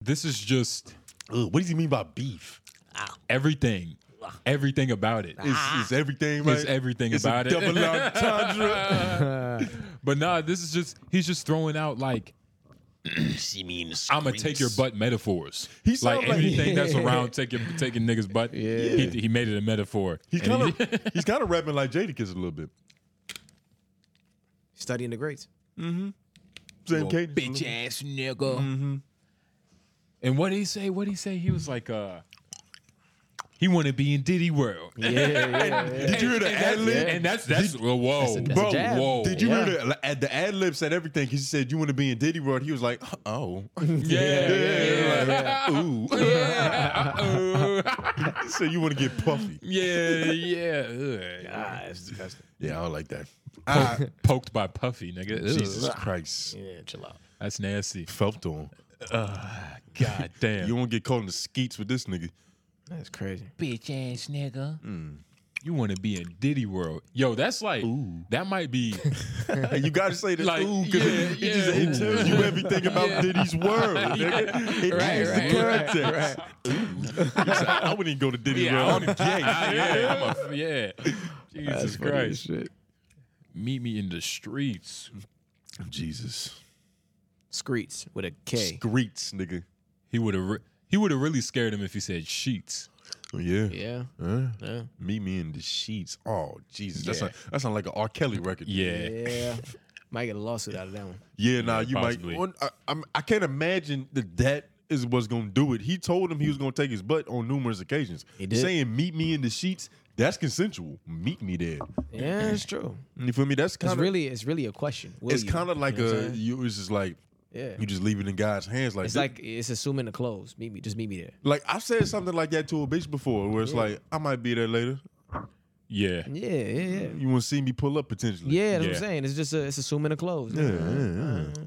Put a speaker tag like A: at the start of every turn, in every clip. A: this is just
B: Ugh, what does he mean by beef?
A: everything, everything about it.
B: It's, it's everything, right?
A: It's everything
B: It's
A: about
B: a
A: it.
B: double entendre.
A: But nah, this is just he's just throwing out like
C: She means
A: I'm gonna take your butt metaphors.
B: He
A: He's like,
B: sound like-
A: anything that's around taking taking niggas butt. He, he made it a metaphor.
B: He's
A: And
B: kind
A: he-
B: of he's kind of rapping like Jadakiss a little bit.
D: Studying the grades.
B: Same cadence. a little-
A: bitch ass nigga. And what did he say? What did he say? He was like, uh, he want to be in Diddy World.
D: Yeah, yeah, yeah.
B: Did you hear the ad
A: And,
B: lib?
A: that's that's whoa, whoa,
D: that's a
A: bro,
D: jab.
A: whoa.
B: Did you
D: Yeah.
B: hear the, like, at the ad lib said everything? He said you want to be in Diddy World. He was like, oh,
A: Yeah, yeah, yeah.
B: ooh.
A: yeah. uh-oh.
B: he said you want to get puffy.
A: yeah, yeah. ugh.
D: Ah, it's disgusting.
B: Yeah, I don't like that.
A: Poked, poked by Puffy, nigga. Ugh.
B: Jesus Christ,
D: Yeah, chill out.
A: That's nasty.
B: felt on.
A: God damn.
B: You won't get caught in the skeets with this nigga.
D: That's crazy.
A: bitch ass nigga. You want to be in Diddy World. Yo, that's like, that might be
B: Hey, you gotta say this
A: Like,
B: ooh, because
A: yeah,
B: it,
A: yeah,
B: just it
A: ooh.
B: tells you everything about
A: Yeah.
B: Diddy's world. Nigga. It
A: Right,
B: right,
A: right,
B: the
D: right,
B: context. Ooh. He's like, I wouldn't even go to Diddy's
A: Yeah,
B: world.
A: I'm
B: I'm gay.
A: Ah, yeah, I'm a, yeah. Jesus
D: funny as
A: Christ.
D: Shit.
A: Meet me in the streets.
B: Jesus.
D: Screets with a K.
B: Greets, nigga.
A: He would have. Re- he would have really scared him if he said sheets.
B: Oh, yeah.
D: yeah.
B: Huh?
D: Yeah.
B: Meet me in the sheets. Oh, Jesus. That's
D: Yeah.
B: not, that sounds like an R. Kelly record.
A: Yeah.
D: Yeah. Might get a lawsuit out of that one.
B: Yeah, nah, you
A: possibly.
B: might. One, I, I'm, I can't imagine that that is what's going to do it. He told him he was going to take his butt on numerous occasions.
D: He did.
B: Saying, meet me in the sheets, that's consensual. Meet me there.
D: Yeah, it's true.
B: You feel me? That's kind
D: It's
B: of.
D: really, it's really a question. Will
B: it's
D: you?
B: kind of like
D: You know what I'm
B: a
D: saying?
B: you. It's just like
D: Yeah.
B: you just leave it in God's hands. Like
D: It's
B: this-
D: like it's assuming the clothes. Meet me, just meet me there.
B: like I've said something like that to a bitch before, where it's like I might be there later.
A: Yeah.
D: Yeah, yeah, yeah.
B: You want to see me pull up potentially?
D: Yeah, that's what
A: Yeah.
D: I'm saying. It's just a, it's assuming the clothes.
B: Yeah, yeah, yeah.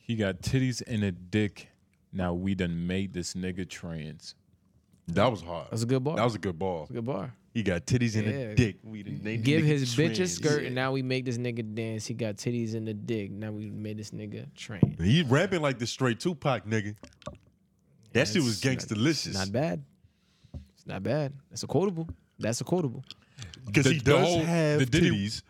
A: He got titties and a dick. Now we done made this nigga trans.
B: That was hard.
D: That's a good ball.
B: That was a good ball.
D: Good bar.
B: He got titties in
D: Yeah.
B: a dick. We done named
D: Give
B: the nigga
D: his bitch a
B: trans.
D: skirt, and now we make this nigga dance. He got titties in the dick. Now we made this nigga train.
B: He rapping like the straight Tupac nigga. That shit was
D: That's not-
B: gangsterlicious.
D: Not bad. It's not bad. That's a quotable. That's a quotable.
B: Because
A: The-
B: he
A: the
B: does
A: whole-
B: have
A: the Diddy-
B: titties.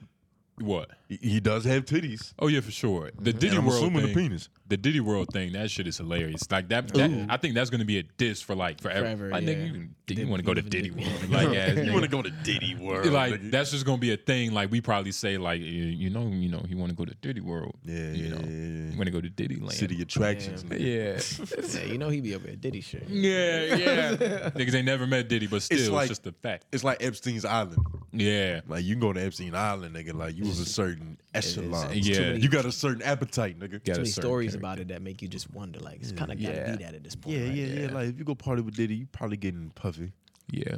A: What?
B: He he does have titties.
A: Oh yeah, for sure. The Diddy
B: And I'm
A: World
B: assuming
A: thing.
B: the penis.
A: The Diddy World thing. That shit is hilarious. Like that. that I think that's gonna be a diss for like forever.
D: Forever,
A: like
D: yeah.
A: nigga, you, want to go to Diddy
D: Diddy.
A: World? Like, ass
B: You
A: nigga.
B: want to go to Diddy World?
A: like
B: nigga.
A: that's just gonna be a thing. Like we probably say like eh, you know you know he want to go to Diddy World.
B: Yeah,
A: You
B: yeah,
A: know
B: yeah, yeah.
A: want to go to Diddy Land.
B: city attractions. nigga.
A: Yeah.
D: yeah, you know he be over at Diddy shit.
A: Yeah, yeah. Niggas ain't never met Diddy, but still, it's,
B: like-
A: just a fact.
B: It's like Epstein's Island.
A: Yeah,
B: Like you can go to Epstein Island, nigga. Like you was a certain echelon.
A: it's too Yeah. many-
B: you got a certain appetite, nigga.
A: Got
D: Too
A: a
D: many
A: certain
D: stories
A: character.
D: about it that make you just wonder. Like it's kind of gotta
A: Yeah.
D: be that at this point.
B: Yeah,
D: right?
B: yeah, yeah, Like if you go party with Diddy, you probably getting puffy.
A: Yeah,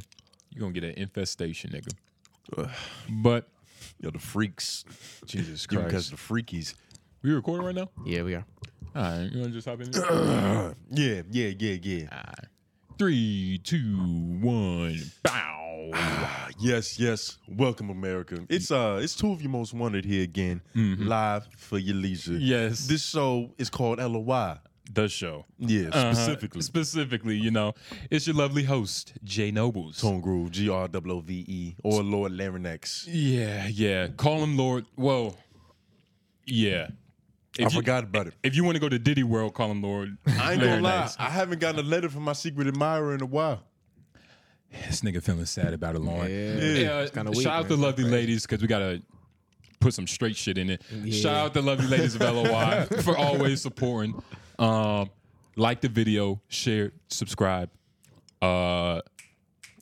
A: you gonna get an infestation, nigga. But
B: Yo, the freaks.
A: Jesus
B: You because
A: Christ,
B: the freakies.
A: we recording right now?
D: Yeah, we are.
A: All right, you wanna just hop in? There?
B: Yeah, yeah, yeah, yeah.
A: Ah. Three, two, one, bow.
B: Ah, yes, yes. Welcome, America. It's uh, it's two of your most wanted here again, live for your leisure.
A: Mm-hmm. Yes.
B: This show is called LOY.
A: The show
B: Yeah,
A: Uh-huh.
B: specifically.
A: specifically, you know, it's your lovely host Jay Nobles.
B: Tone Groove, G R O V E, or Lord Larynx.
A: Yeah, yeah. Call him Lord. Whoa. Yeah. If you,
B: I forgot about it.
A: If you want to go to Diddy World, call him Lord.
B: I ain't gonna
A: Larry
B: lie.
A: Nice.
B: I haven't gotten a letter from my secret admirer in a while.
A: This nigga feeling sad about it, Lauren.
D: Yeah.
A: Yeah, uh,
D: kinda
A: shout
D: weak,
A: out
D: man.
A: to lovely ladies because we gotta put some straight shit in it. Shout out to lovely ladies of LOI for always supporting. Um, like the video, share, subscribe. Uh,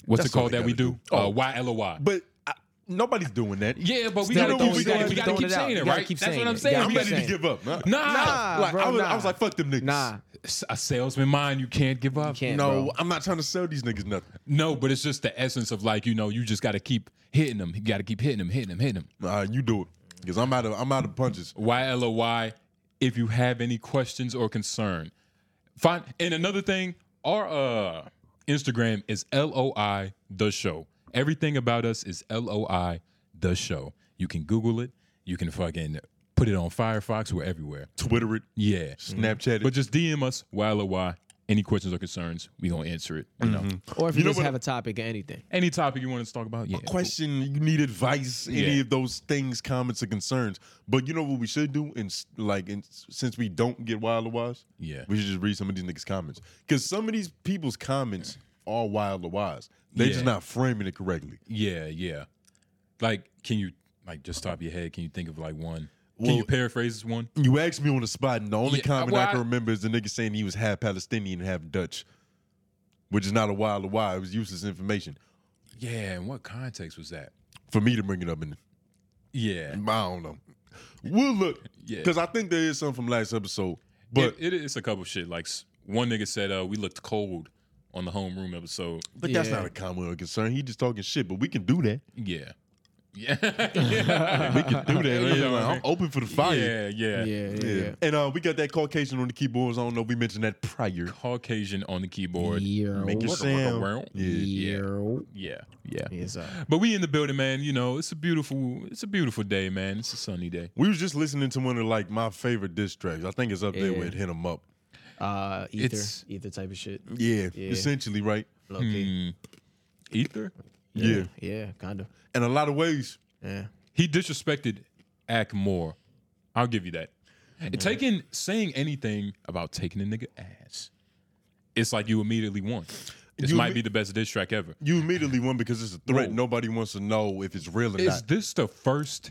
A: what's
B: That's
A: it called
B: all
A: that
B: they
A: we
B: gotta
A: do?
B: do.
A: Uh, YLOI.
B: But I, nobody's doing that.
A: yeah, but we
D: Still
A: gotta,
B: don't
A: keep, we
B: use
A: gotta,
B: it.
A: we gotta
D: Throwing
A: keep
D: it out.
A: saying it,
D: You gotta
A: right?
D: keep
A: That's what
D: saying it.
A: I'm
D: You
A: saying.
D: gotta
B: I'm
A: We
D: keep
B: ready
A: gotta-
B: to
D: saying-
B: give up. Nah.
A: Nah.
B: Like I,
D: bro,
B: was, I
D: nah.
B: was like, fuck them niggas.
D: Nah,
A: a salesman mind, you can't give up.
D: can't.
B: uh, No,
D: bro.
B: I'm not trying to sell these niggas nothing.
A: No, but it's just the essence of like you know you just got to keep hitting them. You got to keep hitting them, hitting them, hitting them.
B: Nah, you do it. Because I'm out of I'm out of punches.
A: Y L O Y. If you have any questions or concern, find. And another thing, our uh, Instagram is L O I the show. Everything about us is L O I the show. You can Google it. You can fucking put it on Firefox. We're everywhere.
B: Twitter it,
A: Yeah.
B: Snapchat it.
A: But just DM us Y L O Y Any questions or concerns, we gonna answer it. You know,
D: Or if you,
B: You know
D: just
B: what-
D: have a topic or anything.
A: any topic you want to talk about, yeah.
B: question you need advice any
A: Yeah.
B: of those things comments or concerns but you know what we should do and s- like and s- since we don't get wild or wise
A: Yeah.
B: we should just read some of these niggas comments because some of these people's comments are wild or wise they
A: Yeah.
B: just not framing it correctly
A: Yeah, yeah. Like, can you like just top your head? Can you think of like one? can
B: Well-
A: you paraphrase one?
B: you asked me on the spot and the only
A: Yeah,
B: comment
A: well,
B: i can
A: I-
B: remember is the nigga saying he was half palestinian and half dutch which is not a wild or wise it was useless information
A: Yeah. In what context was that?
B: for me to bring it up in
A: Yeah.
B: i don't know we'll look
A: Yeah.
B: because i think there is some from last episode but
A: it, it- it's a couple shit. Like s- one nigga said, uh, we looked cold on the homeroom episode.
B: But that's
D: Yeah.
B: not a comment or concern. He just talking shit, but we can do that.
A: Yeah. Yeah. yeah.
B: We can do that.
A: You know
B: Like,
A: what I mean?
B: I'm open for the fire.
A: Yeah. Yeah.
D: Yeah, yeah,
B: Yeah.
D: yeah.
B: And uh, we got that Caucasian on the keyboards. I don't know if we mentioned that prior.
A: Caucasian on the keyboard.
D: Yo.
B: Make it sound. Yeah.
D: Yo.
A: Yeah. Yeah.
D: Yes, sir.
A: But we in the building, man. You know, it's a beautiful, it's a beautiful day, man. It's a sunny day.
B: We was just listening to one of like my favorite diss tracks. I think it's up there
D: Yeah.
B: with Hit 'em Up.
D: Uh, ether,
A: It's-
D: ether type of shit.
B: Yeah,
D: Yeah.
B: essentially, right?
D: Low key.
A: Ether.
B: Yeah.
D: yeah, kind of.
B: In a lot of ways.
D: Yeah,
A: He disrespected Ack more. I'll give you that. And Taking saying anything about taking a nigga ass, it's like you immediately won. This
B: You
A: might
B: imme-
A: be the best diss track ever.
B: You immediately won because it's a threat.
A: Whoa.
B: Nobody wants to know if it's real or
A: Is this the first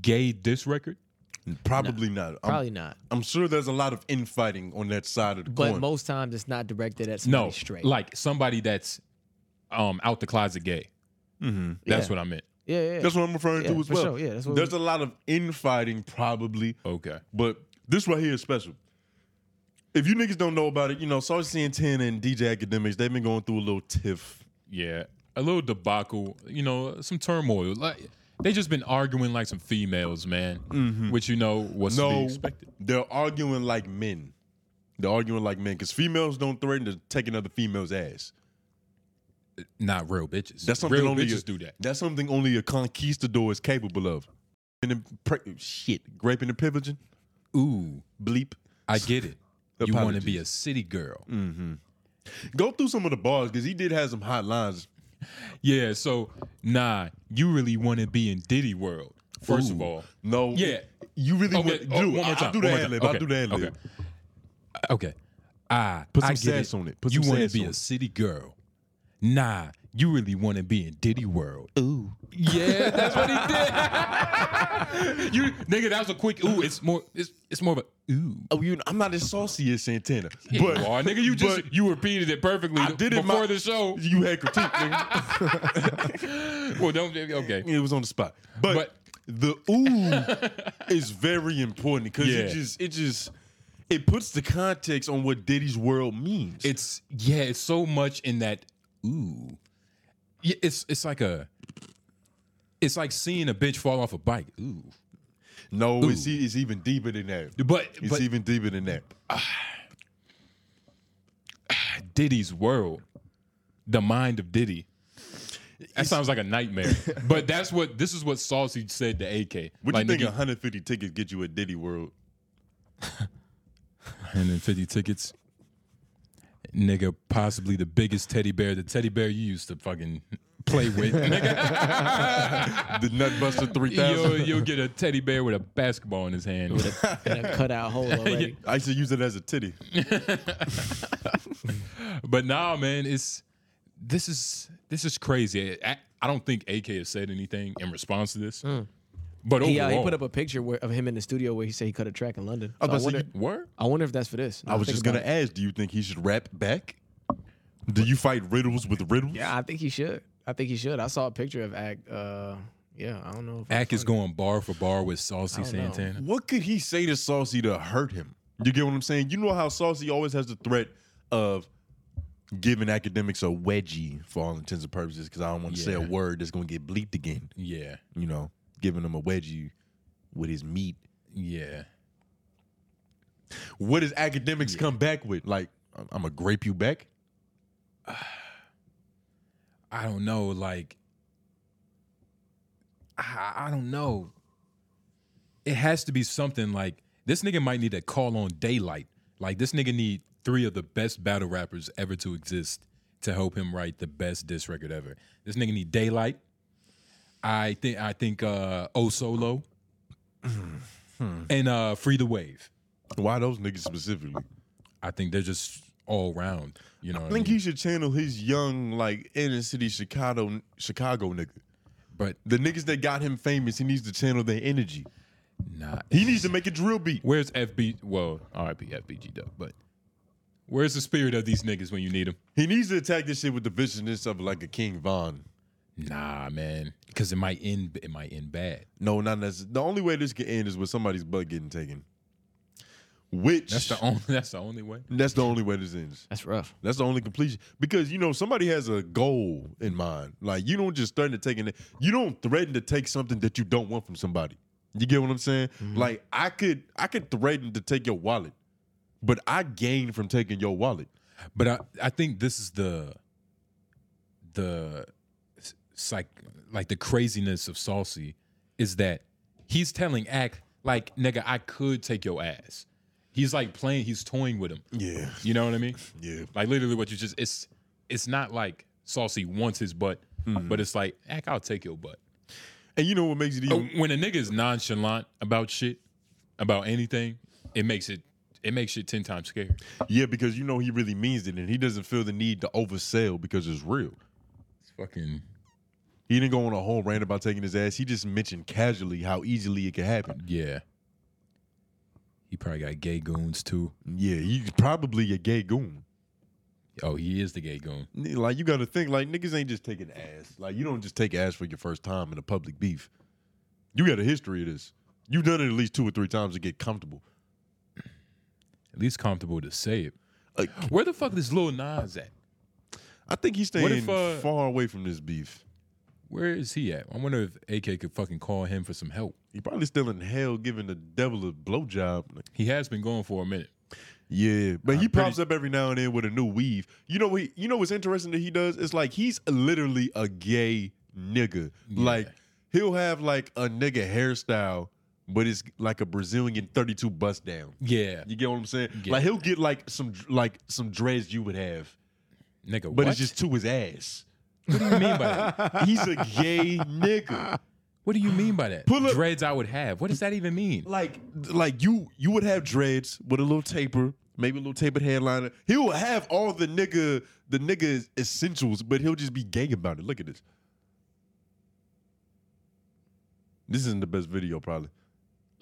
A: gay diss record?
B: not. Probably not. I'm,
D: probably not.
B: I'm sure there's a lot of infighting on that side of the
D: But
B: coin.
D: most times it's not directed at somebody
A: No,
D: straight.
A: like somebody that's um out the closet gay. That's
B: Mm-hmm.
D: Yeah.
A: what I meant.
D: yeah, yeah.
B: that's what I'm referring
D: Yeah,
B: to as
D: for
B: well.
D: sure. Yeah, that's what
B: there's
D: we-
B: a lot of infighting, probably.
A: Okay.
B: But this right here is special. If you niggas don't know about it, you know, Sarge CN10 and DJ Academics, they've been going through a little tiff.
A: Yeah, a little debacle, you know, some turmoil. Like they just been arguing like some females, man. Which you know was to be
B: Mm-hmm. No,
A: expected.
B: they're arguing like men. They're arguing like men because females don't threaten to take another female's ass.
A: Not real bitches.
B: That's something
A: real
B: only
A: bitches
B: a,
A: do that.
B: That's something only a conquistador is capable of. And then pre- shit, graping and pillaging,
A: Ooh,
B: bleep.
A: I get it. You want to
B: Apologies. Mm.
A: be a city girl.
B: Go through some of the bars because he did have some hot lines.
A: Yeah. So nah, you really want to be in Diddy world. First of
B: Ooh.
A: all,
B: No,
A: Yeah.
B: you really
A: Okay,
B: want
A: oh, one
B: dude,
A: more
B: I-
A: time,
B: I'll do
A: one
B: the
A: more
B: ad
A: time.
B: lib.
A: Okay,
B: I'll do the ad lib.
A: okay. Uh, okay, ah,
B: Put
A: I
B: some
A: get
B: sass on it. Put
A: you
B: some
A: wanna
B: sass
A: be
B: on
A: a
B: it.
A: city girl. Nah, you really want to be in Diddy world. Ooh, yeah, that's what he did. you nigga, that was a quick ooh. It's more, it's it's more of a ooh.
B: Oh, you, I'm not as saucy as Santana,
A: But
B: but
A: nigga, you just
B: but
A: you repeated it perfectly
B: I did it
A: before
B: my-
A: the show.
B: you had critique. nigga.
A: Well, don't okay.
B: it was on the spot, but,
A: But-
B: the ooh is very important because
A: Yeah.
B: it just it just it puts the context on what Diddy's world means.
A: It's yeah, it's so much in that ooh. Yeah, it's it's like a it's like seeing a bitch fall off a bike. Ooh.
B: no, it's e- it's even deeper than that.
A: But
B: It's
A: but
B: even deeper than that.
A: Diddy's world, the mind of Diddy. That sounds like a nightmare. but that's what this is what Saucy said to AK.
B: What
A: like,
B: you think?
A: nigga,
B: 150 tickets get you a Diddy world?
A: 150 tickets. Nigga, possibly the biggest teddy bear, the teddy bear you used to fucking play with. nigga.
B: The Nutbuster 3000.
A: you'll, you'll get a teddy bear with a basketball in his hand.
D: and a cut out hole already.
B: I used to use it as a titty.
A: But nah, man, it's this is this is crazy. I, I don't think AK has said anything in response to this. But overall,
D: He, uh, he put up a picture where, of him in the studio where he said he cut a track in London. So I,
B: about to say,
D: wonder,
A: word.
D: I wonder if that's for this. Now
B: I was
D: think
B: just
D: about
B: gonna
D: it.
B: ask, do you think he should rap back? Do you fight riddles with riddles?
D: Yeah, I think he should. I think he should. I saw a picture of Act. Uh, yeah, I don't know. If
A: Ack is going bar for bar with Saucy
D: don't know.
A: Santana.
B: What could he say to Saucy to hurt him? You get what I'm saying? You know how Saucy always has the threat of giving academics a wedgie for all intents and purposes because I don't want to say a
A: Yeah.
B: word that's gonna get bleeped again.
A: Yeah,
B: You know, giving him a wedgie with his meat.
A: yeah.
B: What does academics come back with? Like, I'm gonna grape you back.
A: I don't know. Like, I, I don't know. It has to be something like this. Nigga might need to call on daylight. Like this nigga need three of the best battle rappers ever to exist to help him write the best diss record ever. This nigga need daylight. I think I think uh O Solo
B: Hmm.
A: and uh Free the Wave.
B: Why those niggas specifically?
A: I think they're just all round. You know, what
B: I
A: I
B: think
A: mean?
B: he should channel his young, like inner city Chicago, Chicago nigga.
A: but
B: The niggas that got him famous, he needs to channel their energy.
A: nah.
B: He needs to make a drill beat.
A: Where's FB? Well, RIP FBG though, but where's the spirit of these niggas when you need them?
B: He needs to attack this shit with the viciousness of like a King Von.
A: Nah, man, because it might end. It might end bad.
B: No, not necessarily. The only way this could end is with somebody's butt getting taken. Which
A: That's the only. That's the only way.
B: that's the only way this ends.
D: That's rough.
B: That's the only completion because you know somebody has a goal in mind. Like you don't just threaten to take it. You don't threaten to take something that you don't want from somebody. You get what I'm saying? Like I could I could threaten to take your wallet, but I gain from taking your wallet.
A: But I, I think this is the the s- psych like the craziness of Saucy is that he's telling Act like nigga, I could take your ass. He's like playing. He's toying with him.
B: Yeah,
A: You know what I mean?
B: yeah.
A: Like literally, what you just it's it's not like Saucy wants his butt,
B: Hmm.
A: but it's like Act, I'll take your butt.
B: And you know what makes it even?
A: when a nigga is nonchalant about shit, about anything, it makes it it makes shit ten times scarier.
B: Yeah, because you know he really means it, and he doesn't feel the need to oversell because it's real.
A: It's fucking
B: He didn't go on a whole rant about taking his ass. He just mentioned casually how easily it could happen.
A: yeah. He probably got gay goons too.
B: Yeah, he's probably a gay goon.
A: Oh, he is the gay goon.
B: Like you got to think, like niggas ain't just taking ass. Like you don't just take ass for your first time in a public beef. You got a history of this. You've done it at least two or three times to get comfortable.
A: At least comfortable to say it.
B: Like,
A: Where the fuck is Lil Nas at?
B: I think he's
A: What
B: staying
A: if, uh,
B: far away from this beef.
A: Where is he at? I wonder if AK could fucking call him for some help.
B: He probably still in hell giving the devil a blowjob.
A: He has been going for a minute.
B: Yeah, but he
A: I'm pretty-
B: pops up every now and then with a new weave. You know what? He, you know what's interesting that he does? It's like he's literally a gay nigga. Like he'll have like a nigga hairstyle, but it's like a Brazilian thirty-two bust down.
A: Yeah,
B: You get what I'm saying?
A: Yeah.
B: Like he'll get like some like some dreads you would have,
A: nigga.
B: but
A: what?
B: it's just to his ass.
A: what do you mean by that?
B: He's a gay nigga.
A: What do you mean by that?
B: Pull up-
A: Dreads I would have. What does that even mean?
B: Like like you you would have dreads with a little taper, maybe a little tapered headliner. He will have all the nigga the nigga essentials, but he'll just be gay about it. Look at this. This isn't the best video, probably.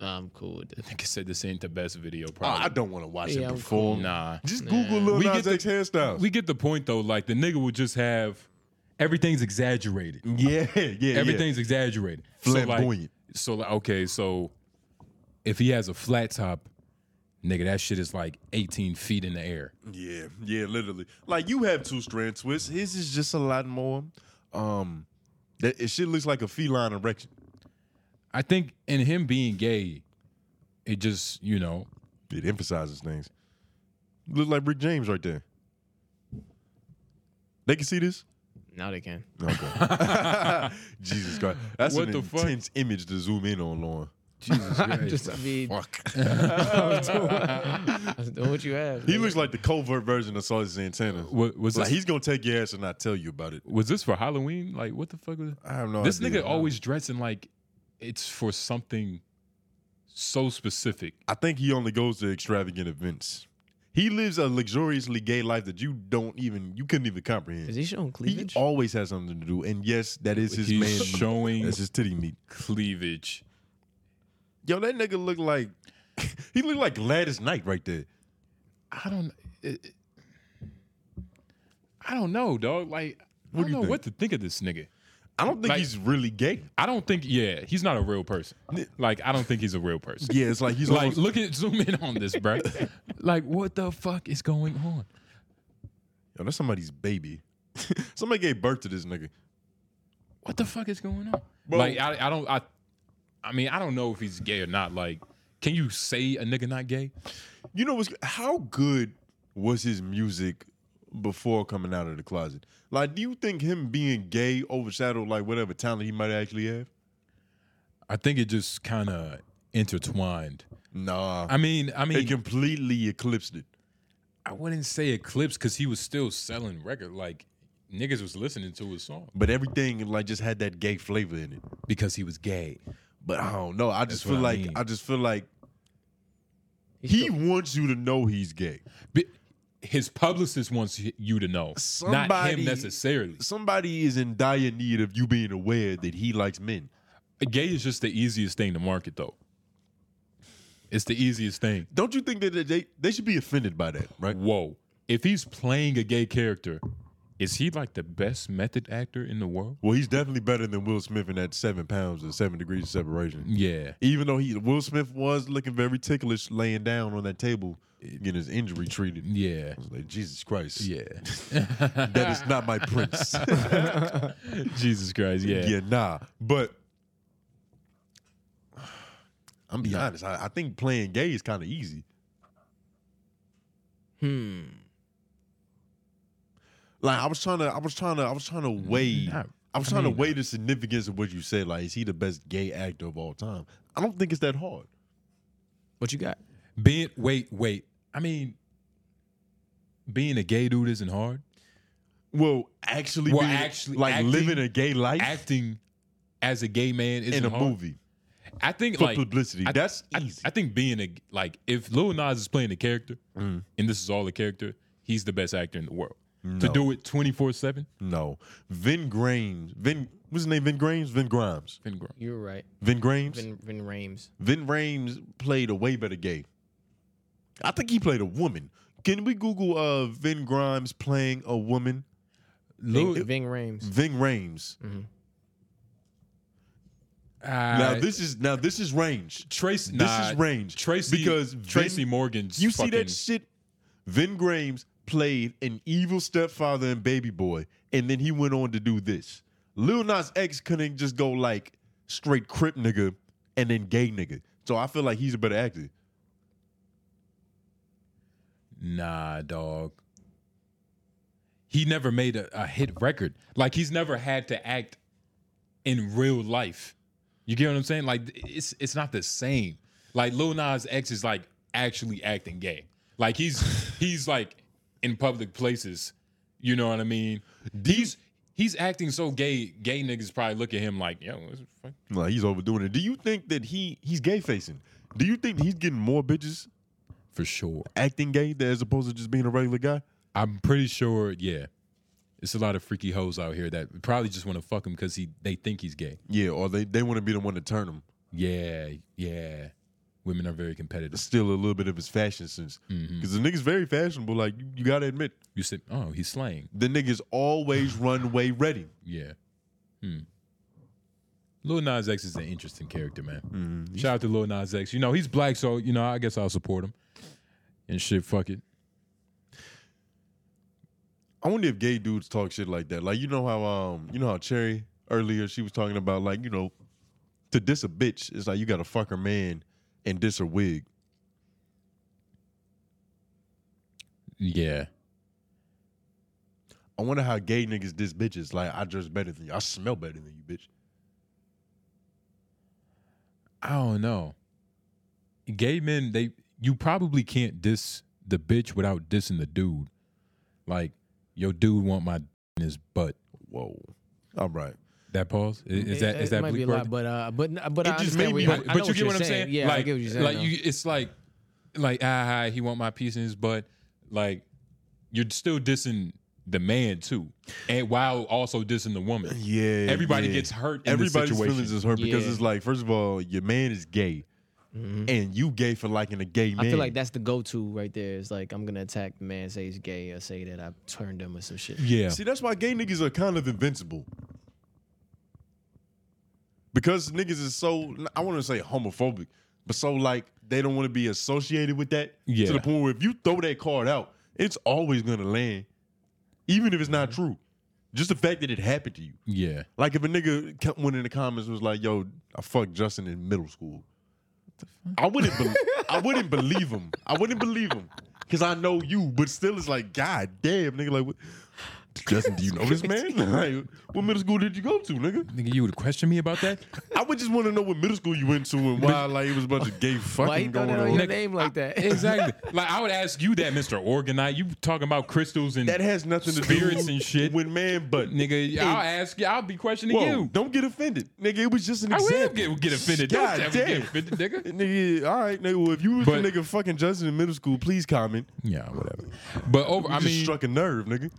D: I'm cool with that.
A: Nigga said this ain't the best video.
B: Oh, I I
A: Probably.
B: don't want to watch
D: Yeah,
B: him
D: I'm
B: perform.
A: nah.
B: Just
D: Nah.
B: Google Lil
A: We
B: Nas
A: get
B: X hairstyles.
A: We get the point though. Like the nigga will just have everything's exaggerated.
B: yeah, yeah, yeah.
A: Everything's exaggerated.
B: Flamboyant.
A: So like, so like, okay, so if he has a flat top, nigga, that shit is like 18 feet in the air.
B: Yeah, yeah, literally. Like you have two strand twists. His is just a lot more. Um, that it shit looks like a feline erection.
A: I think in him being gay, it just you know
B: It emphasizes things. Look like Rick James right there. They can see this.
D: Now they can.
B: Okay. Jesus Christ, that's
A: What
B: an
A: the fuck?
B: intense image to zoom in on, Lauren.
A: Jesus
D: I'm
A: Christ.
D: just, I mean,
B: Fuck.
D: I was doing, I was doing what you have.
B: he looks like the covert version of Saul's Santana.
A: Wa- was
B: Like
A: this,
B: he's gonna take your ass and not tell you about it.
A: was this for Halloween? Like what the fuck was
B: I have no
A: this
B: idea.
A: nigga always dressing like it's for something so specific.
B: I think he only goes to extravagant events. He lives a luxuriously gay life that you don't even you couldn't even comprehend.
D: Is he showing
B: He
D: cleavage?
B: always has something to do, and yes, that is his
A: He's
B: man. meat.
A: showing
B: That's his titty meat.
A: cleavage.
B: Yo, that nigga look like he look like Gladys Knight right there.
A: I don't. It, it- I don't know, dog. Like, I
B: What do
A: don't
B: you
A: know
B: think?
A: what to think of this nigga.
B: I don't think
A: Like-
B: he's really gay.
A: I don't think. Yeah, he's not a real person. Like, I don't think he's a real person.
B: Yeah, it's like he's
A: Like,
B: like
A: look at zoom in on this, bro. like, what the fuck is going on?
B: yo, that's somebody's baby. Somebody gave birth to this nigga.
A: What the fuck is going on?
B: Bro.
A: Like, I, I don't. I. I mean, I don't know if he's gay or not. Like, can you say a nigga not gay?
B: You know what's how good was his music before coming out of the closet? Like, do you think him being gay overshadowed like whatever talent he might actually have?
A: I think it just kind of intertwined.
B: Nah.
A: I mean, I mean,
B: it completely eclipsed it.
A: I wouldn't say Eclipse because he was still selling record. Like niggas was listening to his song
B: But everything like just had that gay flavor in it.
A: because he was gay.
B: But I don't know. I just
A: That's what
B: feel
A: I
B: like
A: mean.
B: I just feel like he wants you to know he's gay.
A: Bi- His publicist wants y- you to know, not
B: Somebody-
A: him necessarily.
B: Somebody is in dire need of you being aware that he likes men.
A: Gay is just the easiest thing to market, though. It's the easiest thing.
B: Don't you think that they they should be offended by that, right?
A: Whoa! If he's playing a gay character, is he like the best method actor in the world?
B: Well, he's definitely better than Will Smith in that seven pounds and seven degrees of separation.
A: Yeah.
B: Even though he Will Smith was looking very ticklish laying down on that table, getting his injury treated.
A: Yeah.
B: I was like, Jesus Christ.
A: Yeah.
B: That is not my prince.
A: Jesus Christ. Yeah.
B: yeah, nah. But I'm be honest. I, I think playing gay is kind of easy.
D: Hmm.
B: Like I was trying to, I was trying to, I was trying to weigh.
A: Mm, Not-
B: I was
A: I
B: trying
A: mean- uh
B: to weigh the significance of what you said. Like, is he the best gay actor of all time? I don't think it's that hard.
D: What you got?
A: Being wait wait. I mean, being a gay dude isn't hard.
B: Well, actually,
A: Well,
B: being-
A: actually-
B: like
A: acting-
B: living a gay life
A: Acting as a gay man isn't
B: in a
A: hard.
B: movie
A: I think
B: for
A: like
B: publicity.
A: I-
B: That's
A: I,
B: easy.
A: I think being a like if Lil Nas is playing a character
B: Mm.
A: and this is all a character, he's the best actor in the world. To
B: No.
A: do it twenty four seven,
B: no, Vin Grimes. Vin, what's his name? Vin Grimes. Vin Grimes.
A: Finn Grimes.
D: You're right.
B: Vin Grimes.
D: Vin Vin Rames.
B: Vin Rames played a way better gay. I think he played a woman. Can we Google uh Vin Grimes playing a woman?
A: Lil-
D: Vin, Vin Rames.
B: Vin Rames. now
A: Uh,
B: this is now this is range.
A: Tracy.
B: This
A: nah,
B: is range
A: Tracy
B: because Vin-
A: Tracy Morgan's.
B: You see
A: fucking-
B: that shit? Vin Grimes played an evil stepfather and baby boy, and then he went on to do this. Lil Nas X couldn't just go like straight crip nigga and then gay nigga. So I feel like he's a better actor.
A: Nah, dog. He never made a, a hit record. Like he's never had to act in real life. You get what I'm saying? Like it's it's not the same. Like Lil Nas X is like actually acting gay. Like he's he's like in public places. You know what I mean? He's he's acting so gay. Gay niggas probably look at him like, yo, what's the fuck?
B: Like he's overdoing it. Do you think that he he's gay facing? Do you think he's getting more bitches
A: for sure.
B: acting gay than- as opposed to just being a regular guy?
A: I'm pretty sure. Yeah, it's a lot of freaky hoes out here that probably just want to fuck him because he they think he's gay.
B: Yeah, or they, they want to be the one to turn him.
A: Yeah, yeah. Women are very competitive. Mm-hmm.
B: Still a little bit of his fashion sense. Because the nigga's very fashionable. Like, you, you got to admit,
A: You said, oh, he's slaying.
B: the nigga's always runway ready.
A: Yeah. Hmm. Lil Nas X is an interesting character, man. Shout out to Lil Nas X. You know, he's black, so, you know, I guess I'll support him. And shit, fuck it.
B: I wonder if gay dudes talk shit like that. Like, you know how, um, you know how Cherry earlier, she was talking about, like, you know, to diss a bitch, it's like you got to fuck her man and diss her wig.
A: Yeah.
B: I wonder how gay niggas diss bitches. Like, I dress better than you. I smell better than you, bitch.
A: I don't know. Gay men, they you probably can't diss the bitch without dissing the dude. Like, yo, dude want my d- in his butt.
B: Whoa. All right.
A: That pause? Is, is
D: It-
A: that
D: it,
A: is that
D: might be a
A: bleep
D: lot,
A: worthy?
D: but uh, but but I
B: just
D: understand
B: made
D: what
B: me-
D: you- I-
A: but, but
D: I know
A: you
D: what
A: get
D: you're
A: what I'm saying?
D: Yeah,
A: like,
D: I get what you're saying.
A: Like
D: though.
A: you, it's like, like ah, he want my piece in his butt. Like you're still dissing the man too, and while also dissing the woman.
B: Yeah.
A: Everybody
B: yeah.
A: gets hurt. In this
B: Everybody's
A: situation.
B: feelings is hurt because
D: Yeah.
B: it's like, first of all, your man is gay,
D: Mm-hmm.
B: and you gay for liking a gay man.
D: I feel like that's the go-to right there. It's like I'm gonna attack the man, say he's gay, or say that I turned him or some shit.
A: Yeah,
B: See, that's why gay niggas are kind of invincible. Because niggas is so, I want to say homophobic, but so like they don't want to be associated with that
A: Yeah.
B: to the point where if you throw that card out, it's always going to land, even if it's not true. Just the fact that it happened to you.
A: yeah.
B: Like if a nigga kept- went in the comments and was like, "Yo, I fucked Justin in middle school," I wouldn't, bel I wouldn't believe him. I wouldn't believe him because I know you, but still, it's like, God damn, nigga, like, what? Justin, do you know this man? Like, what middle school did you go to, nigga?
A: Nigga, you would question me about that?
B: I would just want to know what middle school you went to and why like it was a bunch of gay
D: Why you
B: fucking
D: throw
B: going
D: that on your
B: on.
D: name like that?
A: exactly. Like I would ask you that, Mister Organite. You talking about crystals and
B: That has nothing to
A: Spirits
B: do
A: and shit.
B: with man, but
A: nigga? I'll ask you. I'll be questioning
B: whoa,
A: you.
B: don't get offended, nigga. It was just an
A: I will
B: example.
A: get, get offended.
B: God
A: don't ever
B: damn.
A: get offended, nigga.
B: Nigga, all right, nigga. Well, if you was
A: But-
B: the nigga fucking Justin in middle school, please comment.
A: Yeah, whatever. But over,
B: You
A: I
B: just
A: mean,
B: struck a nerve, nigga.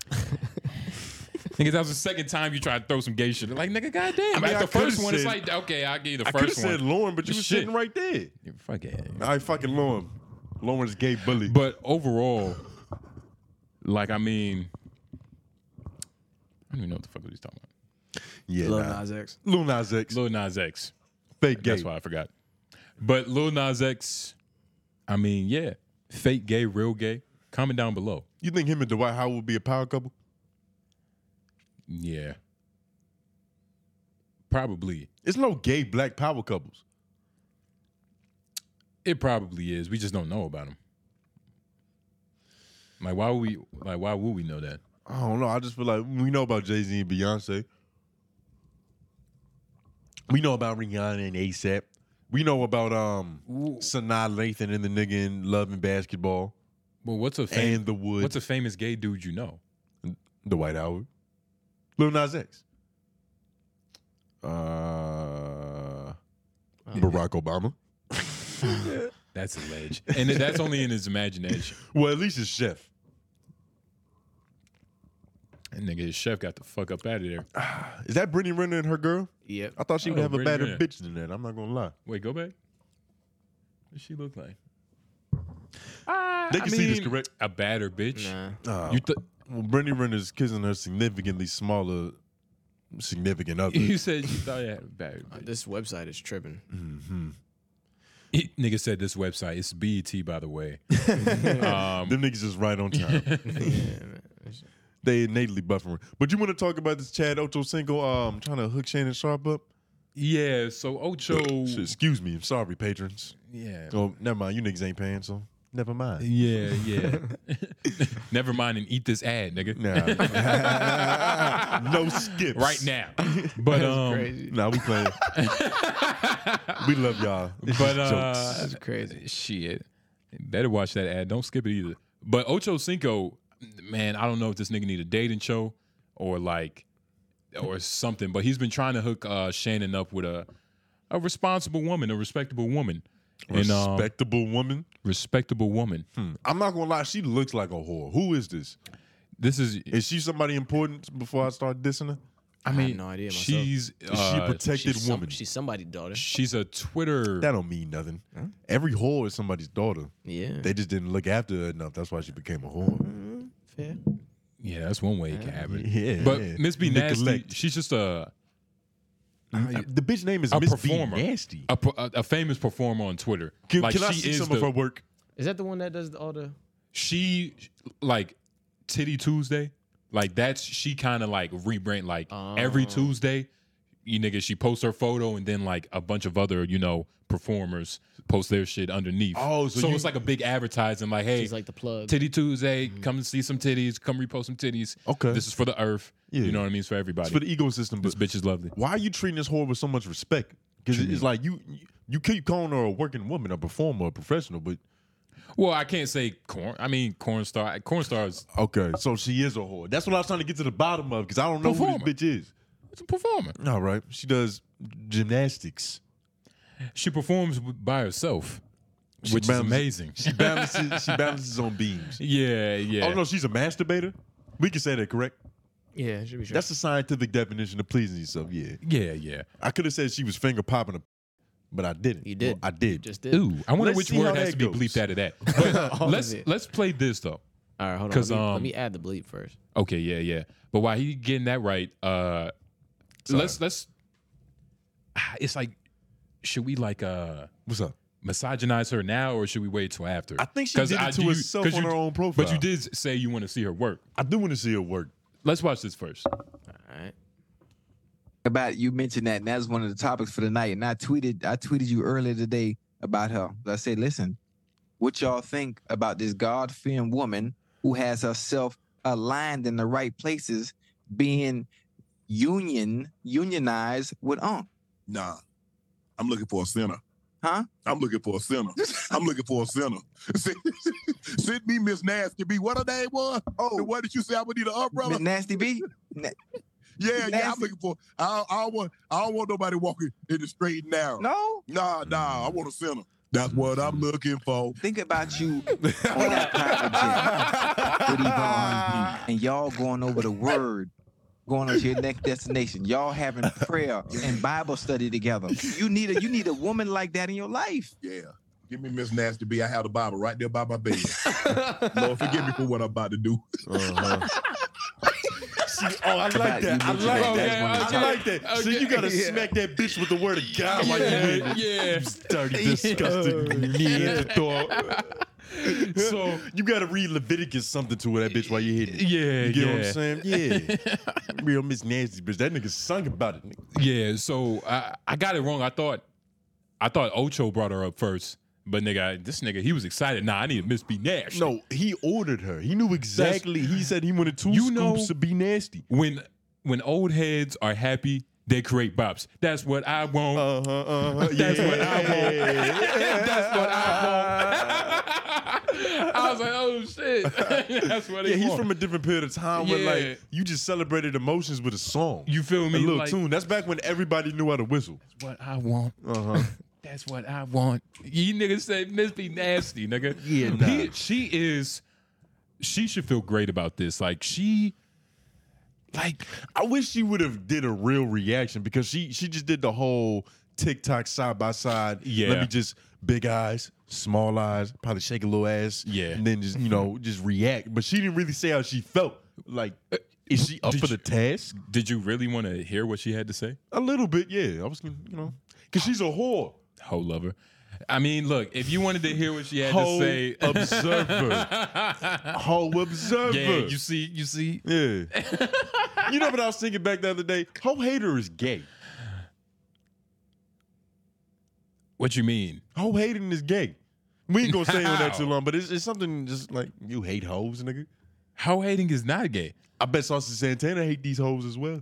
A: nigga, that was the second time you tried to throw some gay shit. Like, nigga, goddamn.
B: mean,
A: At
B: I
A: the first
B: coulda
A: one, it's
B: said-
A: like, okay, I'll give you the
B: I could have
A: first
B: said
A: one.
B: Lauren, but you was
A: Shit.
B: sitting right there.
A: Fuck it.
B: All right, fucking Lauren. Lauren's gay bully.
A: But overall, like, I mean, I don't even know what the fuck was he talking about.
B: yeah,
D: Lil
B: nah.
D: Nas X.
B: Lil Nas X,
A: Lil Nas X.
B: fake gay.
A: That's why I forgot. But Lil Nas X, I mean, yeah, fake gay, real gay. Comment down below.
B: You think him and Dwight Howard would be a power couple?
A: Yeah, probably.
B: It's no gay black power couples.
A: It probably is. We just don't know about him. Like why would we like why would we know that?
B: I don't know. I just feel like we know about Jay Z and Beyonce. We know about Rihanna and ASAP. We know about um Sanaa Lathan and the nigga in Love and Basketball
A: Well, what's a
B: and
A: fam-
B: the Woods.
A: what's a famous gay dude you know?
B: The White Howard. Lil Nas X. Uh, Barack Obama.
A: That's a ledge, and that's only in his imagination.
B: Well, at least it's Chef.
A: And nigga, his chef got the fuck up out of there.
B: Is that Brittany Renner and her girl?
D: Yep.
B: I thought she would
A: Oh,
B: have a
A: Brittany
B: better
A: Renner.
B: bitch than that. I'm not gonna lie.
A: Wait, go back. What does she look like?
B: They can see this
A: mean,
B: correct.
A: A badder bitch.
D: Nah.
B: Uh,
A: You th-
B: well, Brittany Renner's kissing her significantly smaller significant other.
A: you said you thought you had a badder bitch.
D: This website is tripping.
A: He- nigga said this website. It's BET, by the way. um,
B: Them niggas is right on time. they innately buffering. But you want to talk about this Chad Ochocinco um trying to hook Shannon Sharp up?
A: yeah. So Ocho.
B: Shit, excuse me. I'm sorry, patrons.
A: Yeah.
B: Oh, never mind. You niggas ain't paying, so never mind.
A: Yeah, yeah. Never mind and eat this ad, nigga.
B: Nah. no skips.
A: Right now. But um
D: crazy.
B: Nah, we playing. we love y'all. It's
A: but
B: just
A: uh
D: This is crazy.
A: shit. Better watch that ad. Don't skip it either. But Ocho Cinco, man, I don't know if this nigga need a dating show or like or something, but he's been trying to hook uh Shannon up with a a responsible woman, a respectable woman. And um,
B: respectable woman. Hmm.
A: respectable woman.
B: I'm not gonna lie, she looks like a whore. Who is this?
A: This is
B: Is she somebody important? Before I start dissing her,
A: I
D: I
A: mean
D: had no idea myself.
A: she's
B: is she a
A: uh,
B: protected
D: she's some-
B: woman?
D: she's somebody's daughter.
A: she's a Twitter
B: that don't mean nothing. Every whore is somebody's daughter.
D: Yeah.
B: They just didn't look after her enough. That's why she became a whore.
D: fair.
A: Yeah, that's one way it can happen.
B: Yeah,
A: but
B: yeah.
A: Miss B Nasty,
B: Neglect.
A: she's just a
B: the bitch name is
A: A
B: Miss
A: performer.
B: B Nasty.
A: a, pro- a, a famous performer on Twitter.
B: Can, can I see
A: is
B: some
A: the,
B: of her work?
D: Is that the one that does the- all the?
A: She like Titty Tuesday, like that's she kind of like rebrand like every
B: Oh.
A: Tuesday. You nigga, she posts her photo and then like a bunch of other you know performers post their shit underneath.
B: Oh, so you-
A: it's like a big advertising, like hey,
D: She's like the plug.
A: Titty Tuesday, come and see some titties, come repost some titties.
B: Mm-hmm. Okay.
A: this is for the earth.
B: Yeah.
A: You know what I mean? It's for everybody.
B: It's for the ecosystem.
A: this
B: But
A: bitch is lovely.
B: why are you treating this whore with so much respect? Because it's like you you keep calling her a working woman, a performer, a professional, but
A: Well, I can't say corn. I mean, corn star. Corn star is
B: okay, so she is a whore. That's what I was trying to get to the bottom of because I don't know
A: Performer.
B: who this bitch is.
A: it's a performer.
B: All right, she does gymnastics.
A: She performs w- by herself, which is
B: bounces-
A: amazing.
B: She balances. she balances on beams.
A: Yeah, yeah.
B: Oh no, she's a masturbator. We can say that, correct?
D: yeah, should be sure.
B: That's the scientific definition of pleasing yourself. Yeah,
A: Yeah, yeah.
B: I could have said she was finger popping, a, but I didn't.
D: You did.
B: Well, I did.
D: Just did.
A: Ooh, I wonder
B: Let's
A: which
B: see how
A: word has
B: that
A: to be
B: goes.
A: bleeped out of that. But
D: All of
A: let's
D: it.
A: let's play this though.
D: All right, hold on.
A: 'Cause,
D: Let me, let
A: um,
D: me add the bleep first.
A: Okay, yeah, yeah. But while he getting that right, uh let's let's. Ah, It's like, should we like uh
B: What's up?
A: misogynize her now or should we wait till after?
B: I think she did it to
A: do-
B: herself
A: 'cause
B: on her own
A: But
B: profile.
A: you did say you want to see her work.
B: I do want to see her work.
A: Let's watch this first.
D: All right.
E: about you mentioned that, and that's one of the topics for the night. And I tweeted, I tweeted you earlier today about her. I said, listen, what y'all think about this God fearing woman who has herself aligned in the right places, being union unionized with um, UNC.
F: Nah. I'm looking for a sinner.
E: Huh?
F: I'm looking for a sinner. I'm looking for a sinner. Send, send me Miss Nasty B. What her name was? Oh, what did you say? I would need an umbrella.
E: Nasty B.
F: Yeah, yeah. I'm
E: Nasty.
F: looking for. I, I don't want. I don't want nobody walking in the straight and narrow.
E: No,
F: Nah, nah. I want a sinner. That's what I'm looking for.
E: think about you on that private jet with Yvonne, and y'all going over the word, going on to your next destination. Y'all having prayer and Bible study together. You need a you need a woman like that in your life.
F: Yeah. Give me Miss Nasty B. I have the Bible right there by my bed. Lord, forgive me for what I'm about to do.
B: Uh-huh. See, oh, I like
E: Right,
B: that.
E: you
B: I
E: mentioned
B: like
E: that.
B: that.
A: That's
B: I
A: one
B: like
A: of the-
B: that. So
A: Okay,
B: you gotta
A: yeah.
B: smack that bitch with the word of God. Like you
A: yeah,
B: mean.
A: yeah.
B: Dirty, disgusting Neanderthal.
A: So
B: you gotta read Leviticus something to that bitch while you're hitting. it.
A: yeah,
B: You get what
A: yeah.
B: I'm saying? Yeah. Real Miss Nancy, bitch. That nigga sung about it. Nigga.
A: Yeah, so I, I got it wrong. I thought I thought Ocho brought her up first, but nigga, this nigga he was excited. Nah, I need to Miss B Nash.
B: No, he ordered her. He knew exactly. he said he wanted two
A: You
B: scoops
A: know-
B: to be nasty.
A: when when old heads are happy, they create bops. That's what I want.
B: Uh huh. Uh huh.
A: That's what I want.
B: want.
A: That's what I want. I was like, oh shit, that's what
B: Yeah,
A: he
B: he's
A: want.
B: from a different period of time where
A: Yeah.
B: like you just celebrated emotions with a song,
A: You feel
B: a
A: me?
B: little
A: Like,
B: tune. That's back when everybody knew how to whistle.
A: What I want.
B: Uh huh.
A: That's what I want. You niggas say Miss Be Nasty, nigga.
B: Yeah, nah.
A: He- she is. She should feel great about this. Like she, like
B: I wish she would have did a real reaction because she she just did the whole TikTok side by side.
A: Yeah.
B: Let me just big eyes, small eyes, probably shake a little ass.
A: Yeah.
B: And then just you know just react, but she didn't really say how she felt. Like, is she up
A: Uh, did
B: for
A: you-
B: the task?
A: did you really want to hear what she had to say?
B: A little bit, yeah. I was gonna, you know, because she's a whore.
A: Ho lover. I mean, look, if you wanted to hear what she had
B: Whole
A: to say,
B: observer. Whole observer.
A: yeah, you see, you see,
B: Yeah. you know what I was thinking back the other day? Ho hater is gay.
A: what you mean?
B: Ho hating is gay. We ain't gonna stay on that
A: How?
B: too long, but it's, it's something just like you hate hoes, nigga.
A: How hating is not gay?
B: I bet Saucy Santana hate these hoes as well.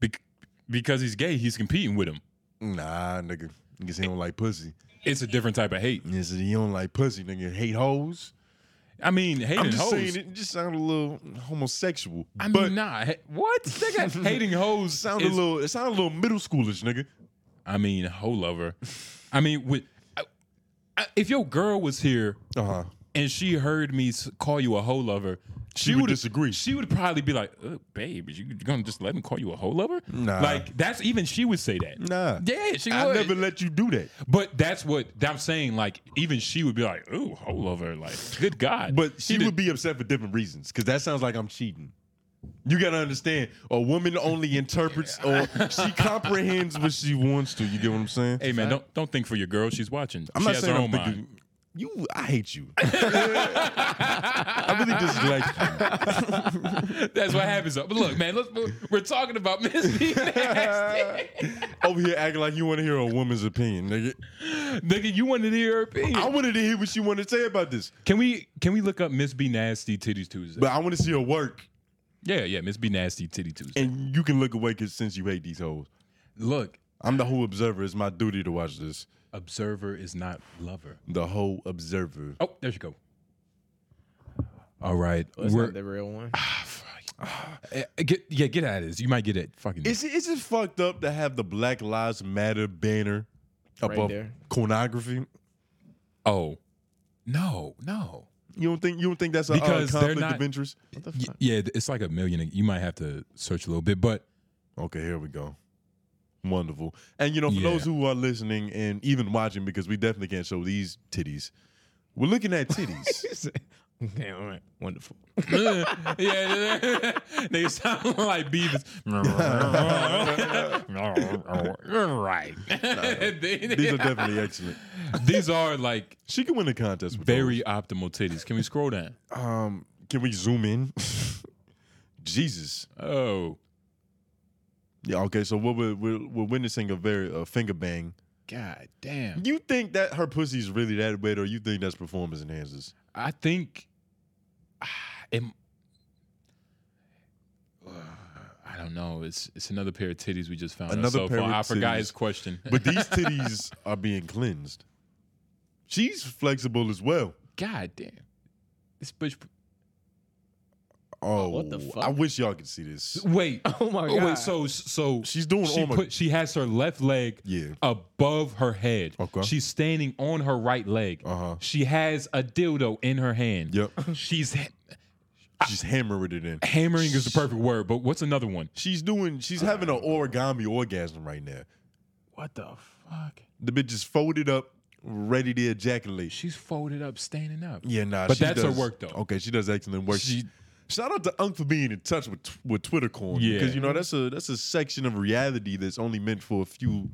A: Bec- because he's gay, he's competing with him.
B: Nah, nigga. Niggas he don't like pussy.
A: It's a different type of hate.
B: Yes, he don't like pussy, nigga. Hate hoes.
A: I mean, hating
B: I'm just
A: hoes.
B: saying it just sound a little homosexual.
A: I mean,
B: but
A: nah. ha- What? Nigga, hating hoes
B: sound a
A: is-
B: little it sound a little middle schoolish, nigga.
A: I mean, hoe lover. I mean, with, I, I, if your girl was here
B: Uh-huh.
A: and she heard me s- call you a hoe lover,
B: She, would
A: would've-
B: disagree.
A: She would probably be like, "Uh, "Babe, you gonna just let me call you a hoe lover?"
B: Nah.
A: Like that's even she would say that.
B: nah.
A: Yeah, she would.
B: I never let you do that.
A: but that's what I'm saying. Like even she would be like, "Ooh, hoe lover!" Like, good God.
B: But she
A: Either-
B: would be upset for different reasons because that sounds like I'm cheating. You gotta understand, a woman only interprets or she comprehends what she wants to. You get what I'm saying?
A: Hey man, don't don't think for your girl. She's watching.
B: I'm
A: she
B: not
A: has
B: saying
A: her
B: I'm
A: own
B: thinking.
A: mind.
B: You, I hate you. I really dislike you.
A: That's what happens. Though. But look, man, let's, we're talking about Miss B Nasty.
B: Over here acting like you want to hear a woman's opinion, nigga.
A: Nigga, you wanted to hear her opinion.
B: I wanted to hear what she wanted to say about this,
A: Can we can we look up Miss B Nasty Titties Tuesday?
B: but I want to see her work.
A: yeah, yeah, Miss B Nasty Titty Tuesday.
B: And you can look away because since you hate these hoes,
A: Look,
B: I'm the whole observer. It's my duty to watch this.
A: observer is not lover.
B: The whole observer.
A: Oh, there you go. All right,
D: That's
A: we're
D: Oh, not the real one.
A: Eh, get yeah, get out of this. You might get it. Fucking
B: Is it, is it fucked up to have the Black Lives Matter banner
D: Right
B: above
D: there.
B: pornography?
A: oh, no, no.
B: You don't think you don't think that's a uh,
A: Because they're
B: conflict
A: not-
B: of interest?
A: Y- yeah, it's like a million. You might have to search a little bit, but
B: Okay, here we go. Wonderful. And you know, for
A: Yeah.
B: those who are listening and even watching, because we definitely can't show these titties. We're looking at titties.
D: okay, all right, wonderful.
A: yeah, yeah, yeah. they sound like beavers. right.
B: these are definitely excellent.
A: These are like
B: She can win a contest. With
A: very optimal titties. Can we scroll down?
B: those. Um, can we zoom in? Jesus.
A: Oh,
B: Yeah. Okay. So what we're we're, we're witnessing a very uh, finger bang.
A: god damn.
B: You think that her pussy's really that wet, or you think that's performance enhancers?
A: I think ah, it, uh, don't know. It's it's another pair of titties we just found.
B: Another
A: Another
B: pair of
A: I forgot
B: titties.
A: his question.
B: But these titties are being cleansed. She's flexible as well.
A: God damn, this bitch.
B: Oh,
D: what the fuck?
B: I wish y'all could see this.
A: Wait,
D: Oh my
A: oh
D: god.
A: wait. So so
B: She's doing
A: she
B: all my-
A: put she has her left leg
B: Yeah.
A: above her head.
B: Okay.
A: She's standing on her right leg.
B: Uh-huh.
A: She has a dildo in her hand.
B: Yep.
A: She's ha-
B: She's hammering it in.
A: hammering is the perfect word, but what's another one?
B: She's doing. She's having an origami orgasm right now.
A: What the fuck?
B: The bitch is folded up, ready to ejaculate.
A: She's folded up, standing up.
B: Yeah, nah.
A: But
B: she
A: that's her
B: does-
A: work, though.
B: Okay, she does excellent work.
A: She-
B: shout out to Unc for being in touch with with Twitter corn.
A: Yeah.
B: because you know that's a that's a section of reality that's only meant for a few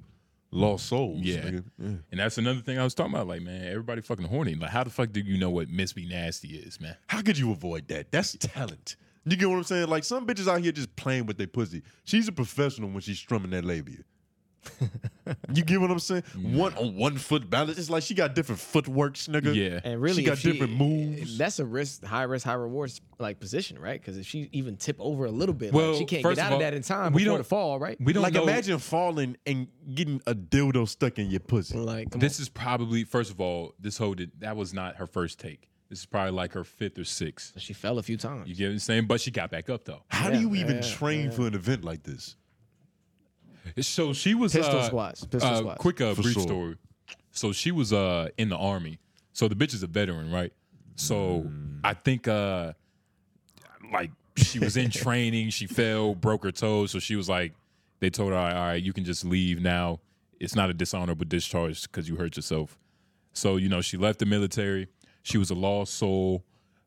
B: lost souls.
A: Yeah.
B: nigga. yeah.
A: And that's another thing I was talking about. Like, man, everybody fucking horny. Like, how the fuck do you know what Miss Be Nasty is, man?
B: How could you avoid that? That's talent. You get what I'm saying? Like some bitches out here just playing with their pussy. She's a professional when she's strumming that labia. you get what I'm saying? One on one foot balance. It's like she got different footworks, nigga.
A: Yeah.
D: and really,
B: she got
D: if
B: different moves.
D: That's a risk, high risk, high rewards like position, right? Because if she even tip over a little bit,
A: Well,
D: like, she can't
A: first
D: get
A: of
D: out
A: all,
D: of that in time
A: we
D: before
A: don't-
D: the fall, right?
A: We don't
B: Like
A: know.
B: imagine falling and getting a dildo stuck in your pussy.
D: like come
A: This is probably first of all, this whole did, that was not her first take. This is probably like her fifth or sixth.
D: on. she fell a few times.
A: You get what I'm saying? But she got back up though.
B: How do
D: Yeah,
B: you even
D: yeah,
B: train for an event like this?
A: So she was
D: Pistol
A: uh,
D: squats, pistol
A: uh,
D: squats.
A: Quick uh,
B: For
A: brief
B: sure.
A: story. So she was uh in the army. So the bitch is a veteran, right? So I think uh like she was in training, she fell, broke her toe, so she was like they told her, all right, all right you can just leave now. It's not a dishonorable discharge because you hurt yourself. So, you know, she left the military. She was a lost soul,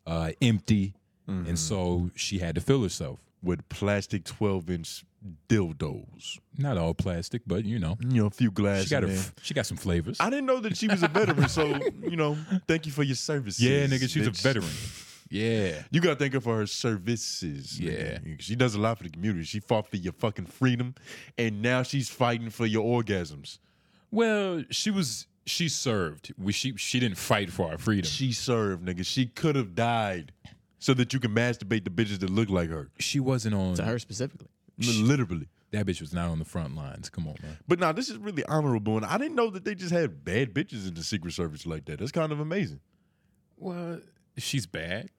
A: uh, empty.
B: Mm-hmm.
A: And so she had to fill herself.
B: With plastic 12 inch dildos.
A: Not all plastic, but you know.
B: You know, a few glasses.
A: She got her,
B: man.
A: she got some flavors.
B: I didn't know that she was a veteran, so you know, thank you for your services.
A: Yeah, nigga, she's a
B: bitch.
A: veteran. Yeah.
B: You gotta thank her for her services. nigga. She does a lot for the community. She fought for your fucking freedom, and now she's fighting for your orgasms.
A: Well, she was she served. We she she didn't fight for our freedom. She,
B: She served, nigga. She could have died so that you can masturbate the bitches that look like her.
A: wasn't on
D: To her specifically,
B: Literally.
A: that bitch was not on the front lines. Come on, man.
B: But now this is really honorable, and I didn't know that they just had bad bitches in the Secret Service like that. That's kind of amazing.
A: Well, she's bad.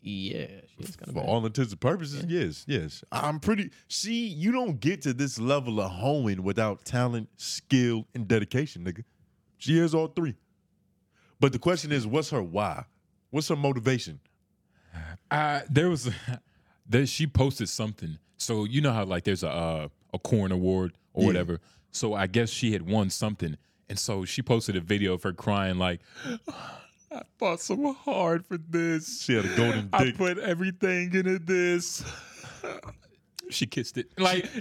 D: yeah, she's kind
B: For
D: of.
B: all intents and purposes, yes, yes. I'm pretty. See, you don't get to this level of hoeing without talent, skill, and dedication, nigga. She has all three. But the question is, what's her why? What's her motivation?
A: Uh there was there, she posted something. So you know how like there's a uh, a corn award or
B: Yeah.
A: whatever. So I guess she had won something. And so she posted a video of her crying like I fought so hard for this.
B: She had a golden
A: I
B: dick.
A: put everything into this. She kissed it. Like she,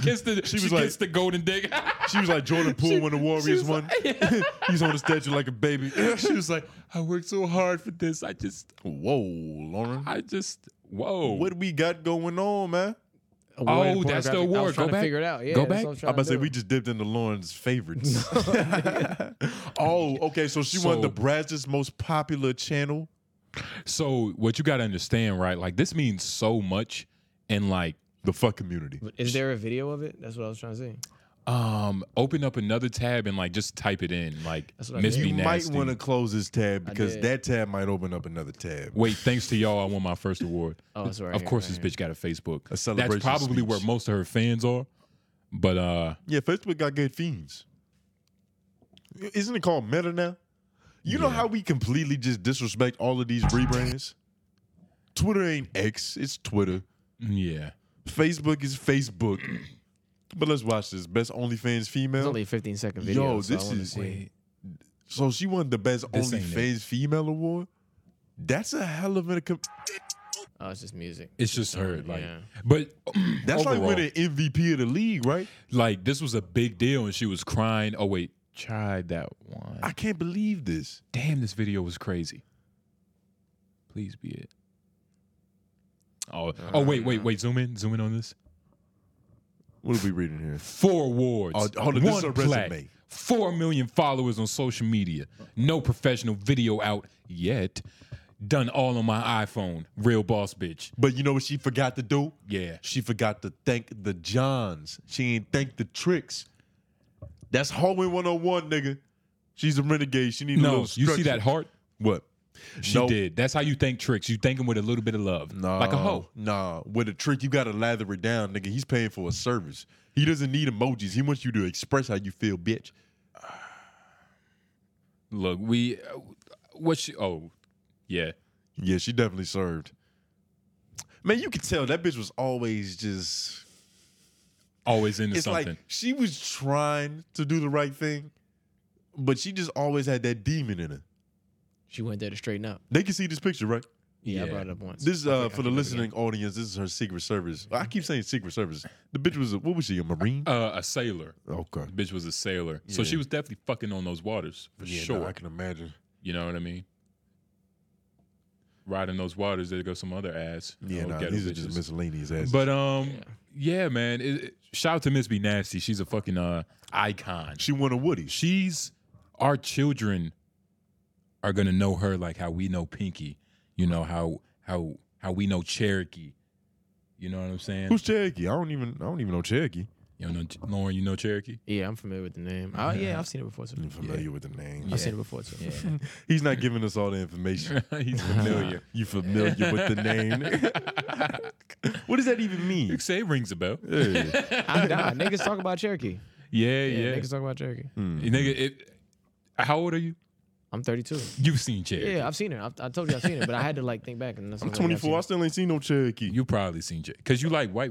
A: kissed it. She,
B: was
A: kissed
B: like-
A: the golden dick.
B: she was like Jordan Poole when the Warriors won. He's on the statue like a baby.
A: she was like, I worked so hard for this. I just,
B: Whoa, Lauren.
A: I just, whoa.
B: What we got going on, man?
D: Award
A: Oh,
D: in
A: that's the
D: pornography. I
A: award.
D: was trying
A: Go
D: to
A: back.
D: Figure it out. Yeah,
A: Go
D: that's
A: back.
D: what I'm
B: I'm
D: trying
B: about
D: to
B: to say
D: do.
B: we just dipped into Lauren's favorites. oh, okay. So she
A: So-
B: won the Brazzers most popular channel.
A: So what you got to understand, right? Like this means so much, and like,
B: The fuck community.
D: But Is there a video of it? That's what I was trying to say.
A: um, open up another tab and like just type it in, like
D: That's what I
A: Miss
D: did.
A: Me
B: You might
A: Nasty.
B: want to close this tab
D: I
B: because
D: did.
B: that tab might open up another tab.
A: Wait, thanks to y'all, I won my first award.
D: Oh, it's right
A: Of
D: here,
A: course,
D: right
A: this bitch got a Facebook.
B: celebration
A: That's probably
B: speech.
A: where most of her fans are. But uh,
B: Yeah, Facebook got good fiends. Isn't it called Meta now? You know how we completely just disrespect all of these rebrands? Twitter ain't X, it's Twitter.
A: yeah.
B: Facebook is Facebook. but let's watch this. Best OnlyFans
D: It's
B: female.
D: only a 15 second video.
B: Yo,
D: so I
B: this
D: wanna
B: is-
D: see.
B: Wait. so she won the best
A: This ain't it.
B: OnlyFans female award? That's a hell of a. Com-
D: Oh, it's just music.
A: It's just her, like,
D: Yeah.
A: but
B: That's
A: overall,
B: like winning MVP of the league, right?
A: like this was a big deal, and she was crying. Oh wait, tried that one.
B: I can't believe Ah, this.
A: Damn, this video was crazy. Please be it. Oh, oh wait, wait, wait. Zoom in, zoom in on this.
B: What are we reading here?
A: Four awards,
B: Oh, hold on, this is
A: one
B: her
A: plaque,
B: resume.
A: four million followers on social media, no professional video out yet. Done all on my iPhone. Real boss bitch.
B: But you know what she forgot to do?
A: Yeah.
B: She forgot to thank the Johns. She ain't thank the tricks. That's Halloween 101, nigga. She's a renegade. She need a
A: No,
B: little
A: you see
B: structure.
A: that heart?
B: What?
A: She did. That's how you thank tricks. You thank him with a little bit of love.
B: Nah,
A: Like a hoe.
B: Nah, with a trick, you gotta lather it down, nigga. He's paying for a service. He doesn't need emojis. He wants you to express how you feel, bitch.
A: Look, we. What she. Oh, yeah.
B: Yeah, she definitely served. Man, you could tell that bitch was always just.
A: Always into
B: It's
A: something.
B: like she was trying to do the right thing, but she just always had that demon in her.
D: She went there to straighten up.
B: They can see this picture, right?
D: Yeah, I
A: Yeah.
D: brought it up once.
B: This is
D: I
B: uh,
D: think
B: for
D: I
B: the
D: can do it
B: listening audience. This is her Secret Service. I keep saying Secret Service. The bitch was a, what was she? A Marine?
A: uh, a sailor.
B: Okay.
A: The bitch was a sailor. So
B: Yeah.
A: she was definitely fucking on those waters for
B: Yeah,
A: sure.
B: no, I can imagine.
A: You know what I mean? Riding those waters, there goes some other ass.
B: Yeah,
A: Oh,
B: nah,
A: ghetto
B: these are
A: bitches.
B: just miscellaneous ass.
A: But um, yeah, man. It, it- shout out to Miss B Nasty. She's a fucking uh icon.
B: she won a Woody.
A: She's our children are gonna know her like how we know Pinky. You know how how how we know Cherokee. You know what I'm saying?
B: Who's Cherokee? I don't even. I don't even know Cherokee.
A: you know Lauren. You know Cherokee.
D: again. Yeah, I'm familiar with the name. Oh yeah, I've seen it before too.
B: I'm familiar with the name.
D: I've seen it before too.
B: He's not giving us all the information.
A: He's familiar.
B: you familiar with the name? what does that even
A: you
B: mean?
A: can say it rings a bell.
B: Yeah.
D: I'm nah, niggas talk about Cherokee.
A: Yeah, yeah.
D: Yeah, niggas talk about Cherokee.
B: hmm.
A: You Nigga, it, how old are you?
D: I'm 32.
A: You've seen Cherokee.
D: Yeah, I've seen it. I, I told you I've seen it, but I had to like think back. And that's
B: I'm
D: why I was like, I've
B: 24. I
D: seen
B: still ain't seen no Cherokee.
A: You probably seen Cherokee because you like white.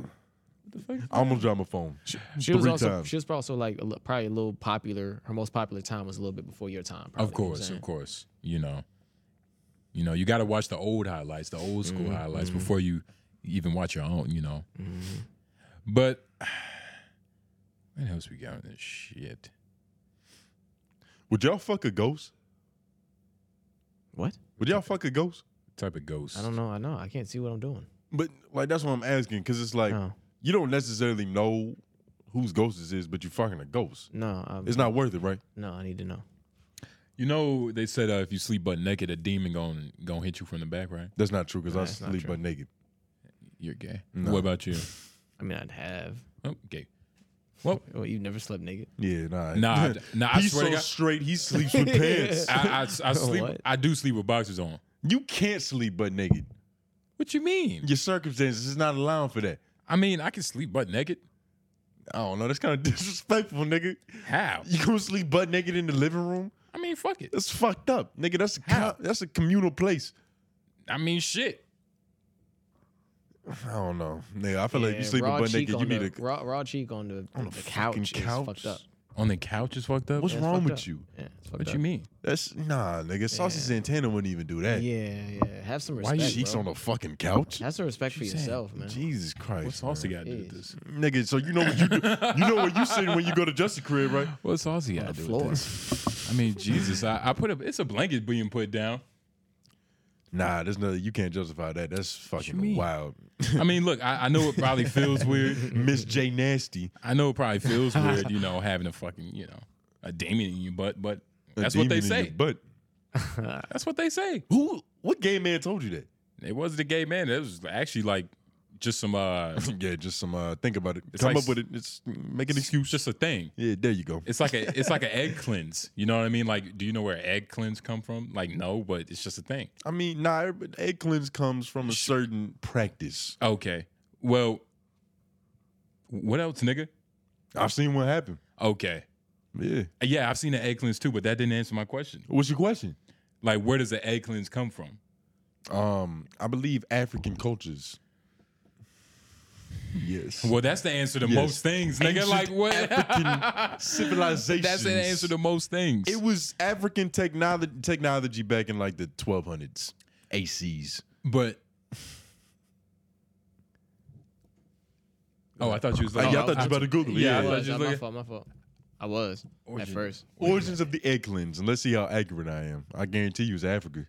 B: I almost dropped my phone.
D: it. She was
B: three
D: also
B: times.
D: she was also like a li- probably a little popular. Her most popular time was a little bit before your time. Probably,
A: Of course, of course. You know, you know, you got to watch the old highlights, the old
D: Mm-hmm,
A: school highlights before you even watch your own. You know,
D: Mm-hmm.
A: but what else we got in this shit?
B: Would y'all fuck a ghost?
D: What?
B: Would y'all fuck a ghost?
A: Type of ghost.
D: I don't know. I know. I can't see what I'm doing.
B: But like that's what I'm asking because it's like
D: No,
B: you don't necessarily know whose ghost this is, but you fucking a ghost.
D: no, I'm,
B: It's not worth it, right?
D: no. I need to know.
A: You know, they said uh, if you sleep butt naked, a demon gon' gonna hit you from the back, right?
B: That's not true because I
D: that's not
B: sleep
D: true.
B: butt naked.
A: You're gay.
B: No.
A: What about you?
D: I mean, I'd have.
A: Oh, gay.
D: Well, you never slept naked.
B: Yeah, nah.
A: Nah, I- nah. I
B: He's
A: swear
B: so
A: to God,
B: straight. He sleeps with pants.
A: I, I, I sleep.
D: What?
A: I do sleep with boxers on.
B: You can't sleep butt naked.
A: What you mean?
B: Your circumstances is not allowing for that.
A: I mean, I can sleep butt naked.
B: I don't know. That's kind of disrespectful, nigga.
A: How?
B: You gonna sleep butt naked in the living room?
A: I mean, fuck it.
B: That's fucked up, nigga. That's a
A: How?
B: co- that's a communal place.
A: I mean, shit.
B: I don't know, nigga. I feel like
D: Yeah,
B: you sleeping
D: raw
B: butt
D: cheek
B: naked, you
D: on
B: need
D: the,
B: a.
D: raw, raw cheek on the,
B: On
D: the,
B: the fucking
D: couch,
B: couch.
D: is fucked up.
A: On the couch is fucked up.
B: What's
D: Yeah, it's
B: wrong
D: fucked
B: with
D: up.
B: you?
D: Yeah, it's fucked
A: What
D: up.
A: you mean?
B: That's nah, nigga. Saucy Santana wouldn't even do that.
D: Yeah, yeah. Have some
B: Why
D: respect.
B: you cheeks
D: bro.
B: on the fucking couch?
D: Have some respect for
A: you saying?
D: yourself, man.
B: Jesus Christ,
A: What saucy
B: man.
A: got to do with
D: Jeez.
A: this?
B: nigga. So you know what you do, you know where you sitting when you go to Justice crib, right?
A: What saucy got to do with this? I mean, Jesus, I, I put a it's a blanket being put down.
B: Nah, there's nothing. You can't justify that. That's fucking
A: mean?
B: wild.
A: I mean, look, I, I know it probably feels weird.
B: Miss J Nasty.
A: I know it probably feels weird, you know, having a fucking, you know, a demon in your butt, but
B: a
A: that's what they
B: demon
A: say.
B: in your butt.
A: That's what they say.
B: Who? What gay man told you that?
A: It wasn't a gay man. It was actually like just some uh
B: yeah, just some. uh Think about it.
A: It's
B: Come
A: like
B: up with it. It's make an
A: it's
B: excuse.
A: just a thing.
B: Yeah, there you go.
A: It's like a it's like an egg cleanse. You know what I mean? Like, do you know where egg cleanse come from? Like, no, but it's just a thing.
B: I mean, nah. every- Egg cleanse comes from a certain practice.
A: Okay. Well, what else, nigga?
B: I've seen what happen.
A: Okay.
B: Yeah.
A: Yeah, I've seen an egg cleanse too, but that didn't answer my question.
B: What's your question?
A: Like, where does the egg cleanse come from?
B: Um, I believe African cultures. Yes.
A: Well, that's the answer to
B: Yes.
A: most things, nigga.
B: Ancient
A: like, what?
B: African civilization.
A: that's the answer to most things.
B: It was African technology technology back in like the 1200s. ACs.
A: but. Oh, I thought you was
B: Like,
A: like,
B: y'all thought you about to Google it.
A: Yeah,
D: I
A: I thought
D: was.
A: you
D: uh,
A: was
D: my
A: looking-
D: fault. My fault. I was at
A: Origin.
D: first.
B: Origins of the egg cleanse. And let's see how accurate I am. I guarantee you it's Africa.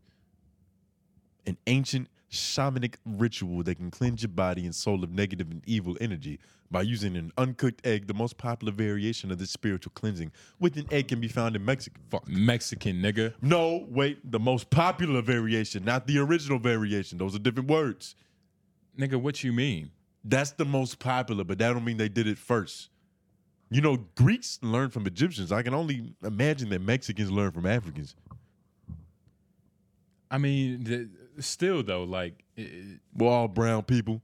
B: An ancient shamanic ritual that can cleanse your body and soul of negative and evil energy by using an uncooked egg, the most popular variation of this spiritual cleansing. With an egg can be found in Mexican. Fuck.
A: Mexican nigga.
B: No, wait, the most popular variation, not the original variation. Those are different words.
A: Nigga, what you mean?
B: That's the most popular, but that don't mean they did it first. You know, Greeks learned from Egyptians. I can only imagine that Mexicans learn from Africans.
A: I mean, th- still though, like i-
B: We're all brown people.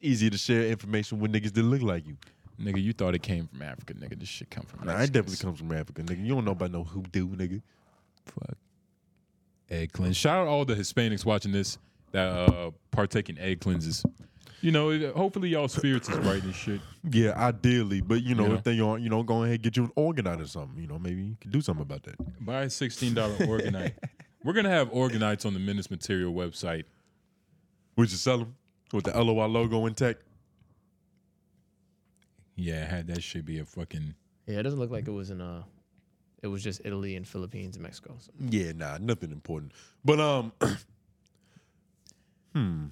B: Easier to share information with niggas that look like you.
A: i- nigga, you thought it came from Africa, nigga. This shit come from.
B: Nah, I
A: Mexicans.
B: definitely comes from Africa, nigga. You don't know about no hoodoo, nigga.
A: Fuck. Egg cleanse. Shout out all the Hispanics watching this that uh partake in egg cleanses. You know, it- hopefully y'all spirits is right and shit.
B: Yeah, ideally, but you know,
A: Yeah.
B: if they aren't, you know, go ahead and get you an organ out or something. You know, maybe you can do something about that.
A: Buy a sixteen dollar organite. We're gonna have organites on the Menace Material website.
B: We should sell them with the LOI logo intact.
A: Yeah, had that should be a fucking.
D: Yeah, it doesn't look like it was in uh it was just Italy and Philippines and Mexico. So.
B: Yeah, nah, nothing important. But um, hmm,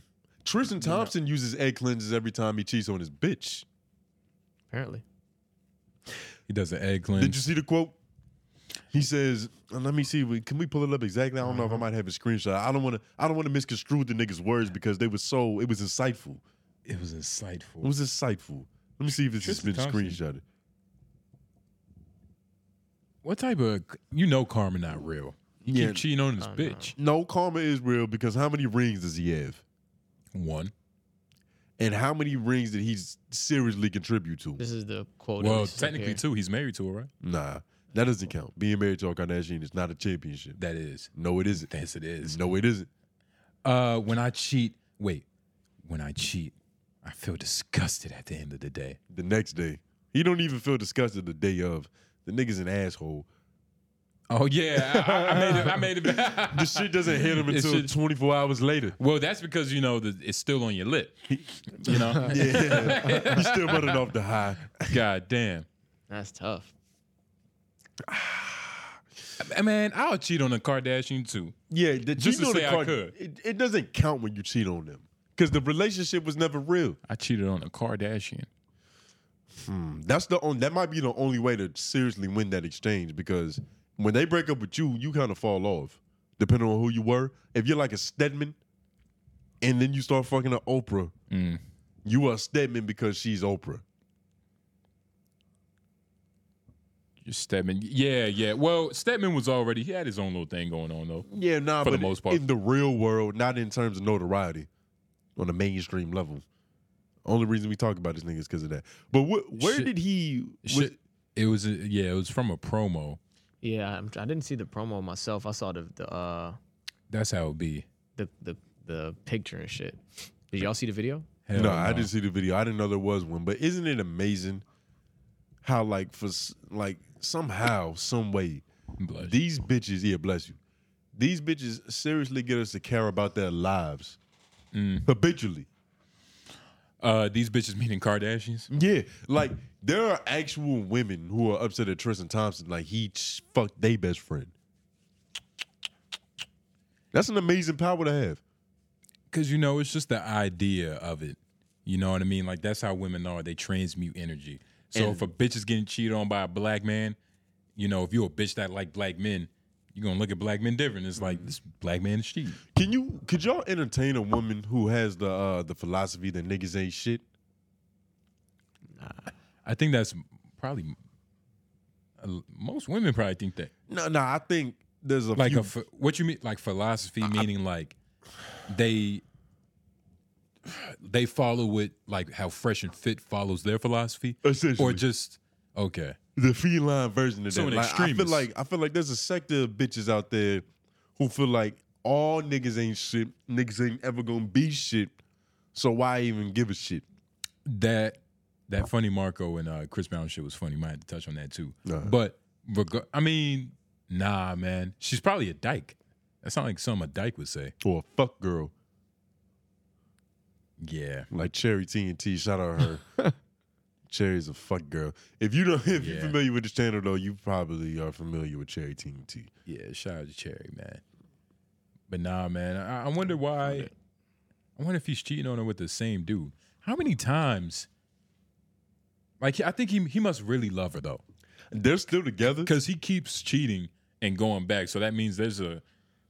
B: Tristan Thompson uses egg cleansers every time he cheats on his bitch.
D: Apparently.
A: He does an egg cleanse.
B: Did you see the quote? He says, uh, "Let me see. we- Can we pull it up exactly? I don't know if I might have a screenshot. I don't want to. I don't want to misconstrue the niggas' words because they were so. It was insightful.
A: it was
B: It
A: insightful.
B: was insightful. Let me see if this has
A: Tristan
B: been
A: Thompson.
B: screenshotted.
A: What type of you know karma not real? He
B: Yeah.
A: keep cheating on his
D: Oh, no.
A: bitch.
B: No, karma is real because how many rings does he have,
A: One.
B: and how many rings did he s- seriously contribute to?
D: This is the quote. at
A: Well,
D: least it's up
A: technically
D: here.
A: too. He's married to her, right?
B: Nah, that doesn't count. Being married to a Kardashian is not a championship.
A: That is.
B: No, it isn't.
A: Yes, it is.
B: No, it isn't.
A: Uh, when I cheat, wait. When I cheat, I feel disgusted at the end of the day.
B: The next day, he don't even feel disgusted the day of. The nigga's an asshole.
A: Oh yeah, I, I- I made it. I made it. back.
B: The shit doesn't hit him
A: It
B: until
A: should-
B: 24 hours later.
A: well, that's because you know the, it's still on your lip. You know,
B: Yeah, he's still running off the high.
A: god damn.
D: That's tough.
A: Uh, Man, I'll cheat on a Kardashian too.
B: Yeah, the,
A: Just to
B: the
A: say I
B: Kar-
A: could.
B: It, it doesn't count when you cheat on them because the relationship was never real.
A: I cheated on a Kardashian.
B: Mm, That's the only. That might be the only way to seriously win that exchange because when they break up with you, you kind of fall off, depending on who you were. If you're like a Stedman, and then you start fucking an Oprah,
A: Mm,
B: you are Stedman because she's Oprah.
A: Just Stedman. Yeah, yeah. Well, Stedman was already. He had his own little thing going on though.
B: Yeah, nah,
A: For the
B: but
A: most part.
B: in the real world, not in terms of notoriety, on the mainstream level. Only reason we talk about this nigga is because of that. But wh- where
A: Shit.
B: did he? Was,
A: Shit. It was. A, yeah, it was from a promo.
D: Yeah, I'm, I didn't see the promo myself. I saw the the uh
A: That's how it be.
D: the the, the picture and shit. Did y'all see the video?
A: Hell
B: no, I didn't see the video. I didn't know there was one. But isn't it amazing how like for s- like somehow, some way,
A: Blush.
B: these bitches, yeah, bless you. These bitches seriously get us to care about their lives
A: Mm.
B: habitually.
A: Uh, these bitches meaning Kardashians.
B: Yeah, like there are actual women who are upset at Tristan Thompson. Like he ch- fucked their best friend. That's an amazing power to have.
A: Cause you know, it's just the idea of it. You know what I mean? Like that's how women are. They transmute energy. So if a bitch is getting cheated on by a black man, you know, if you're a bitch that like black men, you're gonna look at black men different. It's like this black man is cheating.
B: Can you could y'all entertain a woman who has the uh the philosophy that niggas ain't shit?
A: I think that's probably uh, most women probably think that.
B: No, no, I think there's a
A: Like
B: few,
A: a ph- what you mean? Like philosophy meaning like they they follow what like how Fresh and Fit follows their philosophy,
B: essentially
A: or just okay.
B: the feline version of
A: So
B: that.
A: an
B: Like, I feel
A: extremist.
B: like I feel like there's a sector of bitches out there who feel like all niggas ain't shit. Niggas ain't ever gonna be shit. So why even give a shit?
A: that that funny Marco and uh, Chris Brown shit was funny. Might have to touch on that too. But reg- I mean, nah, man, she's probably a dyke. That sounds like something a dyke would say.
B: Or a fuck girl.
A: Yeah,
B: like Cherry TNT. Shout out her. Cherry's a fuck girl. If you don't, if you're
A: Yeah.
B: familiar with this channel though, you probably are familiar with Cherry TNT.
A: yeah. Shout out to Cherry, man. But nah, man, I, I wonder why I wonder if he's cheating on her with the same dude. How many times? Like I think he he must really love her though,
B: They're still together.
A: because he keeps cheating and going back. So that means there's a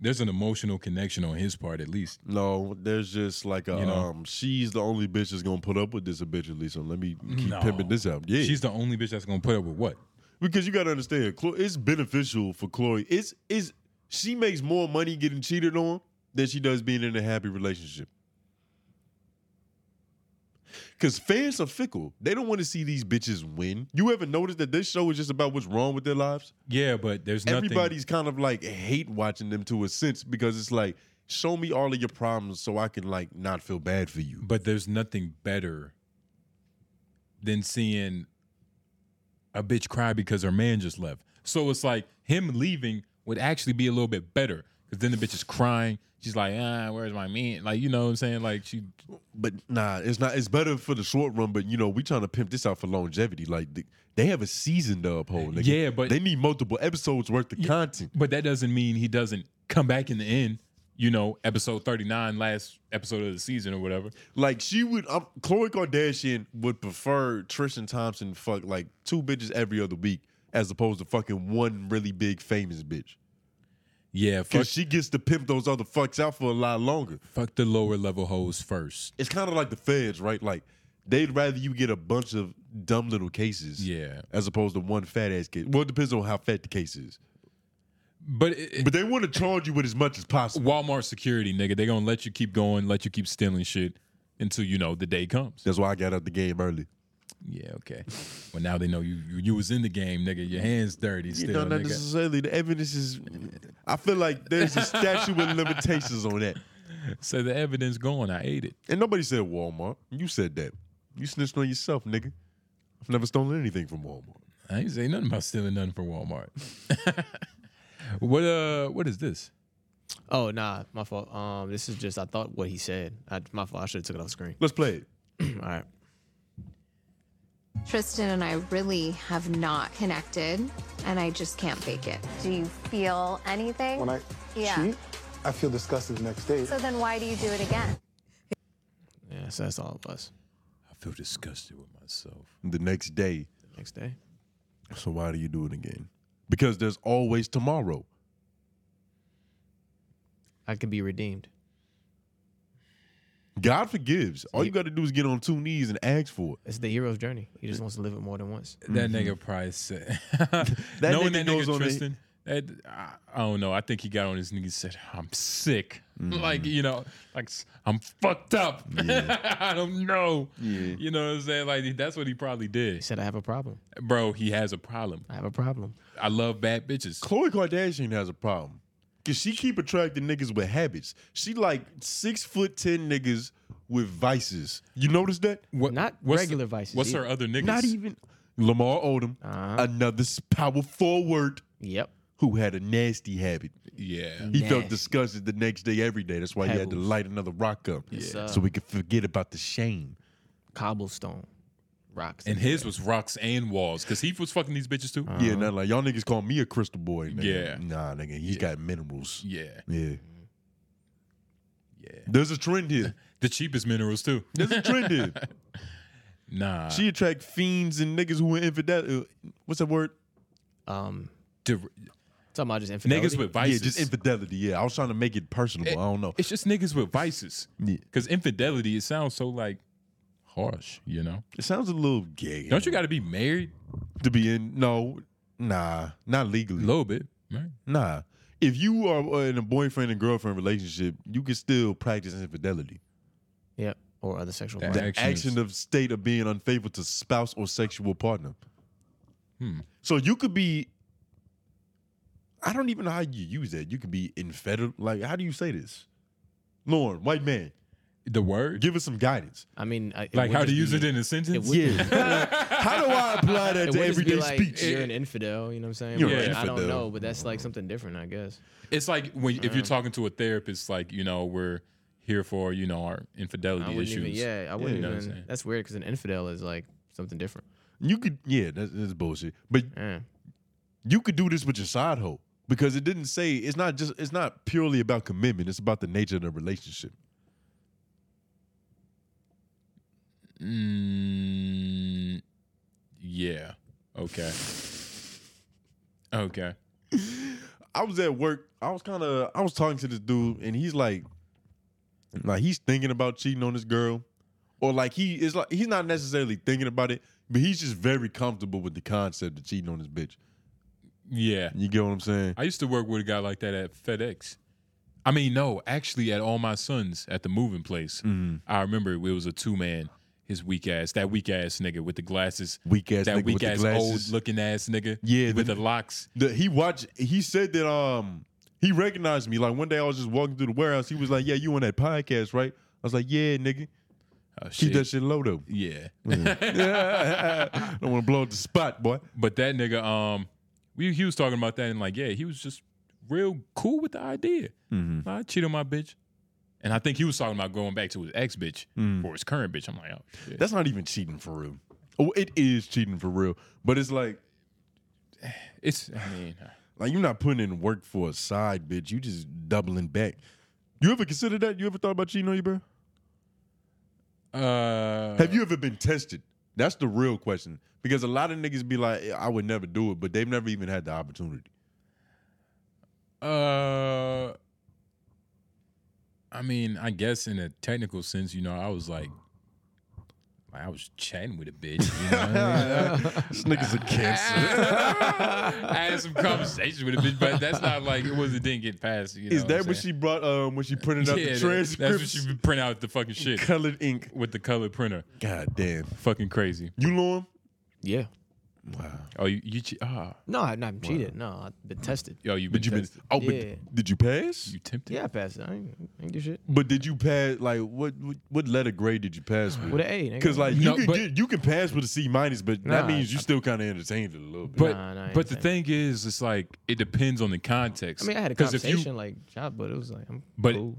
A: there's an emotional connection on his part at least.
B: No, there's just like a
A: You know?
B: um, she's the only bitch that's gonna put up with this eventually. So let me keep
A: No.
B: pimping this out. Yeah,
A: She's the only bitch that's gonna put up with what?
B: because you gotta understand, Chlo- it's beneficial for Chloe. It's is she makes more money getting cheated on than she does being in a happy relationship. Cause fans are fickle. They don't want to see these bitches win. You ever notice that this show is just about what's wrong with their lives?
A: Yeah, but there's nothing.
B: Everybody's kind of like hate watching them to a sense because it's like, show me all of your problems so I can like not feel bad for you.
A: But there's nothing better than seeing a bitch cry because her man just left. So it's like him leaving would actually be a little bit better because then the bitch is crying. She's like, ah, where's my man? Like, you know what I'm saying? Like, she,
B: But nah, it's not. It's better for the short run. But you know, we trying to pimp this out for longevity. Like th- they have a season to uphold. nigga.
A: Yeah, but-
B: they need multiple episodes worth of content.
A: but that doesn't mean he doesn't come back in the end. You know, episode 39, last episode of the season or whatever.
B: Like she would, um, Khloe Kardashian would prefer Tristan Thompson fuck like two bitches every other week as opposed to fucking one really big famous bitch.
A: Yeah, fuck,
B: Cause she gets to pimp those other fucks out for a lot longer.
A: fuck the lower level hoes first.
B: It's kind of like the feds, right? Like they'd rather you get a bunch of dumb little cases,
A: Yeah.
B: as opposed to one fat ass case. Well, it depends on how fat the case is.
A: But, it,
B: But they want to charge you with as much as possible.
A: Walmart security, nigga, they gonna let you keep going, let you keep stealing shit until, you know, the day comes.
B: That's why I got out the game early.
A: Yeah, okay. Well, now they know you you, you was in the game, nigga. Your hands dirty
B: You
A: still,
B: know, not
A: nigga.
B: necessarily. The evidence is. I feel like there's a statute with limitations on that.
A: So the evidence gone. I ate it.
B: And nobody said Walmart. You said that. You snitched on yourself, nigga. I've never stolen anything from Walmart.
A: I ain't say nothing about stealing nothing from Walmart. what uh? What is this?
D: Oh nah, my fault. Um, this is just I thought what he said. I, my fault. I should have took it off screen.
B: Let's play it.
D: All right.
G: Tristan and I really have not connected, and I just can't fake it.
H: Do you feel anything?
I: When I
H: Yeah.
I: cheat, I feel disgusted the next day.
H: so then why do you do it again?
D: Yeah, so that's all it was.
A: I feel disgusted with myself.
B: The next day.
D: Next day.
B: So why do you do it again? Because there's always tomorrow.
D: I could be redeemed.
B: God forgives. All you got to do is get on two knees and ask for it.
D: It's the hero's journey. He just wants to live it more than once.
A: That nigga probably said.
B: nigga
A: Knowing that
B: goes
A: nigga
B: on a-
A: Tristan, that, I, I don't know. I think he got on his knees and said, "I'm sick. Like you know, like s- I'm fucked up. I don't know. You know what I'm saying? Like that's what he probably
D: He
A: did,
D: said I have a problem.
A: bro. He has a problem.
D: I have a problem.
A: I love bad bitches.
B: Khloe Kardashian has a problem. Cause she keep attracting niggas with habits. She like six foot ten niggas with vices. You notice that?
A: What,
D: Not
A: what's
D: regular
A: the-
D: vices,
A: What's
D: e-
A: her uh, other niggas?
B: Not even Lamar Odom, another s- power forward
D: Yep.
B: who had a nasty habit.
A: Yeah.
B: He felt
D: Nasty.
B: disgusted the next day, every day. That's why he had to
D: Pebbles.
B: light another rock up,
D: sir.
B: so we could forget about the shame.
D: Cobblestone. Rocks. Uh-huh.
A: And his was rocks and walls because he was fucking these bitches too.
B: Yeah, not like y'all niggas call me a crystal boy. Nigga.
A: Yeah.
B: nah, nigga, he's got minerals.
A: Yeah.
B: Yeah. Yeah. There's a trend here.
A: The cheapest minerals too.
B: There's a trend here.
A: Nah.
B: She attract fiends and niggas who are infidel. uh, What's that word?
D: um
A: Di-
D: talking about just infidelity.
A: niggas with vices.
B: Yeah, just infidelity. Yeah, I was trying to make it personable. I don't know.
A: it's just niggas with vices.
B: Yeah.
A: Because infidelity, it sounds so like harsh, you know?
B: It sounds a little gay.
A: Don't you got to be married?
B: to be in? No, nah, not legally.
A: A little bit, right?
B: Nah, if you are uh, in a boyfriend and girlfriend relationship, you can still practice infidelity.
D: Yep. Or other sexual
A: That-
D: violence.
A: Action is-
B: action of state of being unfaithful to spouse or sexual partner.
A: Hmm.
B: So you could be. I don't even know how you use that. You could be infidel. Like, how do you say this? Lauren, white man,
A: The word?
B: give us some guidance.
D: I mean, I, it
A: like
D: would
A: how to
D: just
A: use
D: be-
A: it in a sentence?
D: would-
B: Yeah. how do I apply that
D: It
B: to
D: would just be
B: everyday
D: like
B: speech?
D: you're an infidel, you know what I'm saying?
B: You're
A: an
D: Like, I don't
B: infidel.
D: know, but that's like something different, I guess.
A: It's like when if you're talking to a therapist, like, you know, we're here for, you know, our
D: I
A: infidelity
D: wouldn't
A: issues.
D: even. Yeah, I wouldn't
A: know what I'm
D: even.
A: saying?
D: That's weird because an infidel is like something different.
B: You could, yeah, that's, that's bullshit. But
D: Yeah.
B: you could do this with your side hoe because it didn't say it's not just it's not purely about commitment. It's about the nature of the relationship.
A: Mm, yeah. Okay. Okay.
B: I was at work. I was kind of I was talking to this dude, and he's like, like he's thinking about cheating on this girl, or like he is like he's not necessarily thinking about it, but he's just very comfortable with the concept of cheating on this bitch.
A: Yeah.
B: You get what I'm saying?
A: I used to work with a guy like that at FedEx. I mean, no, actually, at all my sons at the moving place.
B: Hmm.
D: Mm-hmm.
A: I remember it was a two man. His weak ass, that weak ass nigga with the glasses,
B: Weak ass
A: that
B: nigga
A: weak
B: with the
A: ass
B: glasses.
A: old looking ass nigga,
B: Yeah,
A: with
B: the-
A: the locks.
B: The- he watched. He said that um he recognized me. Like one day I was just walking through the warehouse. He was like, "Yeah, you on that podcast, right?" I was like, "Yeah, nigga,
A: Oh,
B: keep
A: shit.
B: that shit low though."
A: yeah,
B: I don't want to blow up the spot, boy.
A: But that nigga, um, we he was talking about that and like, yeah, he was just real cool with the idea.
B: Mm-hmm.
A: I cheat on my bitch, and I think he was talking about going back to his ex bitch
B: Mm.
A: or his current bitch. I'm like, oh, shit.
B: That's not even cheating for real. Oh, it is cheating for real, but it's like
A: it's. I mean,
B: like you're not putting in work for a side bitch. You just doubling back. You ever consider that? You ever thought about cheating on your bro?
A: uh,
B: Have you ever been tested? That's the real question because a lot of niggas be like, I would never do it, but they've never even had the opportunity.
A: Uh, I mean, I guess in a technical sense, you know, I was like, I was chatting with a bitch. You know, what I mean?
B: this nigga's a cancer.
A: I had some conversations with a bitch, but that's not like it was. It didn't get past. You know
B: Is that
A: I'm
B: what
A: saying?
B: she brought um when she printed out
A: Yeah,
B: the
A: that-
B: transcripts?
A: That's what she would print out the fucking shit
B: colored ink.
A: with the color printer.
B: God damn.
A: Fucking crazy.
B: You Lauren?
D: Yeah.
A: Oh, you, you che- ah,
D: No, I've not cheated. No, I've been tested.
A: yo, you
B: But you been
A: tested.
B: oh, but
D: Yeah.
B: did you pass?
A: you tempted.
D: Yeah, I passed it. I ain't, I ain't do shit.
B: But did you pass? Like what? What, what letter grade did you pass with?
D: With an A, nigga.
B: Because like
A: No,
B: you can
A: but-
B: get, you can pass with a C minus, but
D: Nah,
B: that means you still kind of entertained it a little bit.
A: But
D: Nah, nah, I ain't
A: but the
D: saying.
A: thing is, it's like it depends on the context.
D: I mean, I had a
A: 'Cause if you-
D: conversation like job, but it was like, I'm
A: But-
D: cool.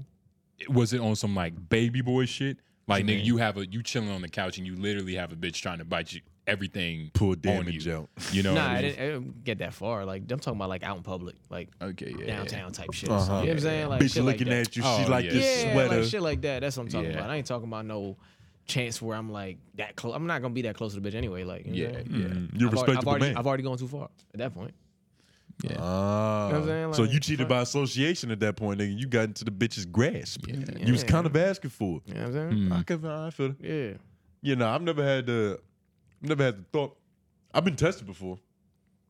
A: was it on some like baby boy shit? Like
D: you
A: nigga,
D: mean?
A: you have a you chilling on the couch and you literally have a bitch trying to bite you everything
B: Pull
A: on
B: damage
A: you.
B: out.
A: You know,
D: Nah,
A: what
D: I
A: I mean?
D: didn't, I didn't get that far. Like I'm talking about like out in public, like
A: okay, yeah,
D: downtown type shit.
B: Uh-huh.
D: You know what I'm saying? Like
B: Bitch
D: shit
B: looking
D: like that.
B: at you,
A: Oh,
B: she like
A: yeah.
B: this
D: yeah,
B: sweater.
D: like shit like that. That's what I'm talking
A: Yeah.
D: about. I ain't talking about no chance where I'm like that close. I'm not gonna be that close to the bitch anyway. Like you know
A: Yeah,
D: what I'm
A: yeah,
D: saying?
A: yeah.
B: Mm, You're a
D: I've already, I've
B: respectable
D: already,
B: man.
D: I've already gone too far at that point.
A: yeah.
B: Ah.
D: You know what I'm saying?
B: so
D: Like,
B: you cheated
D: fuck.
B: by association at that point, nigga. You got into the bitch's grasp. You was
D: Yeah.
B: kind of asking for it.
D: You know what I'm
A: Mm.
D: saying?
B: I can, I feel it.
D: Yeah.
B: You know, I've never had the, I've never had the thought. I've been tested before,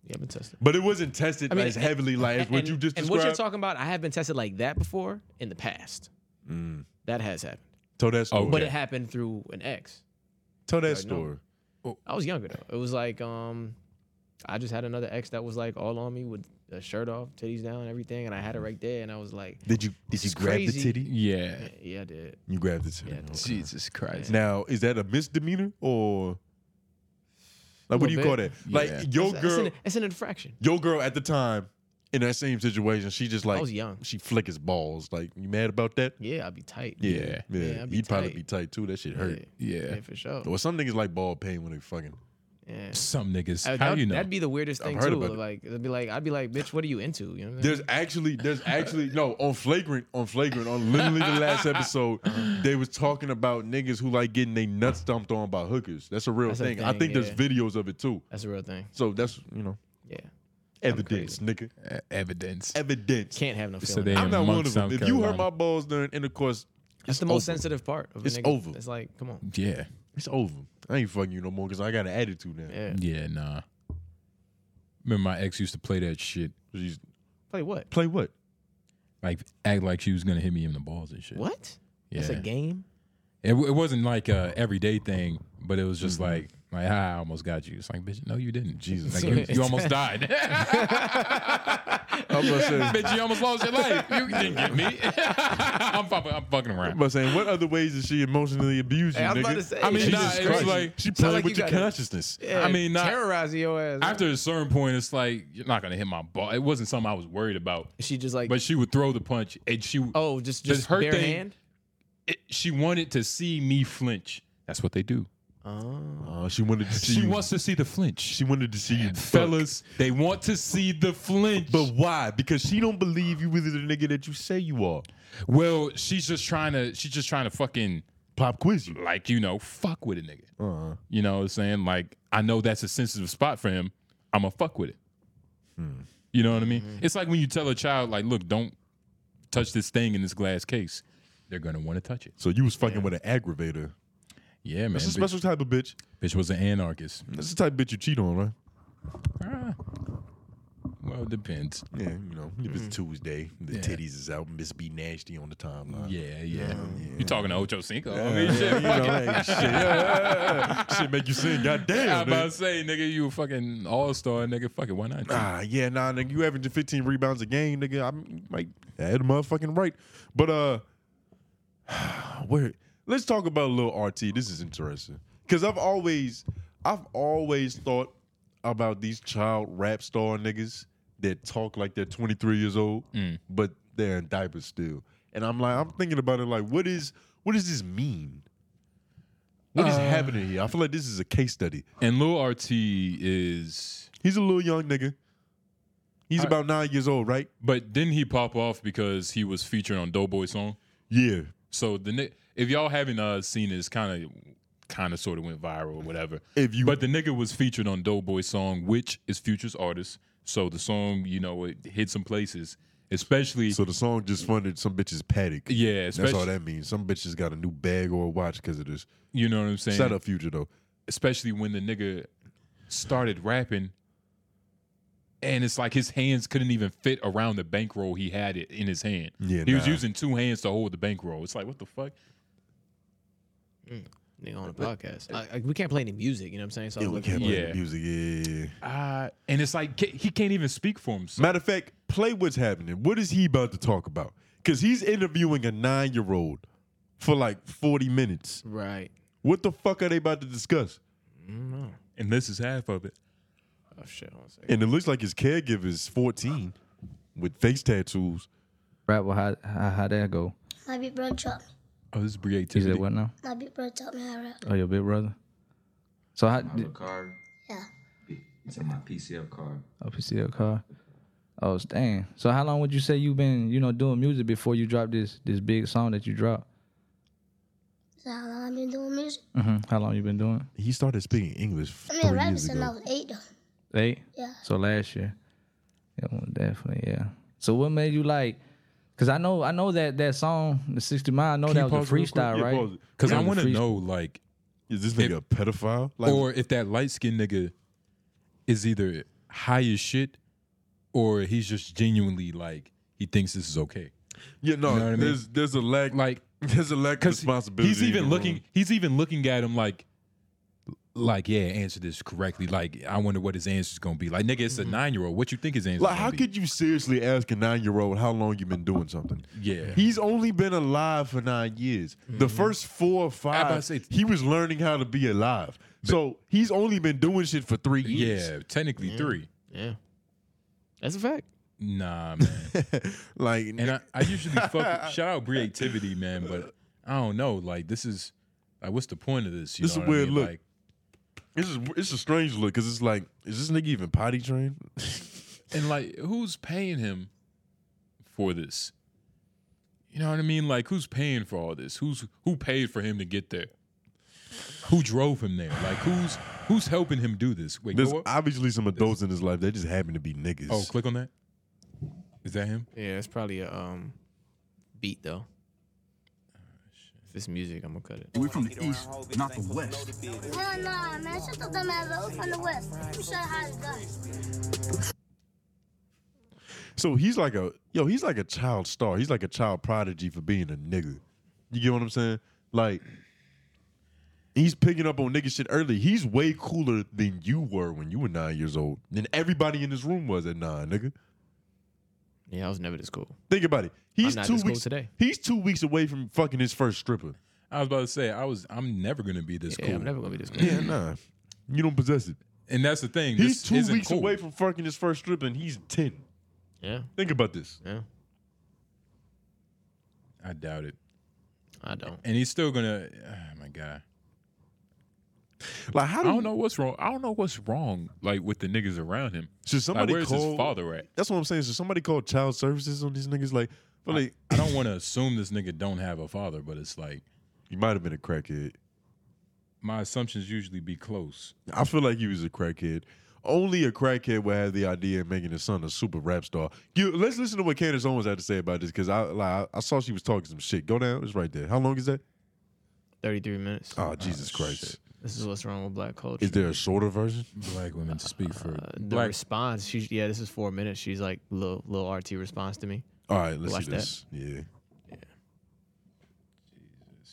D: Yeah, I've been tested.
B: but it wasn't tested
D: I mean,
B: as heavily like as
D: and,
B: what you just
D: and
B: described.
D: what you're talking about, I have been tested like that before in the past.
A: Mm.
D: That has happened,
B: Tell that story.
D: but it happened through an ex.
B: Tell that
D: no.
B: story.
D: I was younger though. It was like um, I just had another ex that was like all on me with a shirt off, titties down, and everything, and I had it right there, and I was like,
B: Did you did you
D: is
B: grab the
D: crazy.
B: titty?
A: yeah.
D: yeah, I did.
B: You grabbed the titty.
D: Yeah, I did.
A: Jesus Christ.
B: Now, is that a misdemeanor or like what do you
D: Little
B: call that?
D: bit.
B: Like
A: Yeah.
B: your
D: That's- that's
B: girl,
D: an, that's an infraction.
B: your girl at the time in that same situation, she just like
D: was young.
B: She flick his balls. Like you mad about that?
D: Yeah, I'd be tight.
A: Yeah.
B: yeah.
D: Yeah, I'd be
B: You'd probably
D: tight.
B: be tight too. That shit
D: yeah,
B: hurt.
A: Yeah.
D: yeah, for sure.
B: Or some niggas like ball pain when they fucking.
D: Yeah.
A: Some niggas.
D: I-
A: how
D: that-
A: you know?
D: That'd be the weirdest thing
B: heard
D: too.
B: about it.
D: Like, it'd be like, I'd be like, bitch, what are you into? You know what I'm saying?
B: There's actually, there's actually no on flagrant, on flagrant, on literally the last episode, they was talking about niggas who like getting they nuts dumped on by hookers. That's a real
D: That's a
B: thing. I
D: thing,
B: think there's
D: yeah.
B: videos of it too.
D: That's a real thing.
B: So that's you know
D: Yeah,
B: evidence,
D: crazy.
B: nigga.
A: Uh, evidence.
B: Evidence.
D: can't have no feeling.
A: So they-
B: I'm not
A: Monk,
B: one of them.
A: South
B: If you hurt
A: Carolina.
B: my balls during intercourse,
D: That's
B: it's
D: the most
B: over.
D: sensitive part of a
B: It's
D: nigga.
B: over.
D: It's like, come on.
A: yeah.
B: It's over. I ain't fucking you no more because I got an attitude now.
D: Yeah.
A: Yeah. Nah. Remember my ex used to play that shit.
B: She's-
D: Play what?
B: Play what?
A: Like act like she was gonna hit me in the balls and shit.
D: What?
A: Yeah.
D: That's a game.
A: It, w- it wasn't like a everyday thing, but it was just
B: Mm-hmm.
A: like like ah, I almost got you. It's like bitch, no, you didn't. Jesus, like, you, you almost died.
B: I'm about to say-
A: bitch, you almost lost your life. You didn't get me. I'm, fucking, I'm fucking
B: I'm
A: around.
B: about saying, what other ways did she emotionally abuse you,
D: Hey, I was
B: nigga?
D: about to say.
A: I mean,
B: Jesus
A: nah, it was
B: Christ.
A: like-
B: she
D: Sound
B: playing
D: like
B: with
D: you
B: your
D: gotta-
B: consciousness.
A: I mean, not-
D: terrorizing your ass.
A: After a certain point, it's like you're not gonna hit my ball. It wasn't something I was worried about,
D: she just like,
A: but she would throw the punch, and she
D: oh, just
A: Does
D: just
A: her
D: bare
A: thing-
D: hand.
A: it, she wanted to see me flinch. That's what they do.
D: Oh,
B: Oh, she wanted to see.
A: She
B: you.
A: wants to see the flinch,
B: She wanted to see you, fuck.
A: fellas. They want to see the flinch.
B: But why? Because she don't believe you really the nigga that you say you are.
A: Well, she's just trying to. She's just trying to fucking
B: pop quiz you.
A: like you know, fuck with a nigga.
B: Uh-huh.
A: You know what I'm saying? Like, I know that's a sensitive spot for him. I'm going to fuck with it.
B: Hmm.
A: You know what I mean? It's like when you tell a child, like, look, don't touch this thing in this glass case. They're going to want to touch it.
B: So you was fucking with an aggravator.
A: Yeah, man.
B: That's a
A: Bitch,
B: special type of bitch.
A: bitch was an anarchist.
B: That's the type of bitch you cheat on, right?
A: Ah. Well, it depends.
B: Yeah, you know, if it's Tuesday, the titties is out, Miss B nasty on the timeline.
A: Yeah, yeah. You talking to Ocho Cinco? I mean,
B: Yeah,
A: shit.
B: you know, hey, shit, yeah. shit make you sing, goddamn.
A: I about to
B: nigga.
A: say, nigga, you a fucking all star, nigga. Fuck it, why not?
B: Nah, yeah, nah, nigga, you averaging 15 rebounds a game, nigga. I'm like, I had a motherfucking right. But uh, where? Let's talk about a little RT. This is interesting because I've always, I've always thought about these child rap star niggas that talk like they're 23 years old, but they're in diapers still. And I'm like, I'm thinking about it like, what is, what does this mean? What is happening here? I feel like this is a case study.
A: And Lil RT is,
B: He's a little young nigga. He's
A: I-
B: about nine years old, right?
A: but didn't he pop off because he was featured on Doughboy song?
B: Yeah.
A: So the ni- if y'all haven't uh, seen it, it's kind of kind of sort of went viral or whatever.
B: If you-
A: but the nigga was featured on Doughboy's song, which is Future's artist. So the song, you know, it hit some places, especially
B: So the song just funded some bitch's paddock.
A: yeah,
B: That's all
A: especially
B: that means. Some bitches got a new bag or a watch because of this.
A: you know what I'm saying.
B: Shout out Future though.
A: Especially when the nigga started rapping, and it's like his hands couldn't even fit around the bankroll he had it in his hand.
B: Yeah,
A: he was
B: nah.
A: using two hands to hold the bankroll. It's like what the fuck.
D: Nigga on a podcast. Like, like, we can't play any music, you know what I'm saying? So I
B: Yeah,
D: was
B: we
D: looking-
B: can't play
A: Yeah.
B: the music. Yeah, yeah, yeah.
A: Uh, and it's like ca- he can't even speak for himself.
B: Matter of fact, play what's happening. What is he about to talk about? Because he's interviewing a nine year old for like 40 minutes.
D: Right.
B: What the fuck are they about to discuss?
A: and this is half of it.
D: Oh shit, one second.
B: And it looks like his caregiver is 14 with face tattoos.
J: Right, well, how, how, how that go?
H: My big bro taught me.
A: Oh, this is
J: You
A: creativity.
J: said what now?
H: My big bro taught me how to rap.
J: Oh, your big brother? So how did
E: Card.
H: Yeah.
E: It's on my PCF card.
J: oh, PCL car? Oh, s- dang. So how long would you say you've been, you know, doing music before you dropped this this big song that you dropped?
H: So how long I've been doing music?
J: hmm How long you been doing? it?
B: He started speaking English
H: I've been
B: three
H: rapping
B: years
H: since I
B: ago.
H: was eight though.
J: Eight.
H: Yeah.
J: So last year. Yeah, well, definitely. Yeah. So what made you like? Cause I know I know that that song, the sixty mile. I know
A: Can you
J: that was
A: pause
J: a
A: real quick?
J: freestyle,
B: Yeah,
J: right?
B: pause it.
A: Because
J: That
A: I
J: was a
A: want to
J: freest-
A: know, like,
B: Is this nigga
A: If-
B: a pedophile? Like,
A: or if that light skinned nigga is either high as shit or he's just genuinely like, he thinks this is okay.
B: yeah, no,
A: You know what I mean?
B: there's there's a lack
A: Like,
B: there's a lack of
A: because
B: responsibility.
A: he's
B: in the
A: even
B: room.
A: looking, he's even looking at him like, like, yeah, answer this correctly. Like, I wonder what his answer's gonna be. Like, nigga, it's a nine year old. What you think his answer's
B: Like,
A: gonna
B: how
A: be?
B: could you seriously ask a nine year old how long you've been doing something?
A: Yeah. Mm-hmm.
B: He's only been alive for nine years. The first four or
A: about to
B: five,
A: say-
B: he was learning how to be alive. so he's only been doing shit for three years.
A: yeah, technically three.
D: Yeah. That's a fact.
A: Nah, man.
B: Like,
A: And I, I usually fuck shout out creativity, man, but I don't know. Like this is like what's the point of this? You
B: This
A: know
B: is
A: what I
B: weird
A: mean?
B: look.
A: Like,
B: this is it's a strange look because it's like, is this nigga even potty trained?
A: and like who's paying him for this? You know what I mean? Like who's paying for all this? Who's who paid for him to get there? Who drove him there? Like who's who's helping him do this? Wait,
B: There's
A: go up.
B: obviously some adults in his life that just happen to be niggas.
A: oh, click on that. Is that him?
D: Yeah, it's probably a um beat though. Ah, If it's music, I'm gonna cut it.
C: We're from the east, not the west.
H: Hell nah, man. Shut the dumb ass up from the west. You should have done.
B: So he's like a yo, he's like a child star. He's like a child prodigy for being a nigga. You get what I'm saying? Like he's picking up on nigga shit early. He's way cooler than you were when you were nine years old. Than everybody in this room was at nine, nigga.
D: Yeah, I was never this cool.
B: Think about it. He's
D: I'm not
B: two
D: this cool
B: weeks
D: today.
B: He's two weeks away from fucking his first stripper.
A: I was about to say I was. I'm never gonna be this
D: yeah,
A: cool.
D: I'm never gonna be this cool.
B: Yeah, nah. You don't possess it.
A: and that's the thing. this
B: He's two
A: isn't
B: weeks
A: cool.
B: away from fucking his first stripper, and he's ten.
D: Yeah,
B: Think about this.
D: yeah.
A: I doubt it.
D: I don't.
A: And he's still gonna. Oh my god.
B: Like, how
A: I
B: do
A: don't
B: you-
A: know what's wrong. I don't know what's wrong, like with the niggas around him.
B: Should
A: Like,
B: somebody
A: where's
B: call
A: his father at?
B: That's what I'm saying. Should somebody call child services on these niggas? Like, but like,
A: I don't want to assume this nigga don't have a father, but it's like
B: You might have been a crackhead.
A: My assumptions usually be close.
B: I feel like he was a crackhead. Only a crackhead would have the idea of making his son a super rap star. You, let's listen to what Candace Owens had to say about this because I like, I saw she was talking some shit. Go down, it's right there. How long is that?
D: 33 minutes.
A: Uh,
B: Oh, Jesus Christ!
D: This is what's wrong with black culture.
B: Is there a shorter version?
A: Black women to speak for
D: Uh, the
A: black.
D: response, she's, yeah, this is four minutes. She's like, little, little RT response to me.
B: All right, let's
D: Watch
B: see
D: that.
B: this. Yeah.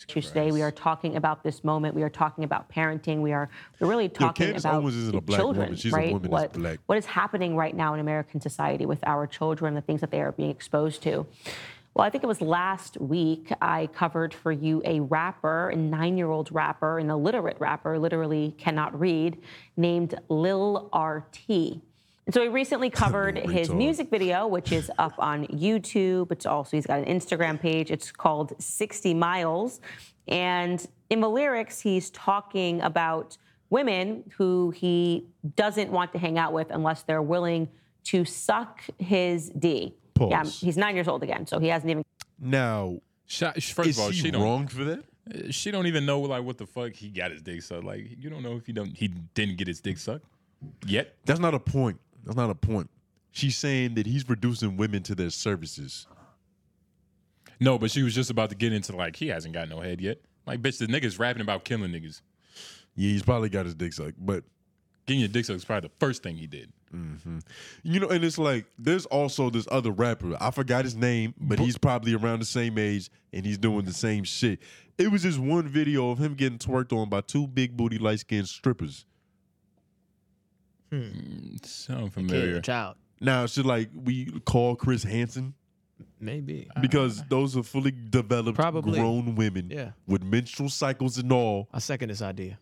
K: Today, we are talking about this moment. We are talking about parenting. We are we're really
B: Yo,
K: talking
B: Candace
K: about
B: Owens isn't a black
K: children,
B: woman. She's
K: right?
B: a woman
K: what,
B: that's black.
K: what is happening right now in American society with our children, the things that they are being exposed to. Well, I think it was last week I covered for you a rapper, a nine year old rapper, an illiterate rapper, literally cannot read, named Lil RT. And so we recently covered his
B: retard.
K: music video, which is up on YouTube. It's also, he's got an Instagram page. It's called 60 Miles. And in the lyrics, he's talking about women who he doesn't want to hang out with unless they're willing to suck his D. Yeah,
B: Pause.
K: he's nine years old again, so he hasn't even
B: Now,
A: Sh- First
B: is
A: of all,
B: he
A: she don't. eh,
B: wrong for that?
A: She don't even know like what the fuck he got his dick sucked. Like you don't know if he don't he didn't get his dick sucked yet.
B: That's not a point. That's not a point. She's saying that he's reducing women to their services.
A: No, but she was just about to get into like he hasn't got no head yet. Like bitch, the niggas rapping about killing niggas.
B: Yeah, he's probably got his dick sucked, but
A: Getting your dick sucked is probably the first thing he did.
B: you know, and it's like there's also this other rapper. I forgot his name, but he's probably around the same age and he's doing the same shit. It was this one video of him getting twerked on by two big booty light skinned strippers.
A: Sound
D: Kid,
A: familiar?
D: child.
B: Now, should like we call Chris Hansen
D: Maybe.
B: because those are fully developed,
D: Uh, Probably.
B: grown women
D: Yeah.
B: with menstrual cycles and all,
D: I second this idea.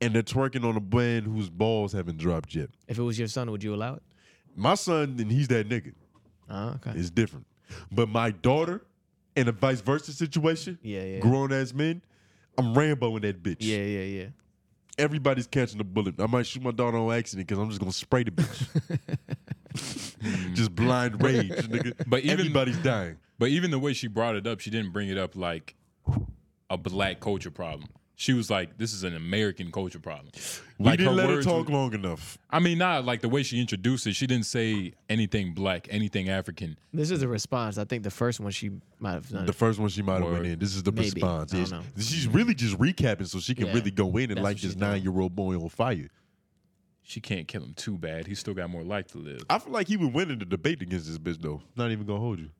B: and they're twerking on a brand whose balls haven't dropped yet.
D: If it was your son, would you allow it?
B: My son, and he's that nigga.
D: Uh, okay.
B: It's different. But my daughter, in a vice versa situation,
D: Yeah, yeah.
B: grown ass men, I'm Ramboing that bitch.
D: yeah, yeah, yeah.
B: Everybody's catching a bullet. I might shoot my daughter on accident because I'm just gonna spray the bitch. just blind rage, nigga.
A: But even-
B: everybody's dying.
A: But even the way she brought it up, she didn't bring it up like a black culture problem. She was like, "This is an American culture problem."
B: We
A: Like,
B: didn't let her
A: words
B: talk
A: were-
B: long enough.
A: I mean, not like the way she introduced it. She didn't say anything black, anything African.
D: This is a response. I think the first one she might have done.
B: The first one she might have went
A: Word.
B: in. This is the
D: Uh, Maybe.
B: response.
D: I
B: Yes.
D: don't know.
B: She's really just recapping so she can
D: Yeah.
B: really go in and light
D: That's what
B: this
D: she's doing.
B: nine year old boy on fire.
A: She can't kill him too bad. He's still got more life to live.
B: I feel like he would win in the debate against this bitch though. Not even gonna hold you.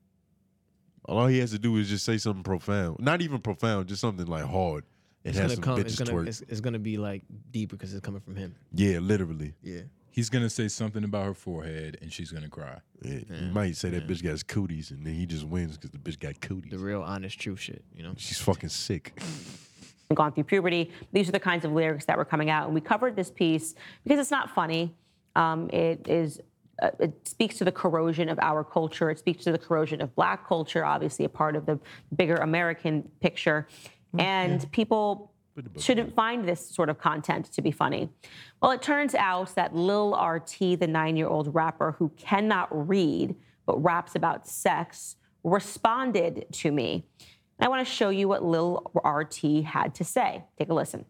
B: All he has to do is just say something profound. Not even profound, just something like hard. And
D: it's
B: has
D: gonna
B: some
D: come. It's
B: bitches
D: gonna.
B: twerk.
D: It's, it's gonna be like deep because it's coming from him.
B: yeah, literally.
D: Yeah.
A: He's gonna say something about her forehead, and she's gonna cry.
B: Yeah, You might say that bitch got cooties and then he just wins because the bitch got cooties.
D: The real honest truth shit. You know.
B: She's fucking sick.
K: gone through puberty. These are the kinds of lyrics that were coming out, and we covered this piece because it's not funny. Um, it is. Uh, it speaks to the corrosion of our culture. It speaks to the corrosion of Black culture, obviously a part of the bigger American picture, and people shouldn't find this sort of content to be funny. Well, it turns out that Lil RT, the nine-year-old rapper who cannot read but raps about sex, responded to me. And I want to show you what Lil RT had to say. Take a listen.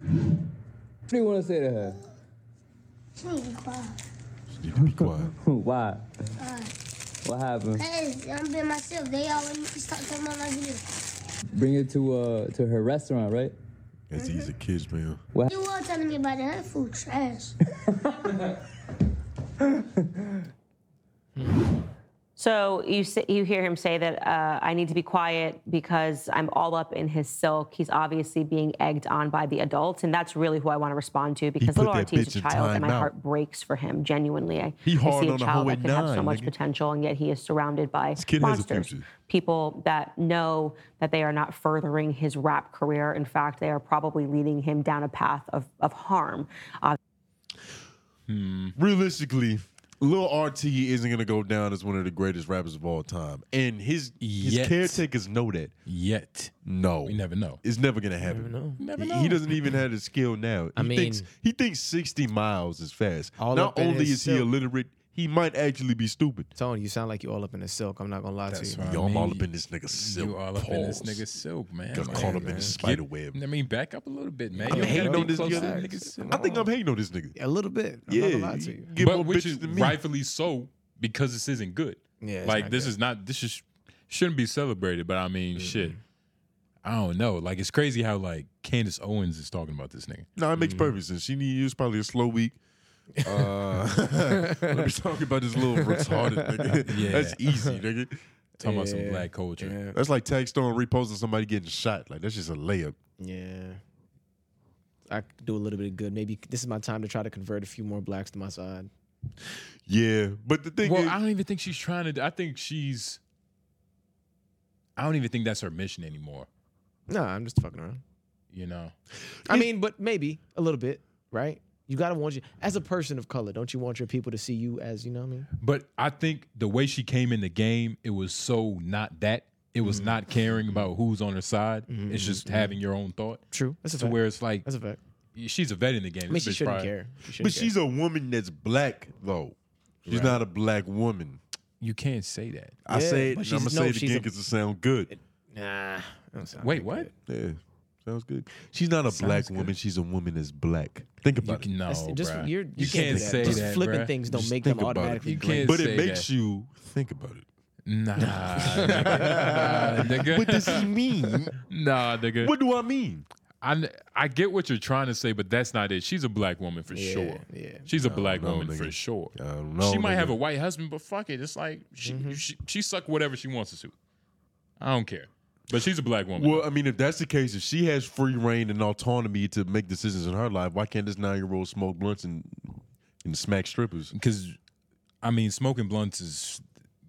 L: What do you want to say to her?
B: You need to be quiet.
L: Why? What happened?
H: Hey, I'm being myself. They all want me to stop talking about my video.
L: Bring it to uh to her restaurant, right?
B: That's he's a kid, man.
H: You all telling me about that food trash.
K: So you s- you hear him say that uh, I need to be quiet because I'm all up in his silk. He's obviously being egged on by the adults, and that's really who I want to respond to because
B: put
K: little
B: that
K: RT is
B: bitch
K: a
B: in
K: child, and my
B: timeout.
K: heart breaks for him. Genuinely, I,
B: He
K: I
B: hard
K: see a
B: on the
K: child
B: hoe
K: that
B: at
K: could have so
B: nine,
K: much
B: nigga.
K: potential, and yet he is surrounded by
B: kid has a
K: monsters,
B: future.
K: people that know that they are not furthering his rap career. In fact, they are probably leading him down a path of of harm. Uh,
B: Realistically, Lil RT isn't gonna go down as one of the greatest rappers of all time. And his his
A: Yet.
B: caretakers know that.
A: Yet
B: No.
A: we never know.
B: It's never gonna happen.
A: Never
B: He-
A: know.
B: He doesn't even have the skill now. He
D: I
B: thinks
D: mean-
B: he thinks 60 miles is fast.
D: All
B: Not
D: up in
B: only
D: his
B: is he
D: silk.
B: illiterate, he might actually be stupid.
D: Tony, you sound like you all up in the silk. I'm not gonna lie
A: That's
D: to
A: what
D: you.
A: I Yo, I'm all mean.
B: up in this nigga silk.
A: You all up in this
B: Pause.
A: nigga silk, man.
B: Got
A: Like,
B: caught up in
A: man,
B: this
A: get-
B: spider web.
A: I mean, back up a little bit, man.
B: I'm
A: You
B: hating
A: gotta
B: on
A: be
B: this
A: close to
B: nigga.
A: that nigga silk.
B: I think I'm hating on this nigga.
D: A little bit. I'm
B: yeah,
D: not gonna lie to you.
B: give more
A: but which
B: bitches
A: is
B: than me.
A: rightfully so because this isn't good.
D: Yeah, it's
A: like
D: not
A: this
D: good.
A: is not this is shouldn't be celebrated. But I mean, shit. I don't know. Like it's crazy how like Candace Owens is talking about this nigga.
B: No, it
D: Mm.
B: makes perfect sense. She need it was probably a slow week. Uh, let me talk about this little retarded nigga.
A: Yeah.
B: That's easy, nigga.
A: Talking about some
D: Yeah.
A: black culture.
D: Yeah.
B: That's like Tag Stone reposting somebody getting shot. Like that's just a layup.
D: Yeah. I could do a little bit of good. Maybe this is my time to try to convert a few more blacks to my side.
B: Yeah, but the thing
A: Well,
B: is,
A: I don't even think she's trying to. do- I think she's. I don't even think that's her mission anymore.
D: No, I'm just fucking around.
A: You know.
D: I mean, but maybe a little bit, right? You gotta want you as a person of color, don't you want your people to see you as you know what I mean?
A: But I think the way she came in the game, it was so not that. It was
D: Mm-hmm.
A: not caring about who's on her side. It's just having your own thought.
D: True. Mm-hmm. That's a
A: to
D: fact.
A: where it's like
D: That's a fact.
A: she's a vet in the game.
D: I mean,
A: This
D: she
A: bitch
D: shouldn't
A: probably-
D: care. She shouldn't
B: but
D: care.
B: she's a woman that's black though. She's
A: Right.
B: not a black woman.
A: You can't say that.
B: I
D: Yeah,
B: say it.
D: but
B: And
D: she's-
B: I'm gonna
D: no,
B: say it
D: she's
B: again
D: a-
B: because it sounds good.
D: nah. that don't sound
A: Wait,
D: good.
A: what?
B: Yeah, sounds good. She's not a black
A: good.
B: woman. She's a woman that's black. Think
A: You
B: about it.
A: can, no,
D: That's- just
A: bruh.
D: you're- you
A: you can't,
D: can't do that.
A: say
D: Just
A: that.
D: flipping
A: bruh.
D: things don't
B: Just
D: make them
B: think about it.
D: automatically
A: You
D: great.
A: can't
B: but
A: say
B: it makes
A: that.
B: you think about it.
A: Nah, nigga. Nah, nigga.
B: But this is mean.
A: nah, nigga.
B: what do I mean?
A: I I get what you're trying to say, but that's not it. She's a black woman for
D: Yeah,
A: sure.
D: yeah.
A: She's a black
B: know,
A: woman
B: nigga.
A: for sure.
B: I don't know,
A: she might have
B: nigga.
A: a white husband, but fuck it. It's like she she, she suck whatever she wants to. I don't care. But she's a black woman.
B: Well, I mean, if that's the case, if she has free reign and autonomy to make decisions in her life, why can't this nine year old smoke blunts and and smack strippers?
A: because I mean, smoking blunts is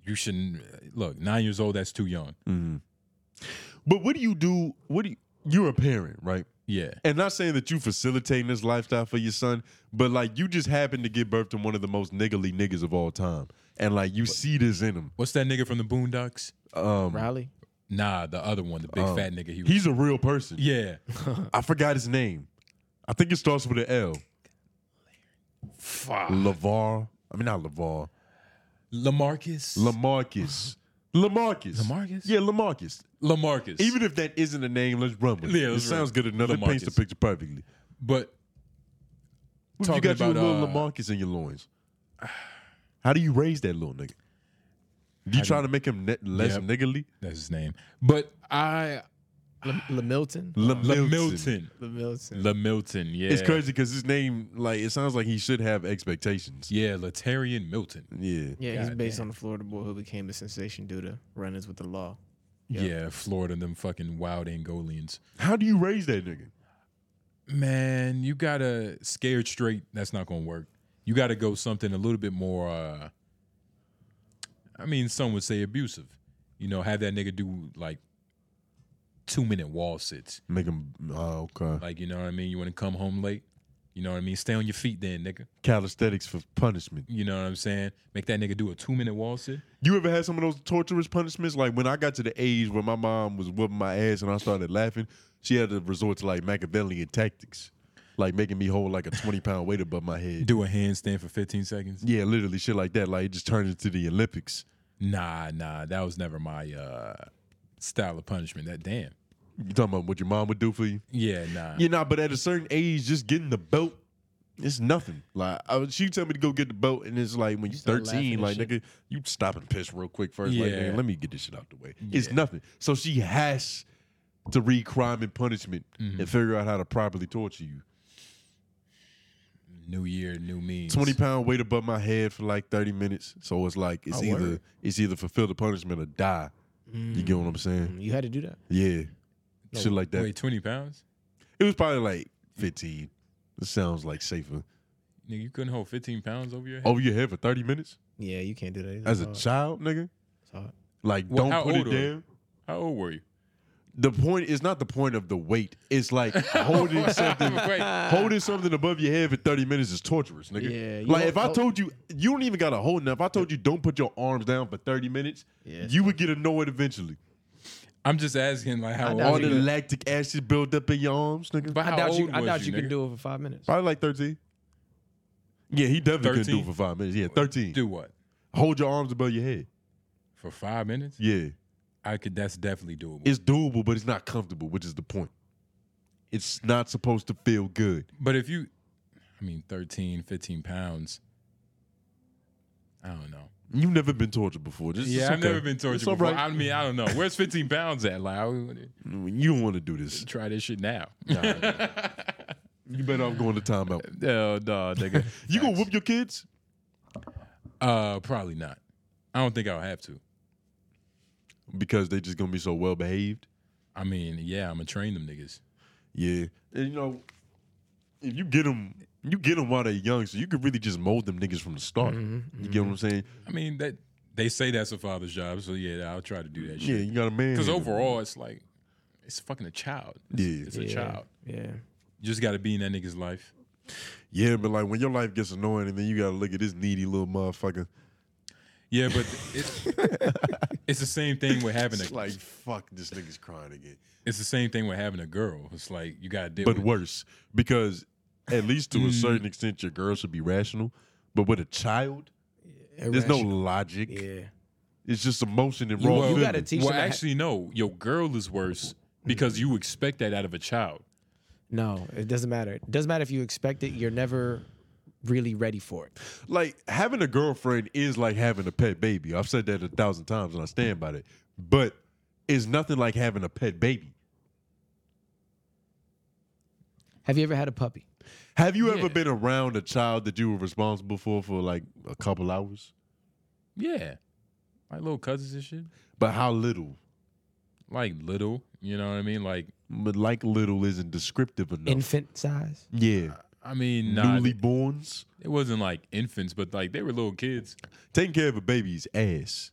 A: you shouldn't look. Nine years old, that's too young.
B: Mm. But what do you do? What do you, you're a parent, right?
A: Yeah,
B: And not saying that you facilitating this lifestyle for your son, but like you just happen to give birth to one of the most niggly niggas of all time, and like you see this in him.
A: what's that nigga from the Boondocks?
D: Riley?
A: Nah, the other one, the big
B: Oh.
A: fat nigga. He was,
B: He's a real person.
A: yeah.
B: I forgot his name. I think it starts with an L.
A: Fuck.
B: Lavar. I mean, not Lavar.
A: Lamarcus.
B: Lamarcus. Lamarcus.
A: Lamarcus?
B: Yeah, Lamarcus.
A: Lamarcus.
B: Even if that isn't a name, let's run with it.
A: Yeah,
B: it
A: let's
B: sounds
A: run.
B: good enough. It paints the
A: Lamarcus.
B: picture perfectly.
A: but
B: What if you
A: Talking
B: got your
A: about,
B: little
A: uh,
B: Lamarcus in your loins? How do you raise that little nigga? Do you try to make him ne- less
A: Yep.
B: niggly?
A: that's his name. But I uh,
D: LaMilton?
B: Lamilton.
A: Lamilton.
D: LaMilton.
A: Lamilton. Yeah.
B: It's crazy because his name, like, it sounds like he should have expectations.
A: Yeah, Latarian Milton.
B: Yeah.
D: Yeah, he's
A: God
D: based on the Florida boy who became a sensation due to run-ins with the law.
A: Yeah, Florida, them fucking wild Angolians.
B: How do you raise that nigga?
A: Man, you gotta scared straight. That's not gonna work. You gotta go something a little bit more. uh I mean, some would say abusive. You know, have that nigga do like two minute wall sits.
B: Make him, oh, okay.
A: Like, you know what I mean? You wanna come home late? You know what I mean? Stay on your feet then, nigga.
B: Calisthenics for punishment.
A: You know what I'm saying? Make that nigga do a two minute wall sit.
B: You ever had some of those torturous punishments? Like when I got to the age where my mom was whooping my ass and I started laughing, she had to resort to like Machiavellian tactics, like making me hold like a 20 pound weight above my head.
A: Do a handstand for 15 seconds.
B: Yeah, literally shit like that. Like it just turned into the Olympics.
A: Nah, nah, that was never my uh style of punishment. That damn.
B: You talking about what your mom would do for you?
A: Yeah, nah.
B: You know, but at a certain age, just getting the belt, it's nothing. Like I, was- she tell me to go get the belt, and it's like when you're
D: start laughing
B: 13,
D: and
B: like
D: shit.
B: nigga, you stop and piss real quick first. Like,
A: Yeah.
B: nigga, let me get this shit out the way. It's nothing. So she has to read crime and punishment
D: Mm-hmm.
B: and figure out how to properly torture you.
A: New year, new me.
B: 20 pound weight above my head for like 30 minutes. So it's like it's
A: Oh,
B: either
A: word.
B: it's either fulfill the punishment or die. You get what I'm saying?
D: Mm. You had to do that.
B: Yeah. shit like that.
A: Wait, 20 pounds?
B: It was probably like 15. It sounds like safer.
A: Nigga, you couldn't hold 15 pounds over your head?
D: Oh.
B: Over your head for 30 minutes
D: Yeah, you can't do that. either.
B: as a
D: It's
B: child, nigga.
D: hard. It's
B: Like,
A: Well,
B: don't
A: how
B: put it
A: old were you?
B: down.
A: How old were you?
B: The point is not the point of the weight. It's like holding something,
A: Wait.
B: holding something above your head for thirty minutes is torturous, nigga.
D: Yeah, you
B: like
D: don't-
B: if I
D: oh.
B: told you, you don't even gotta hold enough. If I told you don't put your arms down for thirty minutes,
D: Yeah.
B: you would get annoyed eventually.
A: I'm just asking, like, how
D: doubt
B: All
A: old
B: the
A: you
B: lactic acid build up in your arms, nigga.
A: But
D: hard. I
A: how
D: doubt
A: old
D: you. I
A: was
D: doubt you,
A: nigga?
D: can do it for five minutes.
B: Probably like thirteen. Yeah, he definitely couldn't do
A: 13?
B: it for five minutes. Yeah, thirteen.
A: Do what?
B: Hold your arms above your head.
A: For five minutes?
B: Yeah,
A: I could. That's definitely doable.
B: it's doable, but it's not comfortable, which is the point. It's not supposed to feel good.
A: But if you, I mean, 13, 15 pounds, I don't know.
B: You've never been tortured before. This
A: yeah,
B: it's
A: I've never
B: okay.
A: been tortured
B: It's all
A: before.
B: right.
A: I mean, I don't know. Where's 15 pounds at? Like, I would
B: Mm, You don't want to do this.
A: try this shit now.
B: You better off going to timeout.
A: No, no, nigga.
B: You gonna whoop your kids?
A: Uh, probably not. I don't think I'll have to.
B: Because they just gonna be so well behaved.
A: I mean, yeah, I'm gonna train them niggas.
B: Yeah. And you know, if you get them, you get them while they're young, so you could really just mold them niggas from the start.
A: Mm-hmm,
B: You get what I'm saying?
A: I mean, that they say that's a father's job, so yeah, I'll try to do that
B: Yeah,
A: shit.
B: you got a man.
A: Because overall, it's like it's fucking a child.
B: Yeah.
A: It's a child.
D: Yeah.
A: You just got to be in that nigga's life.
B: Yeah, but like when your life gets annoying and then you gotta look at this needy little motherfucker.
A: Yeah, but it's it's the same thing with having
B: It's
A: a
B: like, fuck, this nigga's crying again.
A: it's the same thing with having a girl. It's like you got to deal.
B: But
A: with,
B: worse, because at least to a
A: Mm.
B: certain extent, your girl should be rational. But with a child, there's no
D: Irrational.
B: logic.
D: Yeah.
B: It's just emotion and
D: You-
B: raw
D: you
B: feeling.
D: gotta teach
A: well,
D: them to ha-
A: actually, no. Your girl is worse because you expect that out of a child.
D: No, it doesn't matter. It doesn't matter if you expect it. You're never really ready for it.
B: like having a girlfriend is like having a pet baby. I've said that a thousand times and I stand by it. But it's nothing like having a pet baby.
D: Have you ever had a puppy?
B: Have you ever
A: Yeah.
B: been around a child that you were responsible for for like a couple hours?
A: Yeah, like little cousins and shit.
B: But how little?
A: Like little, you know what I mean? Like
B: But like little isn't descriptive enough.
D: Infant size?
B: yeah.
A: I mean, nah,
B: Newly
A: it-
B: borns.
A: it wasn't like infants, but like they were little kids.
B: Taking care of a baby's ass.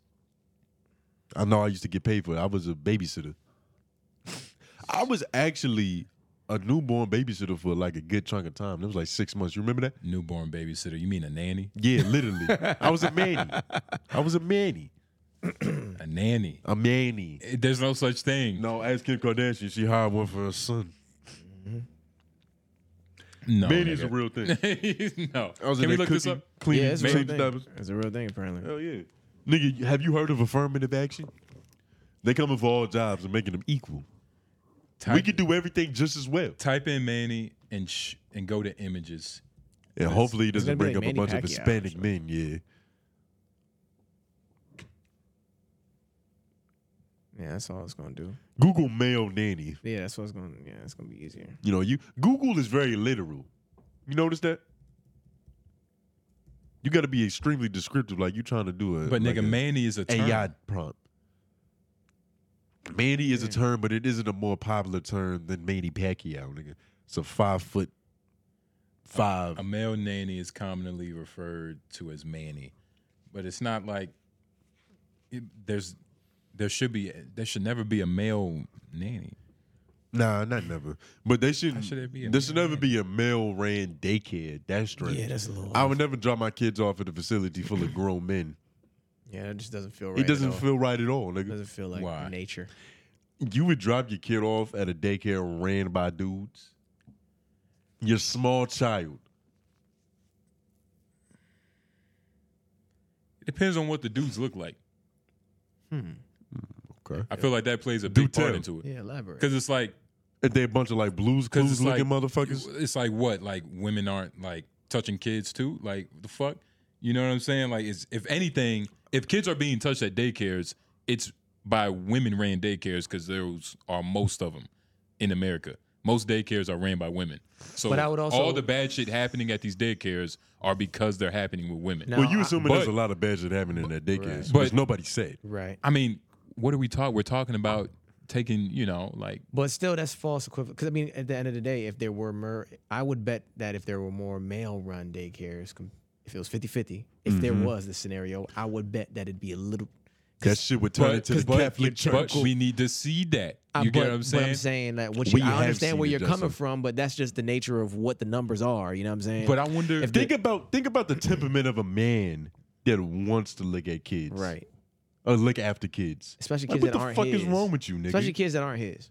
B: I know I used to get paid for it. I was a babysitter. I was actually a newborn babysitter for like a good chunk of time. It was like six months. You remember that?
A: Newborn babysitter. You mean a nanny?
B: Yeah, literally. I was a manny. I was a manny.
A: A nanny.
B: A manny.
A: Eh, There's no such thing.
B: No, ask Kim Kardashian. She hired one for her son.
A: No,
B: Manny's a
A: nigga.
B: real Oh, thing.
A: no.
B: I was
A: Can
B: in
A: we
B: there
A: look
B: cooking,
A: this up?
B: cleaning,
D: Yeah, it's a real
B: changing
D: thing.
B: diapers.
D: It's a real thing, apparently.
B: Hell yeah. Nigga, have you heard of affirmative action? They coming for all jobs and making them equal.
A: Type,
B: We could do everything just as well.
A: type in Manny and sh- and go to images.
B: And hopefully he doesn't
D: gonna be
B: bring
D: like
B: up a
D: Manny
B: bunch of
D: Pacquiao or
B: Hispanic men, yeah.
D: Yeah, that's all it's gonna do.
B: Google male nanny.
D: Yeah, that's what it's gonna. Yeah, it's gonna be easier.
B: You know, you Google is very literal. You notice that? You gotta be extremely descriptive, like you trying to do a
A: But
B: like
A: nigga,
B: a-
A: Manny is a term.
B: AI prompt. Manny is a term, but it isn't a more popular term than Manny Pacquiao, nigga. It's a five foot five.
A: A male nanny is commonly referred to as Manny, but it's not like it, there's there should be there should never be a male nanny.
B: nah, not never. But they shouldn't.
A: should it be a
B: there should
A: male
B: never be a male ran daycare. That's strange.
D: Yeah, that's a little
B: I would never drop my kids off at a facility full of grown men.
D: Yeah, that just doesn't feel right.
B: it doesn't
D: at all.
B: feel right at all, nigga.
D: Doesn't feel like
A: Why?
D: nature.
B: you would drop your kid off at a daycare ran by dudes. Your small child.
A: It depends on what the dudes look like. Hmm.
B: Okay.
A: I feel like that plays a
B: Do
A: big part
B: tell.
A: into it
D: Yeah, elaborate.
A: because it's like
B: If they a bunch of like blues
A: because
B: clues
A: it's
B: looking
A: like
B: motherfuckers.
A: It's like what like women aren't like touching kids too. Like the fuck, you know what I'm saying? Like it's if anything, if kids are being touched at daycares, it's by women ran daycares because those are most of them in America. Most daycares are ran by women. So
D: But I would also-
A: all the bad shit happening at these daycares are because they're happening with women.
D: No.
B: Well, you
D: I-
B: assuming there's a
A: But-
B: lot of bad shit happening in that daycare,
D: Right.
B: but
A: But-
B: nobody said.
D: Right.
A: I mean, what are we talking? We're talking about taking, you know, like
D: But still, that's false equivalent. Because I mean, at the end of the day, if there were more, I would bet that if there were more male-run daycares, com- if it was 50-50, if there was the scenario, I would bet that it'd be a little.
B: That shit would turn
A: but-
B: into the
A: but-
B: Catholic Church.
A: But we need to see that.
D: I-
A: You get
D: Uh, but-
A: what I'm
D: But
A: saying?
D: I'm saying like, what
B: We
D: you, I
B: have
D: understand
B: seen
D: where
B: it,
D: you're
B: Justin.
D: coming from, but that's just the nature of what the numbers are. You know what I'm saying?
A: But I wonder
D: If
A: the-
D: they-
B: think about think about the temperament of a man that wants to look at kids,
D: right,
B: Or Oh, look after kids,
D: especially
B: Like,
D: kids
B: what
D: that
B: the
D: aren't
B: fuck
D: his.
B: is wrong with you, nigga?
D: Especially kids that aren't his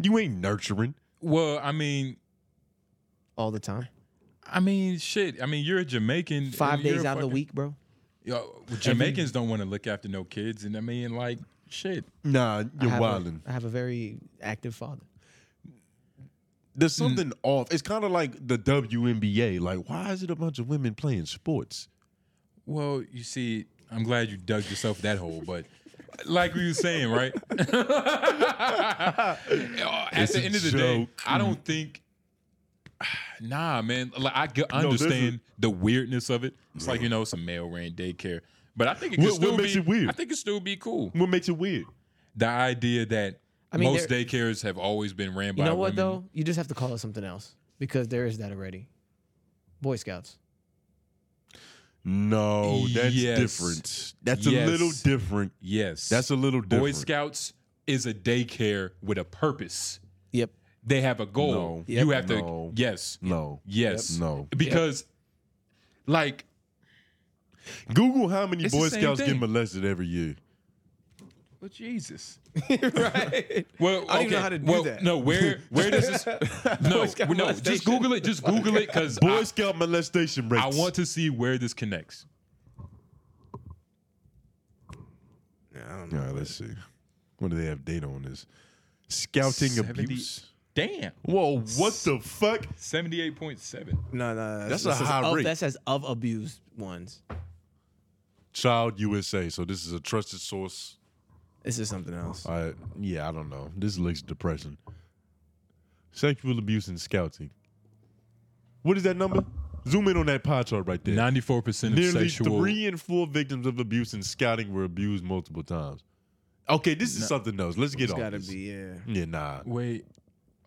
B: you ain't nurturing.
A: well, I mean,
D: all the time.
A: I mean, shit. I mean, you're a Jamaican. and
D: Five
A: you're
D: days
A: a
D: out of the
A: fucking-
D: week, bro.
A: Yo, Jamaicans don't want to look after no kids, and I mean, like, shit.
B: Nah,
D: I
B: you're
D: have a-
B: wildin'.
D: I have a very active father.
B: There's
D: Hmm.
B: something off. It's kind of like the WNBA. Like, why is it a bunch of women playing sports?
A: Well, you see, I'm glad you dug yourself that hole, but like we were saying, right? At
B: It's
A: the
B: a
A: end of the day,
B: joke.
A: I don't think. Nah, man. Like I g-
B: No, this is-
A: understand the weirdness of it. It's like you know, some male ran daycare, but I think it could
B: What- what
A: still
B: makes
A: be
B: it weird?
A: I think it still be cool.
B: What makes it weird?
A: The idea that
D: I mean,
A: most
D: there-
A: daycares have always been ran by
D: You know what
A: women.
D: though? You just have to call it something else because there is that already. Boy Scouts.
B: No, that's
A: Yes.
B: different. That's
A: Yes.
B: a little different.
A: Yes.
B: That's a little
A: Boy
B: different.
A: Scouts is a daycare with a purpose.
D: Yep.
A: They have a goal.
B: No.
A: You have
B: No.
A: to yes.
B: No.
A: Yes.
B: No.
A: Because like
B: Google how many
A: It's the
B: Boy
A: same
B: Scouts
A: thing.
B: get molested every year.
A: well, Jesus.
D: right.
A: Well,
D: I don't even
A: okay.
D: know how to do
A: well,
D: that.
A: No, where where does this No, no, just Google it. Just Google it because
B: Boy Scout molestation rates.
A: I want to see where this connects.
B: All right, let's see. What do they have data on this? Scouting
A: 70
B: abuse.
A: Damn.
B: Whoa, what the fuck?
A: 78.7.
D: No, no,
B: That's a high
D: of,
B: rate.
D: That says of abused ones.
B: Child USA. So this is a trusted source.
D: This is something else.
B: I yeah, I don't know. This looks depressing. Sexual abuse and scouting. What is that number? Zoom in on that pie chart right there.
A: 94% of
B: Nearly
A: sexual
B: three in four victims of abuse and scouting were abused multiple times. Okay, this is something else. Let's get
D: It's
B: on.
D: gotta
B: this.
D: be yeah.
B: Yeah, nah.
A: Wait.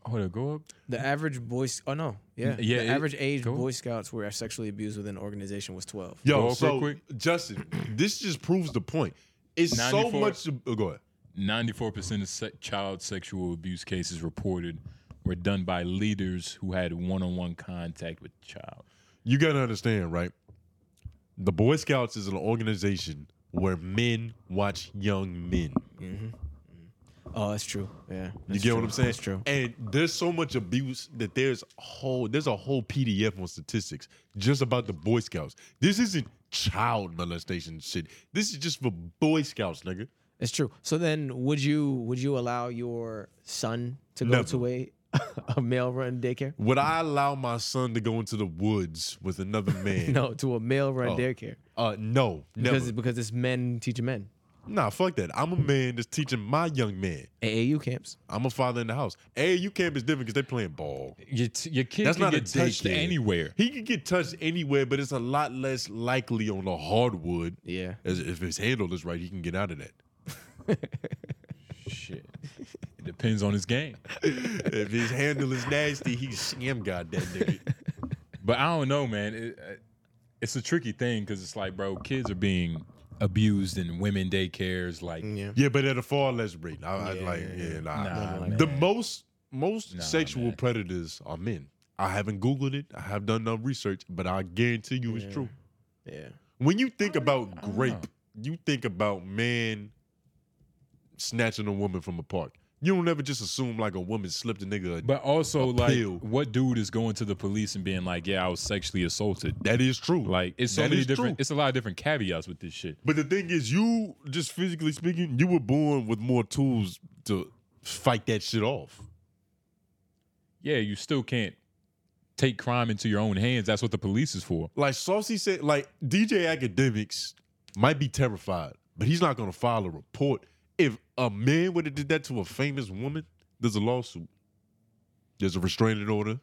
A: Hold on, go up.
D: The average boy. Sc- Oh no, yeah.
A: yeah,
D: The
A: it-
D: average age
A: go.
D: Boy Scouts were sexually abused within an organization was twelve.
A: Go up
B: Yo,
A: real
B: so
A: quick.
B: Justin, this just proves the point. It's so
A: 94.
B: much. oh, go ahead.
A: 94% of se- child sexual abuse cases reported were done by leaders who had one-on-one contact with the child.
B: You gotta understand, right? The Boy Scouts is an organization where men watch young men.
D: Oh, that's true. Yeah.
B: You
D: that's
B: get
D: true.
B: what I'm saying?
D: That's true.
B: And there's so much abuse that there's a whole there's a whole PDF on statistics just about the Boy Scouts. This isn't child molestation shit. This is just for Boy Scouts, nigga.
D: It's true. So then, would you would you allow your son to go
B: Never.
D: to a a male run daycare?
B: Would I allow my son to go into the woods with another man?
D: No, to a male run
B: Oh,
D: daycare
B: Uh, no, never.
D: because because it's men teaching men.
B: nah, fuck that. I'm a man that's teaching my young man.
D: AAU camps.
B: I'm a father in the house. AAU camp is different because they playing ball.
A: Your, t- your kid
B: That's
A: can
B: not a
A: get touched
B: daycare.
A: anywhere.
B: He could get touched anywhere, but it's a lot less likely on the hardwood.
D: Yeah.
B: As if his handle is right, he can get out of that.
A: Shit. It depends on his game.
B: if his handle is nasty, he scam god that nigga.
A: But I don't know, man. It, uh, it's a tricky thing because it's like, bro, kids are being abused in women daycares. Like,
D: Mm, Yeah.
B: Yeah, but at a far less rate. I, I like, yeah, nah.
A: Nah,
B: the most most
A: Nah,
B: sexual
A: man.
B: predators are men. I haven't Googled it. I have done no research, but I guarantee you it's
D: Yeah.
B: true.
D: Yeah.
B: When you think about
A: don't
B: grape,
A: know.
B: you think about man snatching a woman from a park. You don't ever just assume like a woman slipped a nigga. a-
A: but also,
B: A
A: like,
B: pill.
A: what dude is going to the police and being like, yeah, I was sexually assaulted?
B: that is true.
A: Like, it's so
B: That
A: many
B: is
A: different,
B: true.
A: it's a lot of different caveats with this shit.
B: But the thing is, you just physically speaking, you were born with more tools to fight that shit off.
A: Yeah, you still can't take crime into your own hands. That's what the police is for.
B: Like Saucy said, like DJ Academics might be terrified, but he's not gonna file a report. If a man would have did that to a famous woman, there's a lawsuit. There's a restraining order.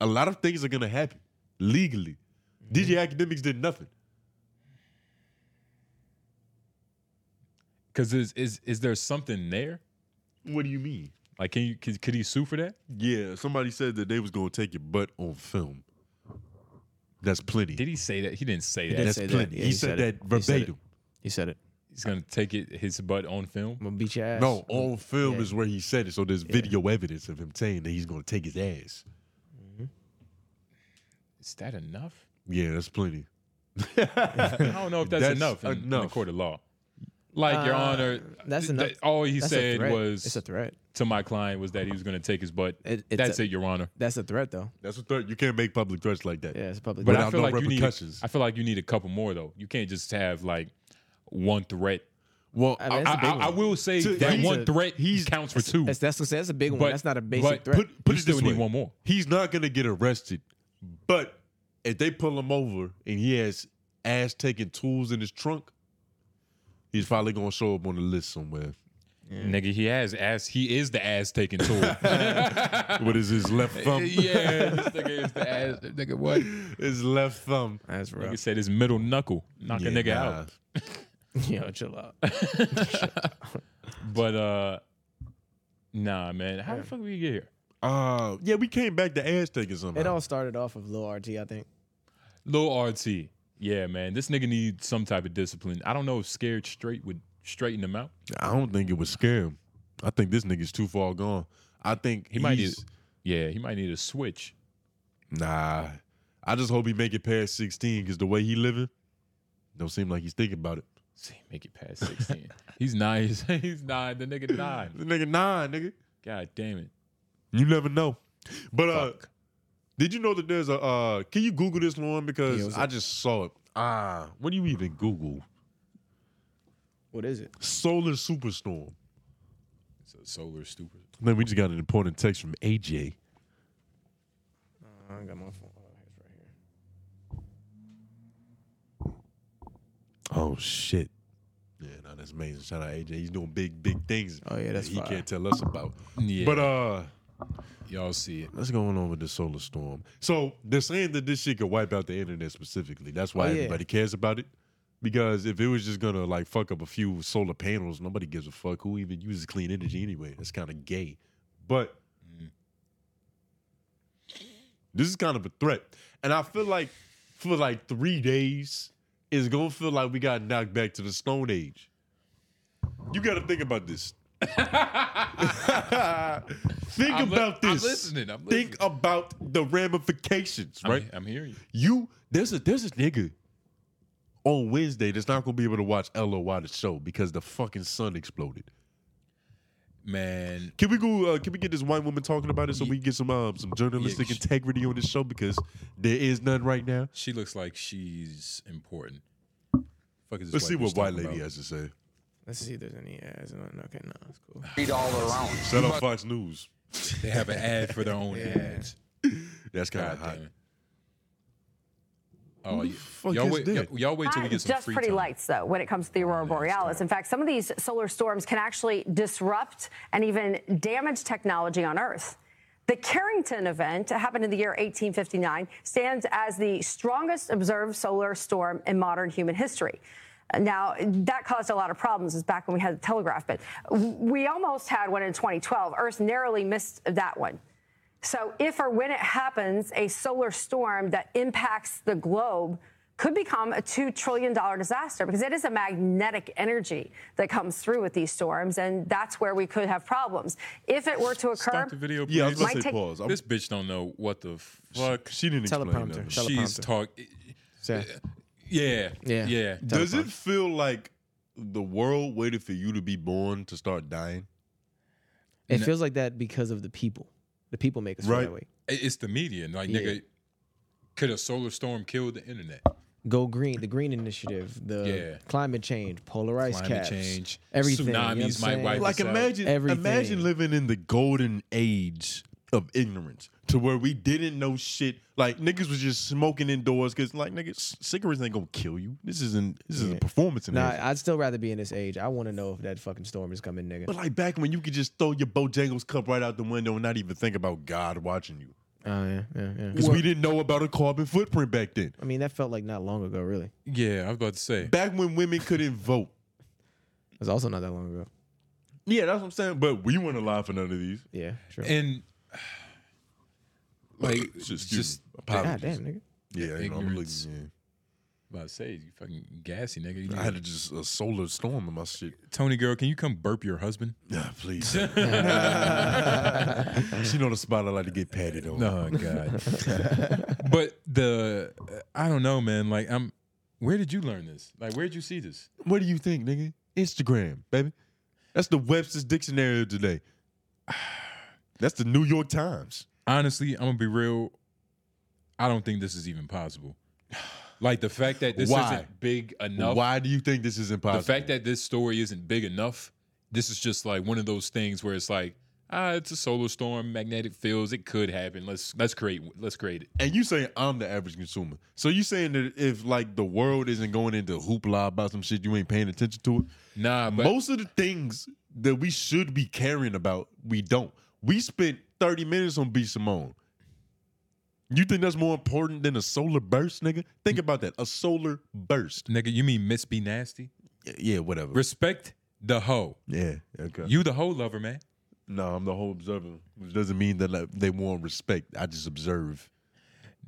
B: A lot of things are gonna happen legally. DJ Academics did nothing.
A: Because is, is is there something there?
B: What do you mean?
A: Like, can you could, could he sue for that?
B: Yeah, somebody said that they was gonna take your butt on film. That's plenty.
A: Did he say that? He didn't say that.
D: did.
B: That's
D: say that.
B: plenty.
D: Yeah,
B: he,
D: he
B: said,
D: said it.
B: that
D: He said it.
B: verbatim.
D: He said it.
A: He's gonna take it his butt on film.
D: I'm gonna beat your ass.
B: No, on film
D: yeah.
B: is where he said it. So there's video evidence of him saying that he's going to take his ass.
A: Is that enough?
B: Yeah, that's plenty.
A: I don't know if that's,
B: That's
A: enough in, in the
B: enough.
A: court of law. Like, Your
D: Uh,
A: Honor,
D: that's
A: that's
D: enough-
A: all he
D: that's a
A: said
D: threat.
A: was
D: It's a threat.
A: to my client was that he was going to take his butt.
D: it's
A: that's
D: a-
A: it, Your Honor.
D: That's a threat, though.
B: That's a threat. You can't make public threats like that.
D: Yeah, it's a public.
A: But I
B: Without
A: feel
B: no
A: like you need.
B: repercussions.
A: I feel like you need a couple more though. You can't just have like one threat.
B: Well,
A: I,
D: mean, that's a
A: I-
D: big
A: I
D: one.
A: will say
D: To-
A: that
D: he's
A: one
D: a-
A: threat he counts for two.
D: That's that's, that's a big one.
A: But-
D: that's not a basic
A: but
D: threat.
B: Put, put
A: You
B: it this
A: still need
B: way.
A: one more.
B: He's not gonna get arrested, but if they pull him over and he has ass taking tools in his trunk, he's probably gonna show up on the list somewhere.
A: Nigga, he has ass. He is the ass taking tool.
B: What is his left thumb?
A: yeah, this nigga is the ass. Nigga, what?
B: his left thumb.
D: that's rough.
A: Nigga said his middle knuckle. Knock
B: Yeah,
A: a nigga
B: nah.
A: out.
D: Yo, chill out.
A: But uh, nah, man. How the fuck we get here?
B: Uh, yeah, we came back to ass taking something.
D: It all started off of Lil RT, I think.
A: Lil RT. Yeah, man. This nigga needs some type of discipline. I don't know if scared straight would straighten him out.
B: I don't think it would scare him. I think this nigga's too far gone. I think
A: He might need.
B: he's-
A: Yeah, he might need a switch.
B: Nah, I just hope he make it past sixteen because the way he living, don't seem like he's thinking about it.
A: See, make it past sixteen. he's nine. He's, he's nine. The nigga nine.
B: The nigga nine, nigga.
A: God damn it.
B: You never know. But uh,
A: Fuck.
B: did you know that there's a? Uh, can you Google this, Lauren?
D: Yeah,
B: Because
D: what's
B: I
D: up?
B: just saw it. Ah, what do you even Google?
D: What is it?
B: Solar superstorm.
A: It's a solar stupid.
B: Then we just got an important text from AJ.
D: I got my phone. Oh, it's right here.
B: Oh shit. Yeah, no, that's amazing. Shout out AJ. He's doing big, big things.
D: Oh, yeah, that's
B: that he
D: fire.
B: can't tell us about.
A: Yeah.
B: But uh,
A: Y'all see it.
B: what's going on with the solar storm? So they're saying that this shit could wipe out the internet specifically. That's why
D: Oh, yeah.
B: everybody cares about it. Because if it was just gonna like fuck up a few solar panels, nobody gives a fuck. Who even uses clean energy anyway? That's kind of gay. But this is kind of a threat, and I feel like for like three days, it's gonna feel like we got knocked back to the Stone Age. You gotta think about this. think
A: I'm li-
B: about
A: I'm
B: this.
A: listening, I'm
B: Think about the ramifications,
A: I'm,
B: right?
A: I'm hearing you.
B: You there's a there's a nigga on Wednesday that's not gonna be able to watch LOY the show because the fucking sun exploded.
A: Man,
B: Can we go? Uh, can we get this white woman talking about it so we can get some um, some journalistic
A: Yeah, she-
B: integrity on this show because there is none right now.
A: she looks like she's important. Fuck is this
B: Let's see what
A: bitch
B: white
A: talking
B: lady
A: about?
B: has to say.
D: Let's see if there's any ads. or nothing. Okay, no, it's cool.
A: Ah,
C: Read all around.
B: Shut up, Fox News.
A: They have an ad for their own ads.
B: That's kind
A: God
B: of hot.
A: damn it. Oh, y-
B: fuck
A: y'all
B: is
A: wait,
B: that?
A: y'all- y'all wait till we get some
M: just
A: free
M: pretty
A: time.
M: lights, though, when it comes to the aurora borealis. In fact, some of these solar storms can actually disrupt and even damage technology on Earth. The Carrington event, happened in the year 1859, stands as the strongest observed solar storm in modern human history. Now, that caused a lot of problems. It's back when we had the telegraph, but we almost had one in 2012. Earth narrowly missed that one. So, if or when it happens, a solar storm that impacts the globe could become a $2 trillion disaster because it is a magnetic energy that comes through with these storms, and that's where we could have problems. If it were to occur,
A: Stop the video, please.
B: Yeah, I was
M: Might
B: gonna say
M: take-
B: pause. I'm-
A: this bitch don't know what the fuck.
B: she didn't explain
D: Teleprompter.
B: nothing.
D: Tele-
A: She's
D: teleprompter.
A: talking.
D: Say.
A: Yeah,
D: Yeah.
A: yeah.
B: Does it feel like the world waited for you to be born to start dying?
D: It feels like that because of the people. The people make us feel
B: Right.
D: that way.
A: It- It's the media. Like,
D: Yeah.
A: nigga, could a solar storm kill the internet?
D: Go green, the green initiative, the
A: Yeah.
D: climate change, polarized
A: Climate
D: caps,
A: change,
D: everything. you know
A: tsunamis
D: what I'm
A: might
D: saying?
A: wipe
B: Like
A: us out.
B: imagine
D: Everything.
B: imagine living in the golden age of ignorance to where we didn't know shit. Like niggas was just smoking indoors because like niggas cigarettes ain't gonna kill you. This isn't this is a performance in
D: Nah,
B: here.
D: I'd still rather be in this age. I want to know if that fucking storm is coming, nigga.
B: But like back when you could just throw your Bojangles cup right out the window and not even think about God watching you.
D: Oh yeah, yeah, yeah.
B: Because we didn't know about a carbon footprint back then.
D: I mean, that felt like not long ago, really.
A: Yeah, I was about to say.
B: Back when women couldn't vote.
D: It was also not that long ago.
B: Yeah, that's what I'm saying. But we weren't alive for none of these.
D: Yeah, sure.
A: And like,
B: Excuse
A: just,
B: me.
D: God
B: Apologies.
D: damn, nigga.
B: Yeah, you know, I'm
A: Ignorance.
B: looking-
A: about to say, you fucking gassy nigga. You
B: yeah. I had a- just a solar storm in my shit.
A: Tony girl, can you come burp your husband?
B: Nah, please. she know the spot I like to get patted on.
A: Oh God. but the I don't know, man. Like I'm. Where did you learn this? Like, where did you see this?
B: What do you think, nigga? Instagram, baby. That's the Webster's Dictionary of today. That's the New York Times.
A: Honestly, I'm gonna be real. I don't think this is even possible. Like the fact that this
B: Why?
A: isn't big enough.
B: Why do you think this is impossible?
A: The fact that this story isn't big enough. This is just like one of those things where it's like, ah, it's a solar storm, magnetic fields. It could happen. Let's let's create let's create it.
B: and you saying I'm the average consumer. So you saying that if like the world isn't going into hoopla about some shit, you ain't paying attention to it.
A: Nah, but
B: Most of the things that we should be caring about, we don't. We spent 30 minutes on B Simone. You think that's more important than a solar burst, nigga? Think about that. A solar burst.
A: nigga, you mean Miss Be Nasty?
B: Y- Yeah, whatever.
A: Respect the hoe.
B: yeah, okay.
A: You the hoe lover, man.
B: no, I'm the whole observer, which doesn't mean that like, they want respect. I just observe.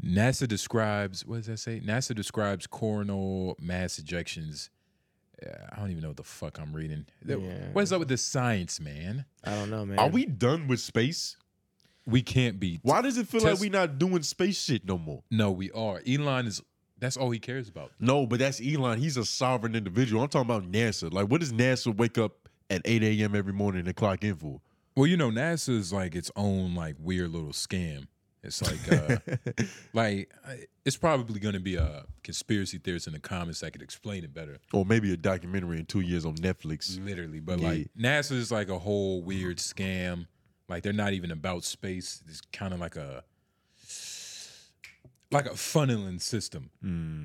A: NASA describes what does that say? NASA describes coronal mass ejections. Uh, I don't even know what the fuck I'm reading. Th-
D: Yeah.
A: What is up with this science, man?
D: I don't know, man.
B: Are we done with space?
A: We can't be.
B: Why does it feel
A: Test-
B: like we're not doing space shit no more?
A: No, we are. Elon is. That's all he cares about.
B: No, but that's Elon. He's a sovereign individual. I'm talking about NASA. Like, what does NASA wake up at 8 a.m. every morning and clock in for?
A: Well, you know, NASA is like its own like weird little scam. It's like, uh, like I- it's probably going to be a conspiracy theorist in the comments that could explain it better,
B: or maybe a documentary in two years on Netflix.
A: literally. But like NASA is like a whole weird scam. Like they're not even about space. It's kind of like a like a funneling system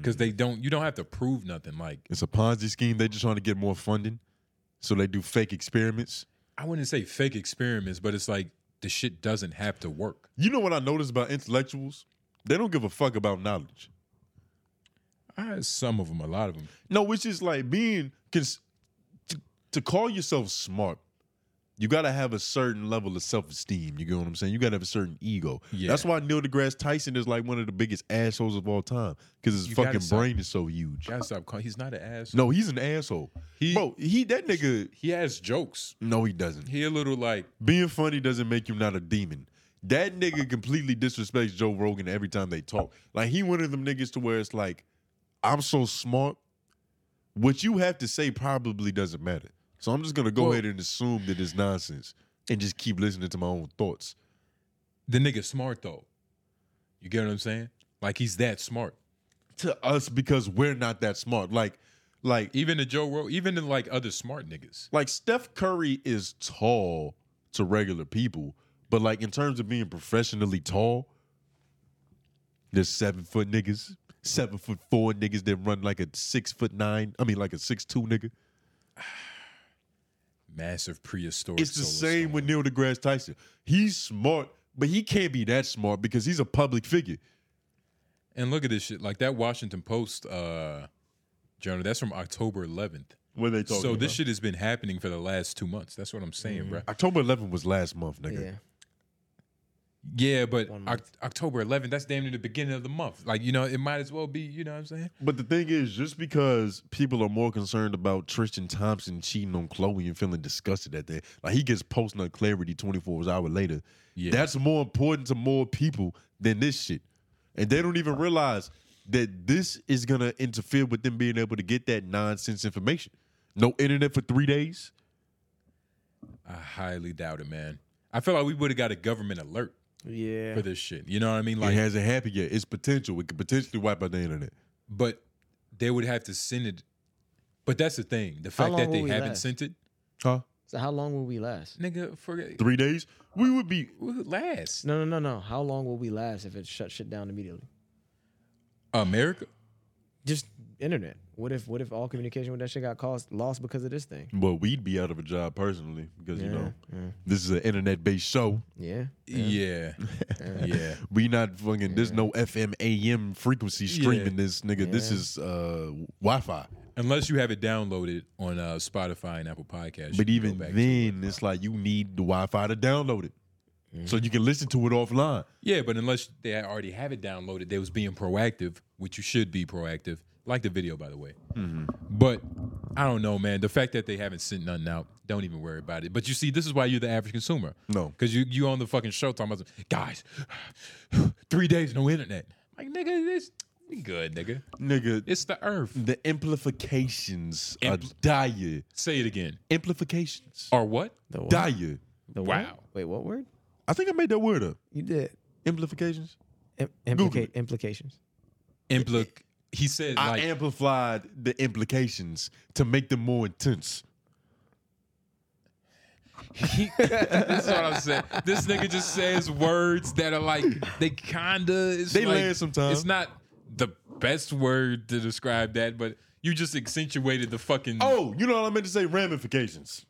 A: because they don't. You don't have to prove nothing. Like
B: It's a Ponzi scheme. They're just trying to get more funding. So they do fake experiments.
A: I wouldn't say fake experiments, but it's like the shit doesn't have to work.
B: You know what I noticed about intellectuals? They don't give a fuck about knowledge.
A: I, some of them, a lot of them.
B: No, which is like being cons- to, to call yourself smart. You gotta have a certain level of self esteem. You get what I'm saying? You gotta have a certain ego.
A: Yeah.
B: That's why Neil deGrasse Tyson is like one of the biggest assholes of all time because his
A: You gotta
B: fucking
A: stop-
B: brain is so huge.
A: Gotta stop calling. He's not an ass.
B: No, he's an asshole.
A: He-
B: Bro, he that nigga.
A: he has jokes.
B: No, he doesn't.
A: He a little like
B: Being funny doesn't make you not a demon. That nigga completely disrespects Joe Rogan every time they talk. Like he one of them niggas to where it's like, I'm so smart. What you have to say probably doesn't matter. So I'm just gonna go
A: Well-
B: ahead and assume that it's nonsense and just keep listening to my own thoughts.
A: the nigga smart though. You get what I'm saying? Like he's that smart.
B: To us, because we're not that smart. Like, like
A: Even the Joe Rogan, even the like other smart niggas.
B: like Steph Curry is tall to regular people, but like in terms of being professionally tall, there's seven foot niggas, seven foot four niggas that run like a six foot nine. I mean, like a six two nigga.
A: Massive prehistoric.
B: It's the
A: solar
B: same
A: storm.
B: with Neil deGrasse Tyson. He's smart, but he can't be that smart because he's a public figure.
A: And look at this shit. Like that Washington Post uh journal. That's from October 11th.
B: What they
A: So this shit has been happening for the last two months. That's what I'm saying, bruh.
B: October 11th was last month, nigga.
D: Yeah.
A: Yeah, but
D: One
A: Oc- October 11th. That's damn near the beginning of the month. Like you know, it might as well be. You know what I'm saying?
B: But the thing is, just because people are more concerned about Tristan Thompson cheating on Chloe and feeling disgusted at that, like he gets post nut clarity 24 hours later,
A: Yeah.
B: that's more important to more people than this shit. And they don't even realize that this is gonna interfere with them being able to get that nonsense information. No internet for three days.
A: I highly doubt it, man. I feel like we would have got a government alert
D: Yeah.
A: for this shit. You know what I mean?
B: Like,
A: Like
B: it hasn't happened yet. It's potential. It could potentially wipe out the internet.
A: but they would have to send it. But that's the thing. The fact
D: long
A: that they
D: will we
A: haven't
D: last?
A: sent it,
B: Huh?
D: So how long will we last?
A: nigga, forget
B: Three days? We would be
A: who last
D: No, no, no, no. How long will we last if it shuts shit down immediately?
A: America.
D: Just internet. What if what if all communication with that shit got caused lost because of this thing?
B: well, we'd be out of a job personally, because you
D: Yeah,
B: know,
D: yeah.
B: this is an internet based show.
D: Yeah.
A: Yeah, yeah.
B: We not fucking. There's no FM AM frequency streaming
A: Yeah.
B: this nigga. This
D: Yeah.
B: is uh Wi-Fi.
A: Unless you have it downloaded on uh, Spotify and Apple Podcasts. you can
B: But
A: go
B: even
A: back to it.
B: then, it's like you need the Wi-Fi to download it, so you can listen to it offline.
A: yeah. But unless they had already have it downloaded, they was being proactive, which you should be proactive. Like the video, by the way.
B: Mm-hmm.
A: But I don't know, man. The fact that they haven't sent nothing out, don't even worry about it. But you see, this is why you're the average consumer.
B: No.
A: because you you on the fucking show talking about some- guys. Three days no internet. Like nigga, this You Good, nigga.
B: Nigga.
A: It's the earth.
B: The amplifications
A: Impl-
B: are dire.
A: Say it again.
B: Amplifications.
A: Or what?
D: The what?
B: Dire.
D: The
A: wow.
D: Word? Wait, what word?
B: I think I made that word up.
D: You did.
B: Amplifications.
D: Im-
B: Google
D: implica-
B: it.
D: implications.
A: Impli- he said
B: I
A: like
B: amplified the implications to make them more intense.
A: he, this is what I'm saying. This nigga just says words that are like they kinda. It's
B: They
A: like,
B: land sometimes.
A: It's not the best word to describe that, but you just accentuated the fucking
B: Oh, you know what I meant to say? Ramifications.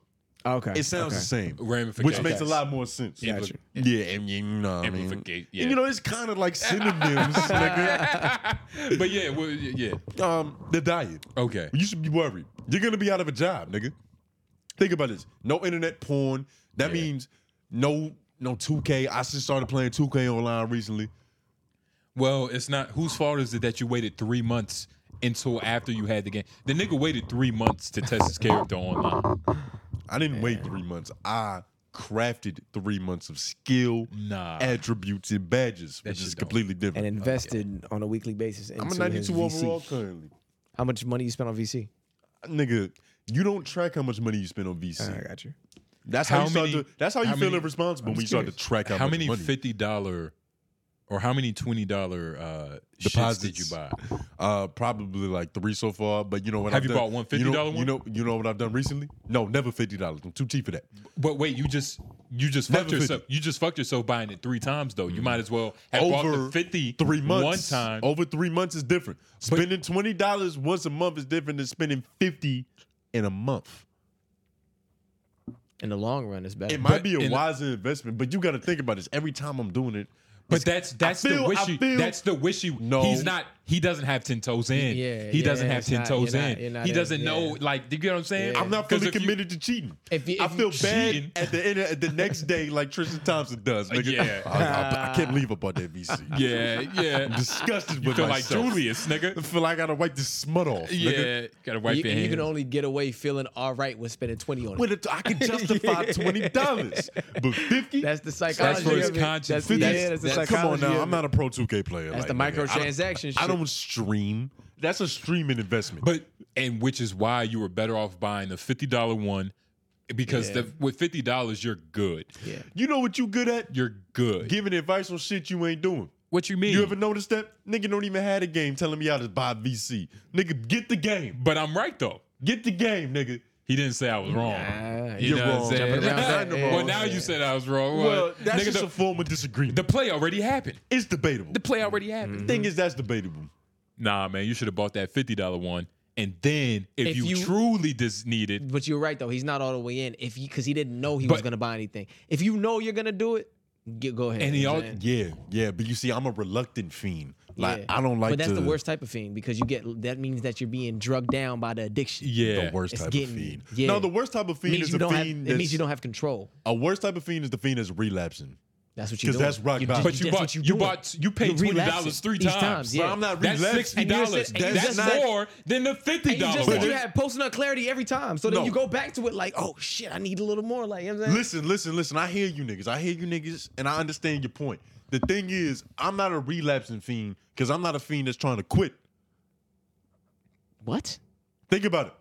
D: Okay.
B: It sounds the same,
A: ramification.
B: which makes a lot more sense.
A: Gotcha.
B: Yeah, and you know what I mean.
A: Amplifica- yeah.
B: And you know, it's kind of like synonyms, nigga.
A: but yeah, well, yeah.
B: Um, the diet.
A: Okay.
B: You should be worried. You're gonna be out of a job, nigga. Think about this. No internet porn. That
A: Yeah.
B: means no no 2K. I just started playing 2K online recently.
A: Well, it's not whose fault is it that you waited three months until after you had the game? The nigga waited three months to test his character online.
B: I didn't wait three months. I crafted three months of skill,
A: Nah.
B: attributes, and badges, which
A: shit
B: is
A: don't-
B: completely
D: And
B: different.
D: invested on a weekly basis into
B: I'm a
D: his
B: 92
D: VC.
B: overall currently.
D: How much money you spent on VC?
B: Nigga, you don't track how much money you spend on VC.
D: I got you.
B: That's how,
A: How
B: you start
A: many-
B: to. That's how you
A: how
B: feel
A: many-
B: irresponsible
D: I'm
B: when you
D: just
B: start to
D: curious.
B: track how,
A: How
B: much
A: many
B: money.
A: fifty dollar or how many twenty dollar uh shits did you
B: Deposits.
A: buy?
B: Uh, probably like three so far. But you know what?
A: Have
B: I've
A: you
B: done?
A: bought one
B: you know,
A: $50 one?
B: You know, you know what I've done recently? No, never fifty dollars. I'm too cheap for that.
A: But wait, you just you just
B: Never Mm.
A: fucked yourself. You just fucked yourself buying it three times though. You might as well have bought the
B: Over
A: fifty
B: Three months. Oh,
A: one time.
B: Over three months is different. Spending twenty dollars once a month is different than spending fifty in a month.
D: In the long run, it's better.
B: It might
A: But
B: be a
A: in-
B: wiser investment, but you got to think about this. Every time I'm doing it,
A: But that's that's
B: feel-
A: the
B: I
A: wishy.
B: feel-
A: that's the wishy.
B: No.
A: he's not. He doesn't have ten toes in.
D: Yeah,
A: he
D: yeah,
A: doesn't have
D: it's
A: ten
D: not-
A: toes
D: you're not-
A: in.
D: you're not
A: he
D: in-
A: doesn't know.
D: yeah.
A: Like, do you get what I'm saying?
D: Yeah.
B: I'm not
A: 'Cause
B: fully
A: if you-
B: committed to cheating.
D: If you-
B: I
D: if
B: feel
D: you-
B: bad
A: Cheating. Uh,
B: at the end of, the next day, like Tristan Thompson does. Nigga.
A: Yeah.
B: I, I- I can't believe I bought that VC.
A: yeah, yeah.
B: I'm disgusted
A: You
B: with
A: feel
B: myself.
A: like Julius,
B: I
A: nigga.
B: feel like I gotta wipe this smut off.
A: Yeah,
B: Nigga.
A: gotta wipe
D: you,
A: your
D: you
A: hands.
D: can only get away feeling all right with spending 20 on it.
B: With a, I can justify twenty dollars, but fifty.
D: That's the
A: that's
D: psychology.
A: for his
D: of it.
A: conscience.
D: That's,
B: 50
D: yeah, that's the
B: that's- come on
D: psychology.
B: now.
D: of
B: I'm
D: it.
B: not a pro 2K player.
D: That's
B: like,
D: the
B: nigga. I don't-
D: microtransaction
B: I
D: shit.
B: don't stream. That's a streaming investment.
A: But and which is why you were better off buying the fifty dollar one, because the, with fifty dollars you're good.
D: Yeah.
B: you know what you good at?
A: You're good.
B: Giving advice on shit you ain't doing.
A: what you mean?
B: You ever noticed that? Nigga don't even have a game telling me how to buy VC. Nigga, get the game.
A: but I'm right though.
B: Get the game, nigga.
A: He didn't say I was wrong.
D: Nah,
A: you
B: you're
A: know
B: wrong.
A: what I'm saying?
D: Jumping around that
A: well,
D: edge.
A: now you
D: Yeah.
A: said I was wrong. Well,
B: Well, that's
A: nigga,
B: just
A: the,
B: a form of disagreement.
A: the play already happened.
B: it's debatable.
A: The play already
D: Mm-hmm.
A: happened.
B: thing is, that's debatable.
A: Nah, man, you should have bought that fifty dollar one, and then if,
D: If
A: you,
D: you-
A: truly just need it,
D: But you're right though. He's not all the way in. If you because he didn't know he was
A: But-
D: gonna buy anything. If you know you're gonna do it, get, go ahead.
A: And
D: you
A: he
D: know
A: al-
D: what I'm saying?
B: Yeah, yeah. But you see, I'm a reluctant fiend. Like
D: Yeah.
B: I don't like.
D: But that's
B: to,
D: the worst type of fiend because you get that means that you're being drugged down by the addiction.
A: yeah,
B: The worst
D: It's
B: type
D: getting-
B: of fiend.
D: yeah.
B: No, the worst type of
D: It
B: fiend
D: means
B: is
D: you
B: a
D: don't have.
B: fiend.
D: It means
B: that's-
D: you don't have control.
B: A worst type of fiend is the fiend that's relapsing.
D: That's what you.
B: 'Cause that's rock bottom.
A: But you
D: that's
A: bought
D: what
A: you,
D: doing.
A: bought you paid
D: You're
A: twenty dollars
D: relapsing
A: three
D: each
A: times.
D: times,
B: So
D: yeah.
B: I'm not
A: That's
B: relapsing.
A: sixty
D: And you just
A: dollars.
D: said- and you
A: That's
D: just said-
A: more than the fifty
D: And you
A: dollar
D: just said you
A: one.
D: had post nut clarity every time, so then
B: No.
D: you go back to it like, oh shit, I need a little more. Like, you know what I'm saying?
B: Listen, listen, listen. I hear you niggas. I hear you niggas, and I understand your point. The thing is, I'm not a relapsing fiend because I'm not a fiend that's trying to quit.
D: what?
B: Think about it.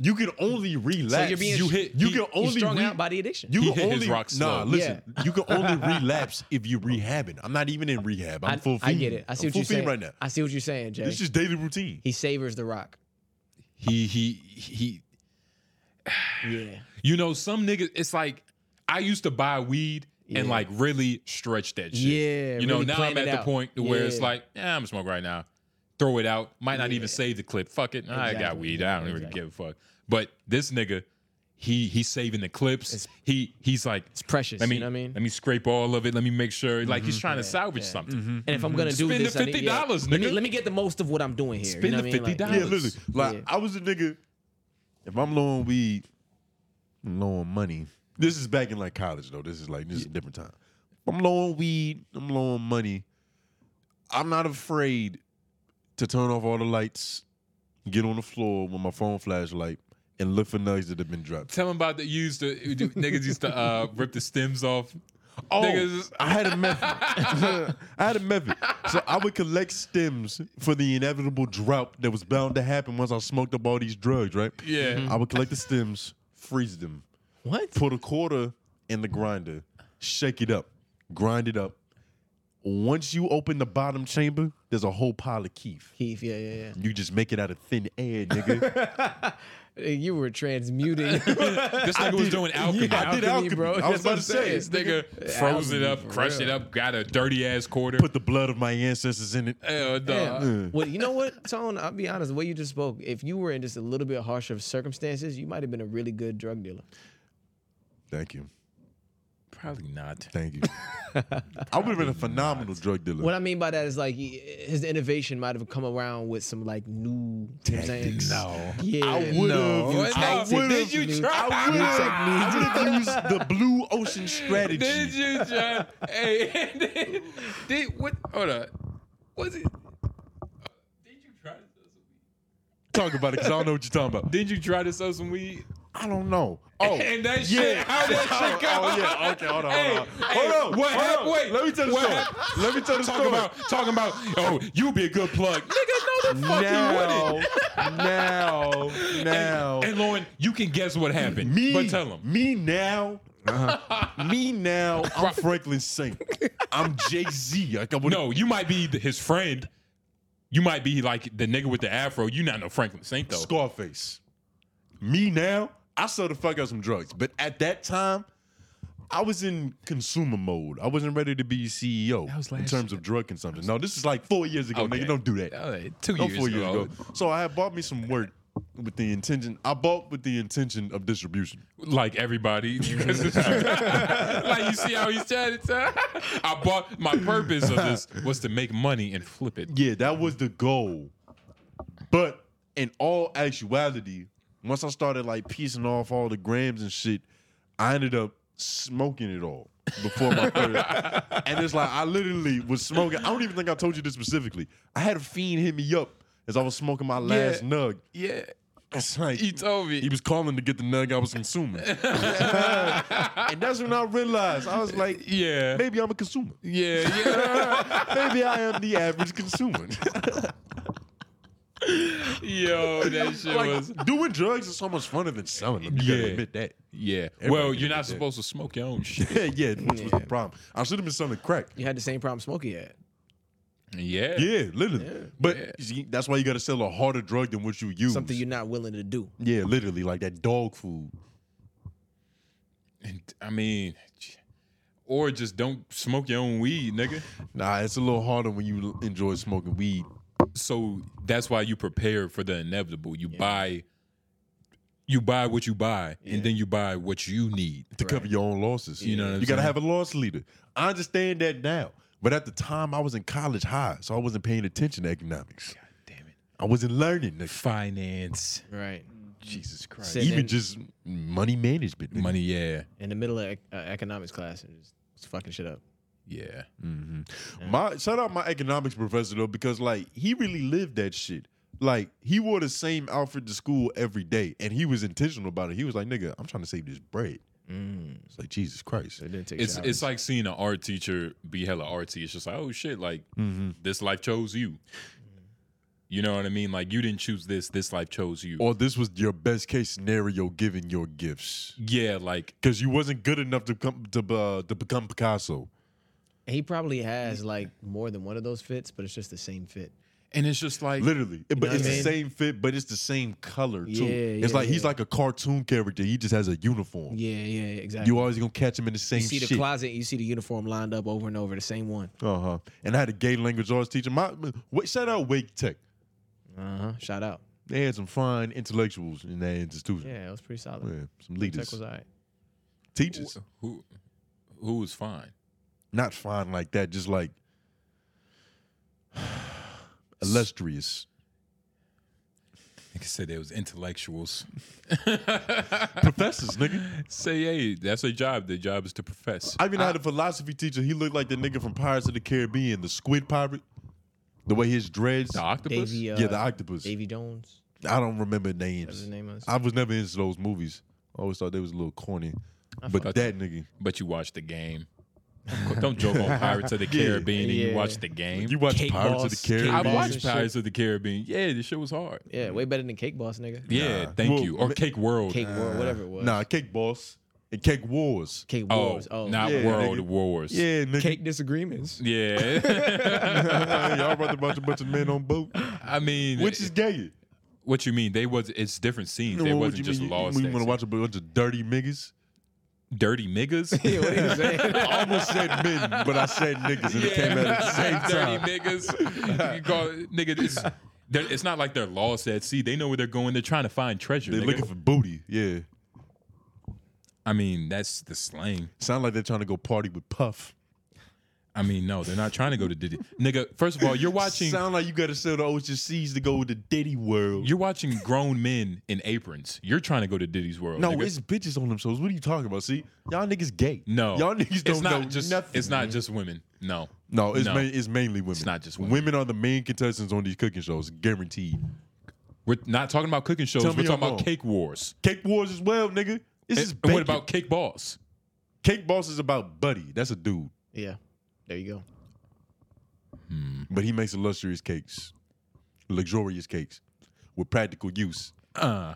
B: You can only relapse.
D: you're being-
B: you hit. You
A: he-
B: can
D: You're
B: only
D: strung
B: re-
D: out by the addiction.
B: You
A: He
B: can
A: hit his
B: only
A: rock
B: nah.
A: slow.
B: Listen, you can only relapse if you rehabbing. I'm not even in rehab. I'm
D: I-
B: full
D: I
B: fiend.
D: get it. I see
B: I'm
D: what you're
B: full
D: saying
B: fiend right now.
D: I see what you're saying, Jay.
B: It's just daily routine.
D: he savors the rock.
A: He he he.
D: Yeah.
A: You know, some niggas. It's like I used to buy weed. And
D: Yeah.
A: like really stretch that shit.
D: Yeah,
A: you know.
D: really
A: now
D: plan
A: I'm at
D: it
A: the
D: out.
A: point to where it's
D: Yeah.
A: like, yeah, I'm smoking right now. Throw it out. Might not even save the clip. Fuck it. Nah, I got
D: Exactly.
A: weed. I don't even
D: Exactly.
A: give a fuck. But this nigga, he he's saving the clips. he he's like,
D: It's precious.
A: Let me,
D: you know what I mean? Mm-hmm.
A: Let me scrape all of it. Let me make sure. Like he's trying to salvage something.
D: and if I'm gonna do
A: Spend the
D: this, I need- yeah,
A: $50,
D: let me
A: nigga.
D: let me get the most of what I'm doing here. you
A: Spend
D: know
A: the
D: what I mean? Like,
A: $50.
B: Yeah,
A: dollars.
B: literally. Like
D: Yeah.
B: I was a nigga. If I'm low on weed, I'm low on money. This is back in like college though. This is like this is a different time. If I'm low on weed. I'm low on money. I'm not afraid to turn off all the lights, get on the floor with my phone flashlight, and look for nugs that have been dropped.
A: Tell him about the used to niggas used to uh, rip the stems off.
B: Oh, I had a method. I had a method. So I would collect stems for the inevitable drought that was bound to happen once I smoked up all these drugs, right? Mm-hmm.
A: Yeah. Mhm.
B: I would collect the stems, freeze them.
D: What?
B: Put a quarter in the grinder, shake it up, grind it up. Once you open the bottom chamber, there's a whole pile of keef.
D: Keith, yeah, yeah, yeah.
B: You just make it out of thin air, nigga.
D: You were transmuting.
A: This nigga was doing alchemy.
B: I did alchemy. I was
A: That's what
B: about
A: I'm
B: to say,
A: saying.
B: this
A: This nigga froze it up, crushed it up, got a dirty ass quarter.
B: Put the blood of my ancestors in it.
A: Hell, dog.
D: Damn. Well, you know what, Tone? I'll be honest. The way you just spoke, if you were in just a little bit harsher of circumstances, you might have been a really good drug dealer.
B: Thank you.
A: Probably not.
B: Thank you. I would have been a phenomenal drug dealer.
D: What I mean by that is like he- his innovation might have come around with some like new
B: Tactics.
D: tactics.
A: No.
D: Yeah,
B: I would
D: no.
B: have.
D: New
B: I
D: tactics,
B: would have.
A: Did you try?
B: I would have used the blue ocean strategy.
A: Did you, John? hey, did, did what? Hold on. Was it? Did you try?
B: Talk about it, because I don't know what you're talking about.
A: Did you try to sell some weed?
B: I don't know. Oh,
A: and that shit.
B: yeah.
A: How that shit go?
B: Oh, yeah. Okay, hold on,
A: Hey,
B: hold on.
A: hey,
B: hold on.
A: What
B: hold
A: happened?
B: on.
A: Wait.
B: Let me tell the
A: what
B: story.
A: hap-
B: Let me tell the
A: Talking
B: story.
A: about, talking about, oh, you be a good plug. Nigga, no, the fuck you
B: now,
A: wouldn't.
B: now, now.
A: And, and Lauren, you can guess what happened.
B: me,
A: But tell Uh-huh. him.
B: Me now. Me now. I'm Franklin Saint. I'm Jay Z. Like, I
A: No, you might be the, his friend. You might be like the nigga with the afro. You not no Franklin Saint though.
B: Scarface. Me now, I sold the fuck out some drugs. But at that time, I was in consumer mode. I wasn't ready to be CEO
A: was
B: in
A: last
B: terms of drug consumption. No, this is like four years ago,
A: Okay.
B: nigga. Don't do that.
A: All right, oh, two
B: Not
A: years
B: four years
A: ago.
B: ago. So I had bought me some work with the intention. I bought with the intention of distribution.
A: like everybody. like you see how he's trying to tell. I bought my purpose of this was to make money and flip it.
B: Yeah, that was the goal. But in all actuality, once I started like piecing off all the grams and shit, I ended up smoking it all before my third. and it's like I literally was smoking. I don't even think I told you this specifically. I had a fiend hit me up as I was smoking my last nug.
A: Yeah.
B: It's like
A: He told me.
B: he was calling to get the nug I was consuming. and that's when I realized I was like,
A: Yeah.
B: maybe I'm a consumer.
A: Yeah, yeah.
B: Maybe I am the average consumer.
A: Yo, that shit
B: like,
A: was
B: doing drugs is so much funner than selling them. You
A: Yeah.
B: gotta admit that.
A: Yeah.
B: Everybody
A: well,
B: can
A: you're
B: do
A: not
B: that.
A: supposed to smoke your own shit.
B: yeah, yeah, which was the problem. I should have been selling crack.
D: You had the same problem Smokey had.
A: Yeah.
B: Yeah, literally. But you see, that's why you gotta sell a harder drug than what you use.
D: Something you're not willing to do.
B: yeah, literally, like that dog food.
A: And, I mean, or just don't smoke your own weed, nigga.
B: Nah, it's a little harder when you l- enjoy smoking weed.
A: So that's why you prepare for the inevitable. You buy you buy what you buy and then you buy what you need.
B: to cover your own losses.
A: You know what I'm
B: you gotta
A: saying?
B: have a loss leader. I understand that now, but at the time I was in college high, so I wasn't paying attention to economics. God damn it! I wasn't learning. nigga.
A: Finance.
D: Right.
A: Jesus Christ.
D: Sitting
B: Even
D: in,
B: just money management. nigga.
A: Money, yeah.
D: in the middle of ec- uh, economics class and just, just fucking shit up.
A: Yeah.
B: My shout out my economics professor though, because like he really lived that shit. Like he wore the same outfit to school every day, and he was intentional about it. He was like, "Nigga, I'm trying to save this bread."
D: Mm.
B: It's like Jesus Christ.
D: It didn't take
A: It's
D: showers.
A: it's like seeing an art teacher be hella artsy. It's just like, oh shit, like
B: Mm-hmm.
A: this life chose you. You know what I mean? Like you didn't choose this, this life chose you.
B: Or this was your best case scenario, given your gifts,
A: yeah, like
B: because you wasn't good enough to come to uh, to become Picasso.
D: And he probably has like more than one of those fits, but it's just the same fit.
A: and it's just like
B: Literally, but
D: what
B: it's
D: I
B: the
D: mean?
B: same fit, but it's the same color too.
D: Yeah,
B: it's
D: yeah,
B: like he's
D: yeah.
B: like a cartoon character. He just has a uniform.
D: Yeah, yeah, exactly.
B: You always gonna catch him in the same
D: You see the
B: shit.
D: closet, you see the uniform lined up over and over, the same one.
B: Uh huh. And I had a gay language arts teacher. My wait, shout out Wake Tech.
D: Uh huh. Shout out.
B: They had some fine intellectuals in that institution.
D: Yeah, it was pretty solid.
B: Yeah, some
D: Tech
B: leaders,
D: was all right.
B: teachers.
A: who who was fine?
B: Not fine like that. Just like illustrious.
A: Like I said, there was intellectuals.
B: Professors, nigga.
A: Say, hey, that's their job. Their job is to profess.
B: I mean, I had a philosophy teacher. He looked like the nigga from Pirates of the Caribbean, the squid pirate. The way his dreads.
A: the octopus.
D: Davy, uh,
B: yeah, the octopus.
D: Davy Jones.
B: I don't remember
D: That's
B: names.
D: his name. Is.
B: I was never into those movies. I always thought they was a little corny. But
A: fuck-
B: that nigga.
A: But you watched the game. Don't joke on Pirates of the
B: Yeah.
A: Caribbean and
B: Yeah.
A: you watch the game.
B: You watch Cake Pirates of Boss, the Caribbean?
A: I
B: Cake
A: watched
B: Boss and
A: Pirates of the Caribbean. Yeah, this shit was hard.
D: Yeah, way better than Cake Boss, nigga.
A: Yeah, thank you. Or Cake World.
D: Cake World, whatever it was.
B: Nah, Cake Boss and Cake Wars.
D: Cake
A: Oh, Wars, oh. not World Wars.
B: Yeah, nigga.
D: Cake disagreements.
A: Yeah.
B: Y'all brought a bunch, a bunch of men on boat.
A: I mean,
B: Which is gay.
A: what you mean? They was it's different scenes. They
B: What would
A: wasn't
B: you
A: just
B: mean?
A: law
B: We want to
A: states.
B: watch a bunch of dirty niggas.
A: Dirty niggas. yeah,
D: what
A: you saying?
B: I almost said men, but I said niggas, and it came out at the same time.
A: Dirty niggas. You can call it, nigga. It's, they're- it's not like they're lost at sea. They know where they're going. They're trying to find treasure.
B: They're
A: nigga.
B: looking for booty. Yeah,
A: I mean, that's the slang.
B: sound like they're trying to go party with Puff.
A: I mean, no, they're not trying to go to Diddy. Nigga, first of all, you're watching
B: Sound like you got to sell the ocean seas to go to Diddy World.
A: you're watching grown men in aprons. You're trying to go to Diddy's world.
B: no,
A: nigga.
B: it's bitches on them shows. What are you talking about? See, y'all niggas gay.
A: no.
B: y'all niggas don't
A: it's not
B: know
A: just
B: nothing.
A: it's not just women. No.
B: No, it's ma- it's mainly women.
A: It's not just
B: women.
A: women.
B: are the main contestants on these cooking shows, guaranteed.
A: We're not talking about cooking shows.
B: Tell
A: We're
B: me
A: talking
B: I'm
A: about
B: wrong.
A: cake wars.
B: Cake Wars as well, nigga.
A: And-
B: This is
A: Eh, and
B: bacon.
A: what about cake balls?
B: Cake Boss is about Buddy. That's a dude,
D: Yeah, there you go.
A: Mm-hmm.
B: but he makes illustrious cakes, luxurious cakes with practical use
A: Uh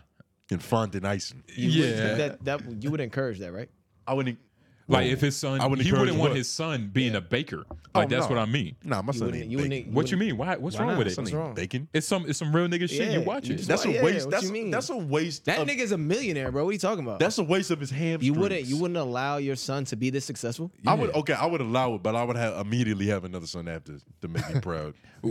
B: and fondant icing.
D: You would-
A: Yeah.
D: that, that you would encourage that, right?
B: I wouldn't.
A: Like if his son
B: I wouldn't
A: he
B: encourage
A: wouldn't want
B: what?
A: his son being a baker.
B: Oh,
A: Like that's
B: no.
A: what I mean.
B: Nah, my
D: You
B: son
D: wouldn't-
B: ain't
D: you
B: bacon.
D: wouldn't-
A: What you mean? Why what's
D: Why
A: wrong
D: not?
A: with it?
D: Son
B: What's
D: What's wrong?
B: Bacon.
A: It's some it's some real nigga shit.
D: Yeah,
A: you watch
D: you
A: it.
D: just-
B: That's
D: Why-
B: a
D: yeah,
B: waste.
D: what
B: that's,
D: you mean?
B: that's a waste.
D: That
B: of,
D: nigga's a millionaire, bro. What are you talking about?
B: Um, That's a waste of his hamstrings.
D: you wouldn't you wouldn't allow your son to be this successful?
B: I would okay. I would allow it, but I would have immediately have another son after to make me proud.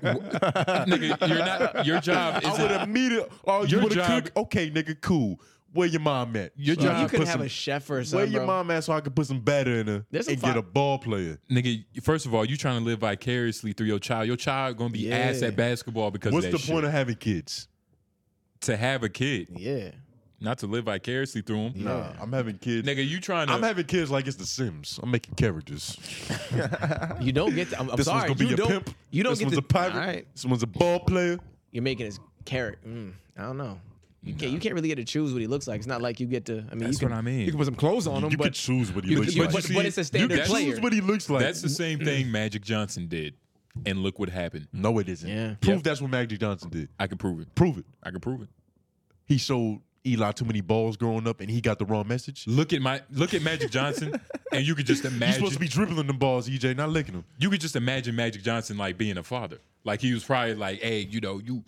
A: nigga, you're not your job
B: I
A: isn't
B: would immediately. Oh, you
A: Your
B: want to
A: job-
B: cook? Okay, nigga, cool. Where your mom at? Your
D: Bro, you could have a chef or
B: Where
D: something.
B: your
D: bro.
B: mom at so I can put some batter in her
D: There's some
B: and get
D: fi-
B: a ball player.
A: Nigga, first of all, you trying to live vicariously through your child. Your child gonna be
D: Yeah.
A: ass at basketball because
B: What's
A: of
B: the
A: that
B: point
A: shit.
B: of having kids?
A: to have a kid,
D: Yeah.
A: not to live vicariously through him.
B: Nah, Uh, I'm having kids.
A: Nigga, you trying to
D: uh,
B: I'm having kids like it's The Sims. I'm making characters.
D: You don't get to I'm, I'm
B: this
D: sorry.
B: one's gonna be
D: you
B: a
D: don't,
B: pimp.
D: You don't
B: this
D: get
B: one's
D: to
B: a pirate.
D: All right.
B: This one's a ball player.
D: You're making his character. Mm, I don't know. You can't, you can't really get to choose what he looks like. It's not like you get to. I mean,
A: That's
D: you can,
A: what I mean.
D: You can put some clothes on him,
B: You
D: but
B: can choose what he
D: you-
B: looks
D: you-
B: like.
D: but- but it's a standard
A: that's-
D: player.
B: choose what he looks like.
A: that's the same thing Magic Johnson did, and look what happened.
B: no, it isn't.
D: Yeah.
B: Prove that's what Magic Johnson did.
A: I can prove it.
B: Prove it.
A: I can prove it.
B: He showed Eli too many balls growing up, and he got the wrong message.
A: Look at my look at Magic Johnson, and you could just
B: You're
A: imagine
B: supposed to be dribbling them balls, EJ, not licking them.
A: you could just imagine Magic Johnson like being a father. Like he was probably like, hey, you know, you,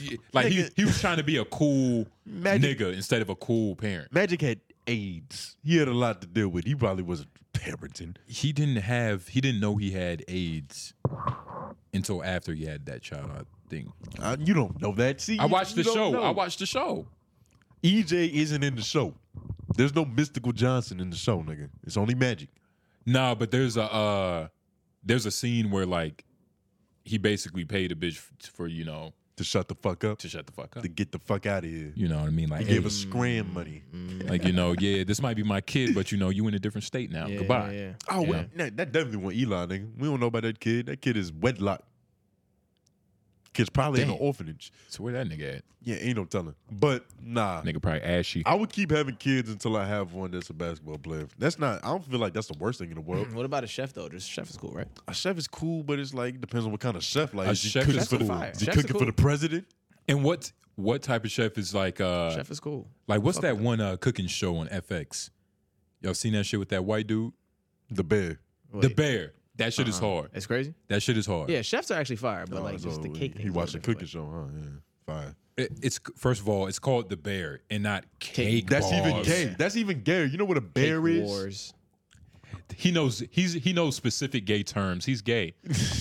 A: you- like he,
B: Nigga.
A: he was trying to be a cool
B: Magic-
A: nigga instead of a cool parent.
B: Magic had AIDS. He had a lot to deal with. He probably wasn't parenting.
A: he didn't have he didn't know he had AIDS until after he had that child. I think
B: Uh, you don't know that. See,
A: I
B: you-
A: watched the
B: you don't
A: show.
B: know.
A: I watched the show.
B: EJ isn't in the show. There's no mystical Johnson in the show, nigga. It's only Magic.
A: Nah, but there's a uh there's a scene where like he basically paid a bitch f- for you know
B: To shut the fuck up.
A: to shut the fuck up. Mm-hmm.
B: To get the fuck out of here.
A: You know what I mean? Like
B: He gave
A: hey,
B: us scram money.
A: like you know yeah this might be my kid, but you know you in a different state now.
D: Yeah,
A: Goodbye.
D: yeah, yeah.
B: Oh,
A: Yeah.
B: well, nah, that definitely went Eli, nigga. We don't know about that kid. That kid is wedlock. Kid's probably in
A: Damn.
B: an orphanage.
A: So where that nigga at?
B: Yeah, ain't no telling. But nah,
A: Nigga probably ashy.
B: I would keep having kids until I have one that's a basketball player. That's not. I don't feel like that's the worst thing in the world.
D: What about a chef though? Just chef is cool, right?
B: A chef is cool, but it's like depends on what kind of chef. Like,
A: A
B: is he
A: chef
B: cooking
A: is
B: for the
A: cool.
B: is he
D: Chefs are
B: cooking for
D: cool.
B: the president?
A: And what what type of chef is like uh
D: chef is cool.
A: like what's
D: Fuck
A: that
D: with
A: one uh cooking show on FX? Y'all seen that shit with that white dude?
B: The bear. Uh-huh.
A: The
D: Wait.
A: bear. That shit is hard.
D: It's crazy.
A: That shit is hard.
D: Yeah, chefs are actually fire, but
B: Oh,
D: like just
B: so
D: the cake.
B: He watched the cooking show, huh? Yeah, fine.
A: It- it's first of all, it's called the bear and not cake.
B: That's even
A: Boss.
B: gay. That's even gay. You know what a bear
D: Cake
B: is?
D: wars.
A: He knows he's he knows specific gay terms. He's gay.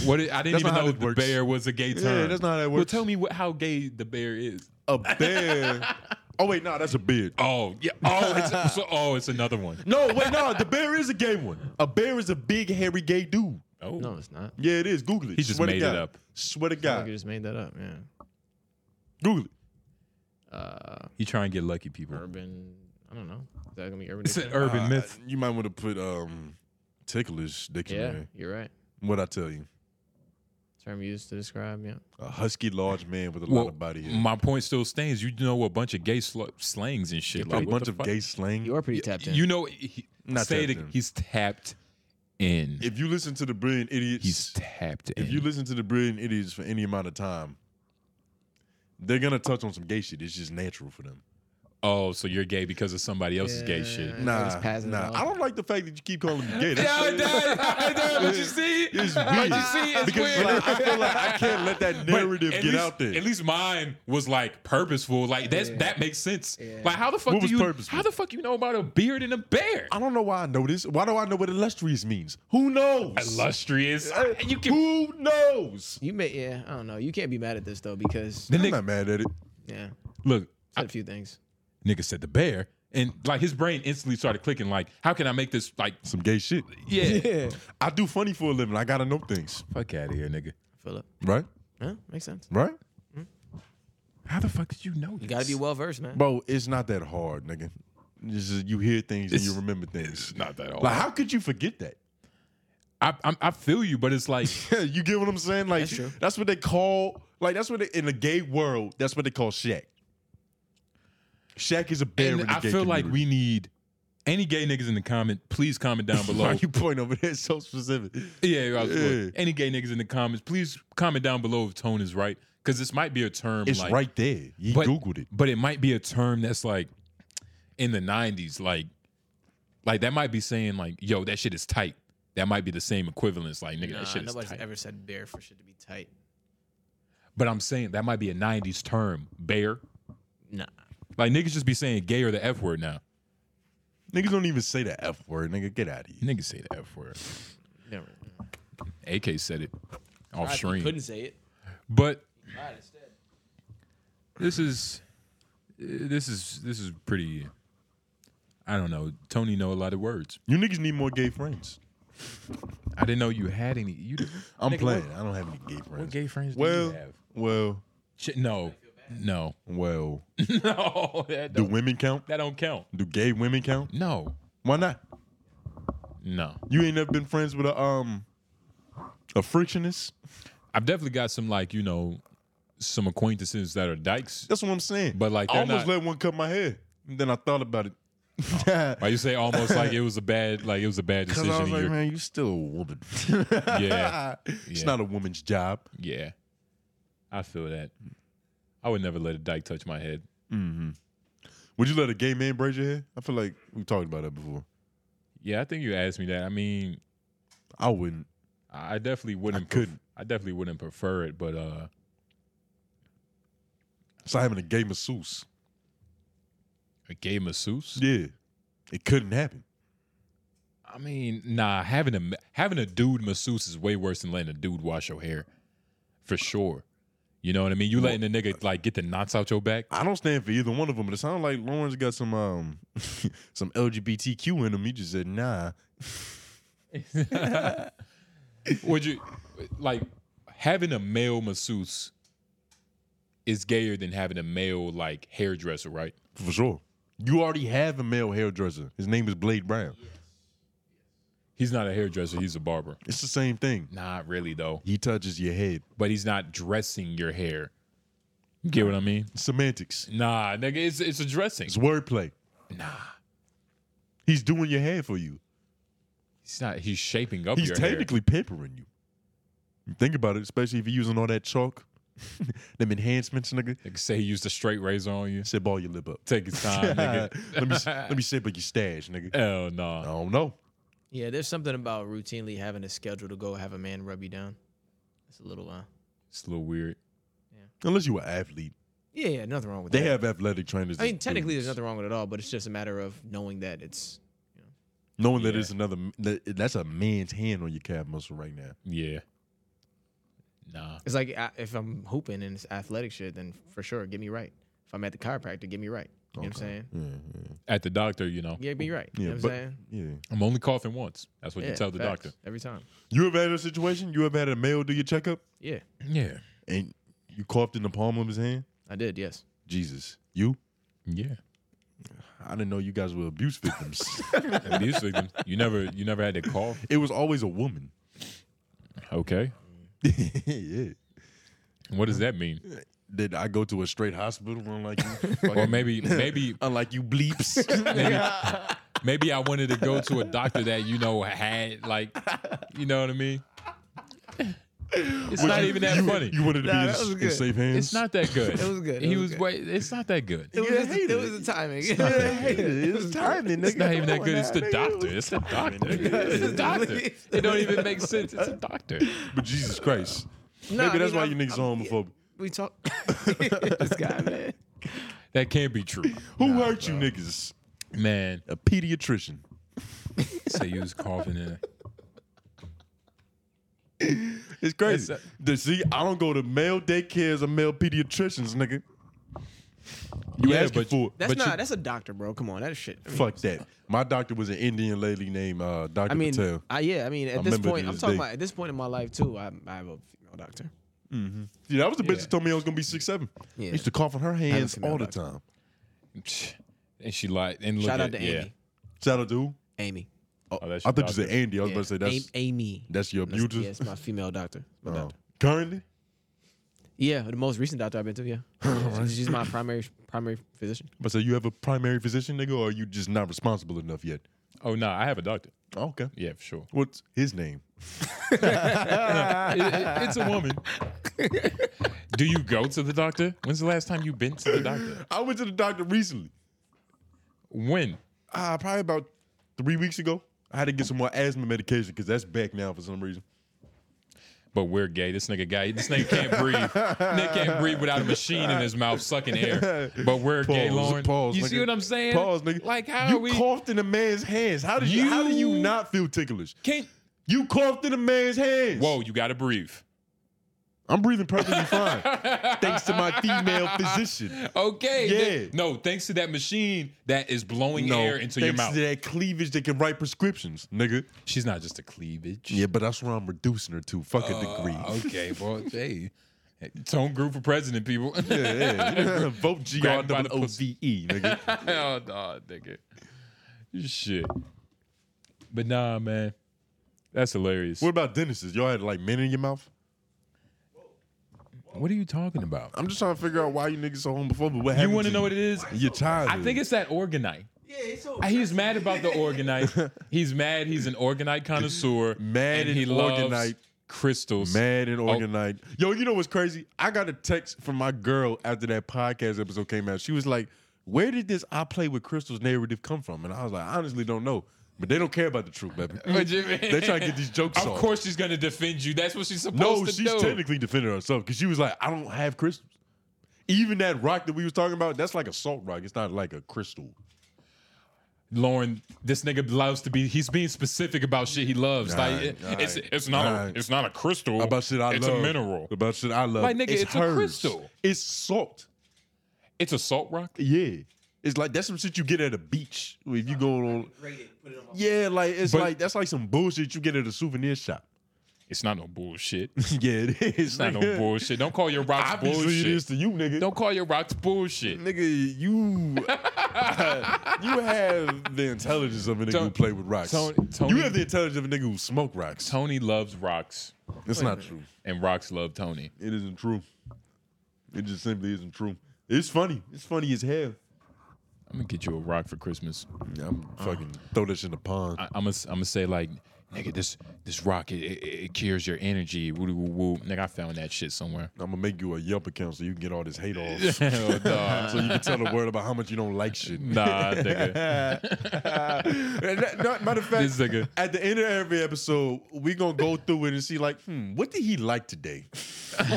A: What it- I didn't even
B: That's not how
A: know
B: that
A: the
B: works.
A: bear was a gay
B: Yeah,
A: term.
B: that's not how that
A: Well,
B: works.
A: tell me what, how gay the bear is.
B: A bear. oh wait, no, that's a beard.
A: Oh yeah. Oh, it's, so, oh, it's another one.
B: No, wait, no, the bear is a gay one. A bear is a big hairy gay dude.
A: Oh,
D: No, it's not.
B: Yeah, it is. Google it.
A: He just
B: Swear to
A: made it
B: God.
A: up.
B: Swear to
D: I think you
B: God.
D: just made that up. Yeah.
B: Google it.
D: Uh,
A: he trying to get lucky people.
D: urban. I don't know. Is that gonna be urban?
A: It's an
D: dictionary?
A: urban
B: Uh,
A: myth. Ah,
B: You might want to put um ticklish
D: yeah,
B: dictionary.
D: you're right.
B: What I tell you.
D: Term used to describe. Yeah.
B: A husky large man with a lot
A: Well,
B: of body hair.
A: my point still stands. You know a bunch of gay sl- slangs and shit.
B: a
A: Like what
B: bunch
A: the
B: of
A: fuck?
B: gay slang.
D: You are pretty tapped in.
A: You know, he,
B: Not
A: say it,
B: tapped in.
A: he's tapped in.
B: If you listen to the Brilliant Idiots,
A: He's tapped
B: If
A: in.
B: you listen to the Brilliant Idiots for any amount of time, they're gonna touch on some gay shit. It's just natural for them.
A: Oh, so you're gay because of somebody else's gay shit.
B: Nah, nah. I don't like the fact that you keep calling me gay.
A: Yeah, I
B: That's
A: did. I did. But you see,
B: It's
A: But
B: weird.
A: you see, it's
B: Because
A: weird.
B: like, I feel like I can't let that
A: But
B: narrative
A: at
B: get
A: least-
B: out there.
A: At least mine was like purposeful. Like that's that makes sense. Like how the fuck
B: What
A: do
B: was
A: you
B: purposeful?
A: how the fuck you know about a beard and a bear?
B: I don't know why I know this. Why do I know what illustrious means? Who knows?
A: Illustrious.
B: Uh, Who knows?
D: You may, yeah, I don't know. You can't be mad at this though because
B: I'm not mad at it.
D: yeah,
A: Look,
D: said a few things.
A: nigga said the bear, and like his brain instantly started clicking. Like how can I make this like
B: Some gay shit.
A: yeah?
B: I do funny for a living. I gotta know things,
A: Fuck out of here, nigga.
D: Philip,
B: right?
D: yeah, makes sense.
B: Right?
A: Hmm? How the fuck did you know?
D: You gotta be well versed, man.
B: Bro, it's not that hard, nigga. It's just you hear things and you remember things.
A: Not that hard.
B: Like, how could you forget that?
A: I, I I feel you, but it's like
B: you get what I'm saying? Like, that's, what they call, like, that's what they, in the gay world, that's what they call Shaq. Shaq is a bear.
A: And
B: in the
A: I
B: gay
A: feel like
B: community.
A: we need any gay niggas in the comment. Please comment down below.
B: Why you point over there so specific?
A: Yeah, I was-
B: Yeah.
A: any gay niggas in the comments, please comment down below if tone is right, because this might be a term.
B: It's
A: like,
B: right there. You
A: but,
B: Googled it.
A: but it might be a term that's like in the '90s, like, like that might be saying like, "Yo, that shit is tight." That might be the same equivalence, like, "Nigga,
D: Nah,
A: that shit is
D: nobody's
A: tight."
D: ever said bear for shit to be tight.
A: But I'm saying that might be a '90s term, bear.
D: Nah,
A: Like niggas just be saying gay or the f word now.
B: Niggas don't even say the F word, nigga. Get out of here.
A: Niggas say the f word.
D: never.
A: AK said it off
D: Right, you
A: stream,
D: couldn't say it.
A: but
D: Right, instead.
A: this is uh, this is this is pretty i don't know tony know a lot of words
B: You niggas need more gay friends.
A: i didn't know you had any you did-
B: I'm
A: Nigga,
B: playing.
A: what-
B: I don't have any gay friends.
A: what gay friends do
B: well,
A: you have
B: well,
A: Shit, no no
B: well.
A: no that
B: Do
A: don't,
B: women count?
A: that don't count
B: Do gay women count?
A: no
B: Why not?
A: no
B: You ain't never been friends with a um a frictionist.
A: i've definitely got some like you know some acquaintances that are dykes
B: That's what I'm saying.
A: But, like,
B: I
A: they're
B: almost
A: not- Oh,
B: let one cut my hair. And then I thought about it.
A: why you say almost like it was a bad like it was a bad
B: Cause
A: decision
B: I was
A: and
B: like,
A: you're-
B: man, you still a woman.
A: Yeah.
B: It's
A: Yeah.
B: not a woman's job.
A: yeah i feel that i would never let a dyke touch my head Mm-hmm.
B: Would you let a gay man braid your hair? I feel like we talked about that before.
A: yeah i think you asked me that i mean
B: I wouldn't.
A: I I definitely wouldn't. pref-
B: couldn't.
A: I definitely wouldn't prefer it, but uh,
B: It's like having a gay masseuse.
A: a gay masseuse.
B: Yeah. It couldn't happen.
A: I mean, nah, having a ma- having a dude masseuse is way worse than letting a dude wash your hair, for sure. You know what I mean? You letting a
B: uh,
A: nigga like get the knots out your back.
B: I don't stand for either one of them, but it sounds like Lawrence got some um some LGBTQ in him. He just said, nah.
A: Would you like having a male masseuse is gayer than having a male like hairdresser, right?
B: For sure. You already have a male hairdresser. His name is Blade Brown.
A: He's not a hairdresser; he's a barber.
B: It's the same thing.
A: Not really though,
B: He touches your head.
A: but he's not dressing your hair. You get what I mean?
B: Semantics.
A: Nah, nigga, it's it's a dressing.
B: It's wordplay. Nah. He's doing your hair for you.
A: He's not. He's shaping up.
B: He's
A: your
B: technically pampering you. Think about it, especially if you're using all that chalk, them enhancements, nigga.
A: hair. Like, say he used a straight razor on you.
B: Say, ball your lip up.
A: Take his time, nigga.
B: let me let me sip up your stash, nigga.
A: Hell no.
B: I don't know.
D: Yeah, there's something about routinely having a schedule to go have a man rub you down. It's a little uh,
A: It's a little weird.
B: Unless you an athlete,
D: yeah, yeah, nothing wrong with
B: they
D: that.
B: have athletic trainers.
D: I mean,
B: that's
D: technically, there's
B: dudes.
D: nothing wrong with it at all, but it's just a matter of knowing that it's
B: knowing that
A: Yeah.
B: it's another. That, that's a man's hand on your calf muscle right now.
A: Yeah. Nah.
D: It's like I, if I'm hooping and it's athletic shit, then for sure, get me right. If I'm at the chiropractor, get me right. You know what I'm saying?
B: Yeah,
A: At the doctor, you know,
D: Get me right.
B: yeah,
D: you know what
B: but
D: I'm saying?
B: yeah.
A: I'm only coughing once. That's what
D: yeah,
A: you tell the
D: facts,
A: doctor.
D: Every time.
B: You ever had a situation? You ever had a male do your checkup
D: Yeah,
A: Yeah.
B: and you coughed in the palm of his hand?
D: I did, yes.
B: Jesus, you?
A: Yeah.
B: I didn't know you guys were abuse victims.
A: Abuse victims. You never, you never had to cough.
B: it was always a woman.
A: Okay.
B: yeah.
A: What does that mean?
B: Did I go to a straight hospital unlike you? Oh
A: Or maybe, maybe,
B: unlike you bleeps.
A: maybe, Maybe I wanted to go to a doctor that you know had like, you know what I mean. It's
B: Would
A: not
B: you-
A: even that
B: you-
A: funny.
B: you wanted to be Nah, in that s- was in good. safe hands?
A: It's not that good.
B: It was good, it
A: He
B: was
A: was. Wait, it's not that good.
D: It was, just the- it was the timing.
A: It's not that good.
B: It's timing.
A: It's not even that good. It's the doctor. It's the doctor. It's the doctor. It don't even make sense. It's a doctor.
B: But Jesus Christ.
D: Nah,
B: Maybe
D: I
B: that's
D: mean,
B: why you
D: I'm-
B: niggas are homophobic.
D: We talk. this guy, man.
A: That can't be true.
B: Who hurt you niggas?
A: Man.
B: A pediatrician.
A: So you was coughing in.
B: It's crazy. The- see, I don't go to male daycares or male pediatricians, nigga. You
A: Yeah,
B: asking
A: but-
B: for it,
D: That's
B: but
D: not.
B: you-
D: that's a doctor, bro. Come on, that shit. I mean,
B: Fuck that. My doctor was an Indian lady named uh, Dr.
D: I mean,
B: Patel.
D: I, yeah. I mean,
B: I
D: at this
B: remember
D: point,
B: to
D: I'm
B: this
D: talking
B: day.
D: about at this point in my life too. I, I have a female doctor.
B: Mhm. Yeah, that was the bitch
D: Yeah.
B: that told me I was gonna be six seven.
D: Yeah.
B: Used to cough on her hands
D: female
B: all the
D: doctor.
B: time.
A: And she lied. And look
D: Shout out
A: at-
D: to
A: yeah.
D: Amy.
B: Shout out to who?
D: Amy.
B: Oh,
A: that's
B: I
A: your
B: thought you said
A: doctor.
B: Andy. I was
D: Yeah,
B: about to say that's
D: Am- Amy.
B: That's your
D: That's-
B: beauty.
D: Yeah, it's my female doctor. My
B: Oh.
D: doctor.
B: Currently,
D: Yeah, the most recent doctor I've been to. Yeah, Yeah, she's, she's my primary primary physician.
B: but so you have a primary physician, nigga, or are you just not responsible enough yet? Oh,
A: Oh no, I have a doctor.
B: Okay,
A: Yeah, for sure.
B: what's his name? Ah.
A: It- it- it's a woman. Do you go to the doctor? When's the last time you been to the doctor?
B: I went to the doctor recently.
A: When?
B: Uh, probably about three weeks ago. I had to get some more asthma medication because that's back now for some reason.
A: But we're gay. This nigga guy. This nigga can't breathe. Nigga can't breathe without a machine in his mouth sucking air. But we're gay,
B: Pause,
A: Lauren.
B: pause,
A: you see
B: nigga.
A: what I'm saying?
B: Pause, nigga.
A: Like how
B: you
A: are we?
B: coughed in a man's hands. How do you, How do you
A: You-
B: not feel ticklish?
A: can't.
B: You coughed in a man's hands.
A: Whoa, you gotta breathe.
B: I'm breathing perfectly fine, thanks to my female physician.
A: Okay.
B: Yeah.
A: th- no, thanks to that machine that is blowing
B: No,
A: air into your
B: thanks
A: mouth.
B: to that cleavage that can write prescriptions, nigga.
A: She's not just a cleavage.
B: Yeah, but that's where I'm reducing her to. Fuck a degree.
A: Oh, Okay, well, hey. Tone group for president, people.
B: Yeah, yeah. Vote G R
A: Grabbed by
B: W
A: the
B: O
A: pussy.
B: V E, nigga.
A: oh, nah, nigga. Shit. But nah, man. That's hilarious.
B: What about dentists? Y'all had like men in your mouth?
A: What are you talking about?
B: I'm just trying to figure out why you niggas so homophobic. What
A: You
B: happened
A: want
B: to
A: to know what it is?
B: Your childhood.
A: I think it's that organite.
D: Yeah, it's so.
A: He's mad about the organite. He's mad he's an organite connoisseur.
B: Mad
A: and
B: and
A: he loves
B: organite.
A: crystals.
B: Mad and organite. Yo, you know what's crazy? I got a text from my girl after that podcast episode came out. She was like, Where did this I play with crystals narrative come from? And I was like, I honestly don't know. But they don't care about the truth, baby.
A: What you mean?
B: They trying to get these jokes
A: Of
B: off.
A: course she's gonna defend you. That's what she's supposed
B: No,
A: to
B: she's
A: do.
B: technically defending herself because she was like, I don't have crystals. Even that rock that we was talking about, that's like a salt rock. It's not like a crystal.
A: Lauren, this nigga loves to be. He's being specific about shit he loves. like
B: Alright,
A: it- it's
B: alright,
A: it's not
B: alright.
A: a it's not a crystal.
B: About shit I
A: it's
B: love.
A: a mineral.
B: About shit I love.
A: Like, nigga, it's a
B: hers.
A: crystal.
B: It's salt.
A: It's a salt rock.
B: Yeah. It's like that's some shit you get at a beach if you go on. Yeah, like it's
A: But-
B: like that's like some bullshit you get at a souvenir shop.
A: It's not no bullshit.
B: yeah, it is.
A: It's not no
B: nigga.
A: bullshit. Don't call your rocks
B: Obviously,
A: bullshit.
B: it is to you, nigga.
A: Don't call your rocks bullshit.
B: Nigga, you you have the intelligence of a nigga who
A: Tony-
B: play with rocks.
A: Tony- Tony-
B: you have the intelligence of a nigga who smoke rocks.
A: Tony loves rocks,
B: It's not true.
A: and rocks love Tony.
B: It isn't true. It just simply isn't true. It's funny. It's funny as hell.
A: I'm gonna get you a rock for Christmas.
B: I'm fucking throw this in the pond.
A: I, I'm gonna I'm gonna say like, nigga, this this rock it, it, it cures your energy. Woo woo woo. Nigga, I found that shit somewhere.
B: I'm gonna make you a Yelp account so you can get all this hate off.
A: Oh, dog.
B: so you can tell the world about how much you don't like shit.
A: Nah, nigga.
B: And that- no, matter of fact,
A: This nigga.
B: at the end of every episode, we gonna go through it and see like, hmm, what did he like today?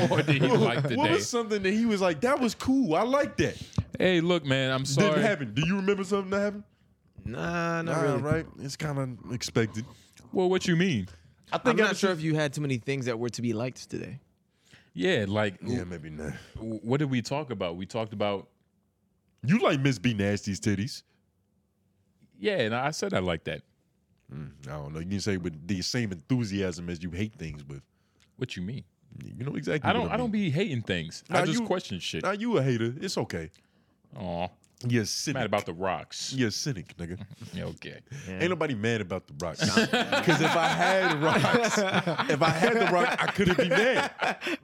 A: What did he like today?
B: What was something that he was like, that was cool. I like that.
A: Hey, look, man, I'm
B: Didn't
A: sorry.
B: happen. Do you remember something that happened?
D: Nah, not
B: Nah,
D: really.
B: right. It's kind of expected.
A: Well, what you mean?
B: I
D: I'm
B: think
D: not sure if you had too many things that were to be liked today.
A: Yeah, like,
B: Yeah, maybe not.
A: w- what did we talk about? We talked about,
B: You like Miss B Nasty's titties?
A: yeah, and I said I like that.
B: I don't know. You can say with the same enthusiasm as you hate things with.
A: What you mean?
B: You know exactly.
A: I
B: what
A: don't. I don't be hating things.
B: Nah,
A: I just
B: you-
A: question shit.
B: Now you a hater. It's okay.
A: Aw.
B: You're a cynic.
A: Mad about the rocks.
B: You're a cynic, nigga.
A: okay.
B: Ain't nobody mad about the rocks. Because if I had the rocks, if I had the rock, I couldn't be mad. It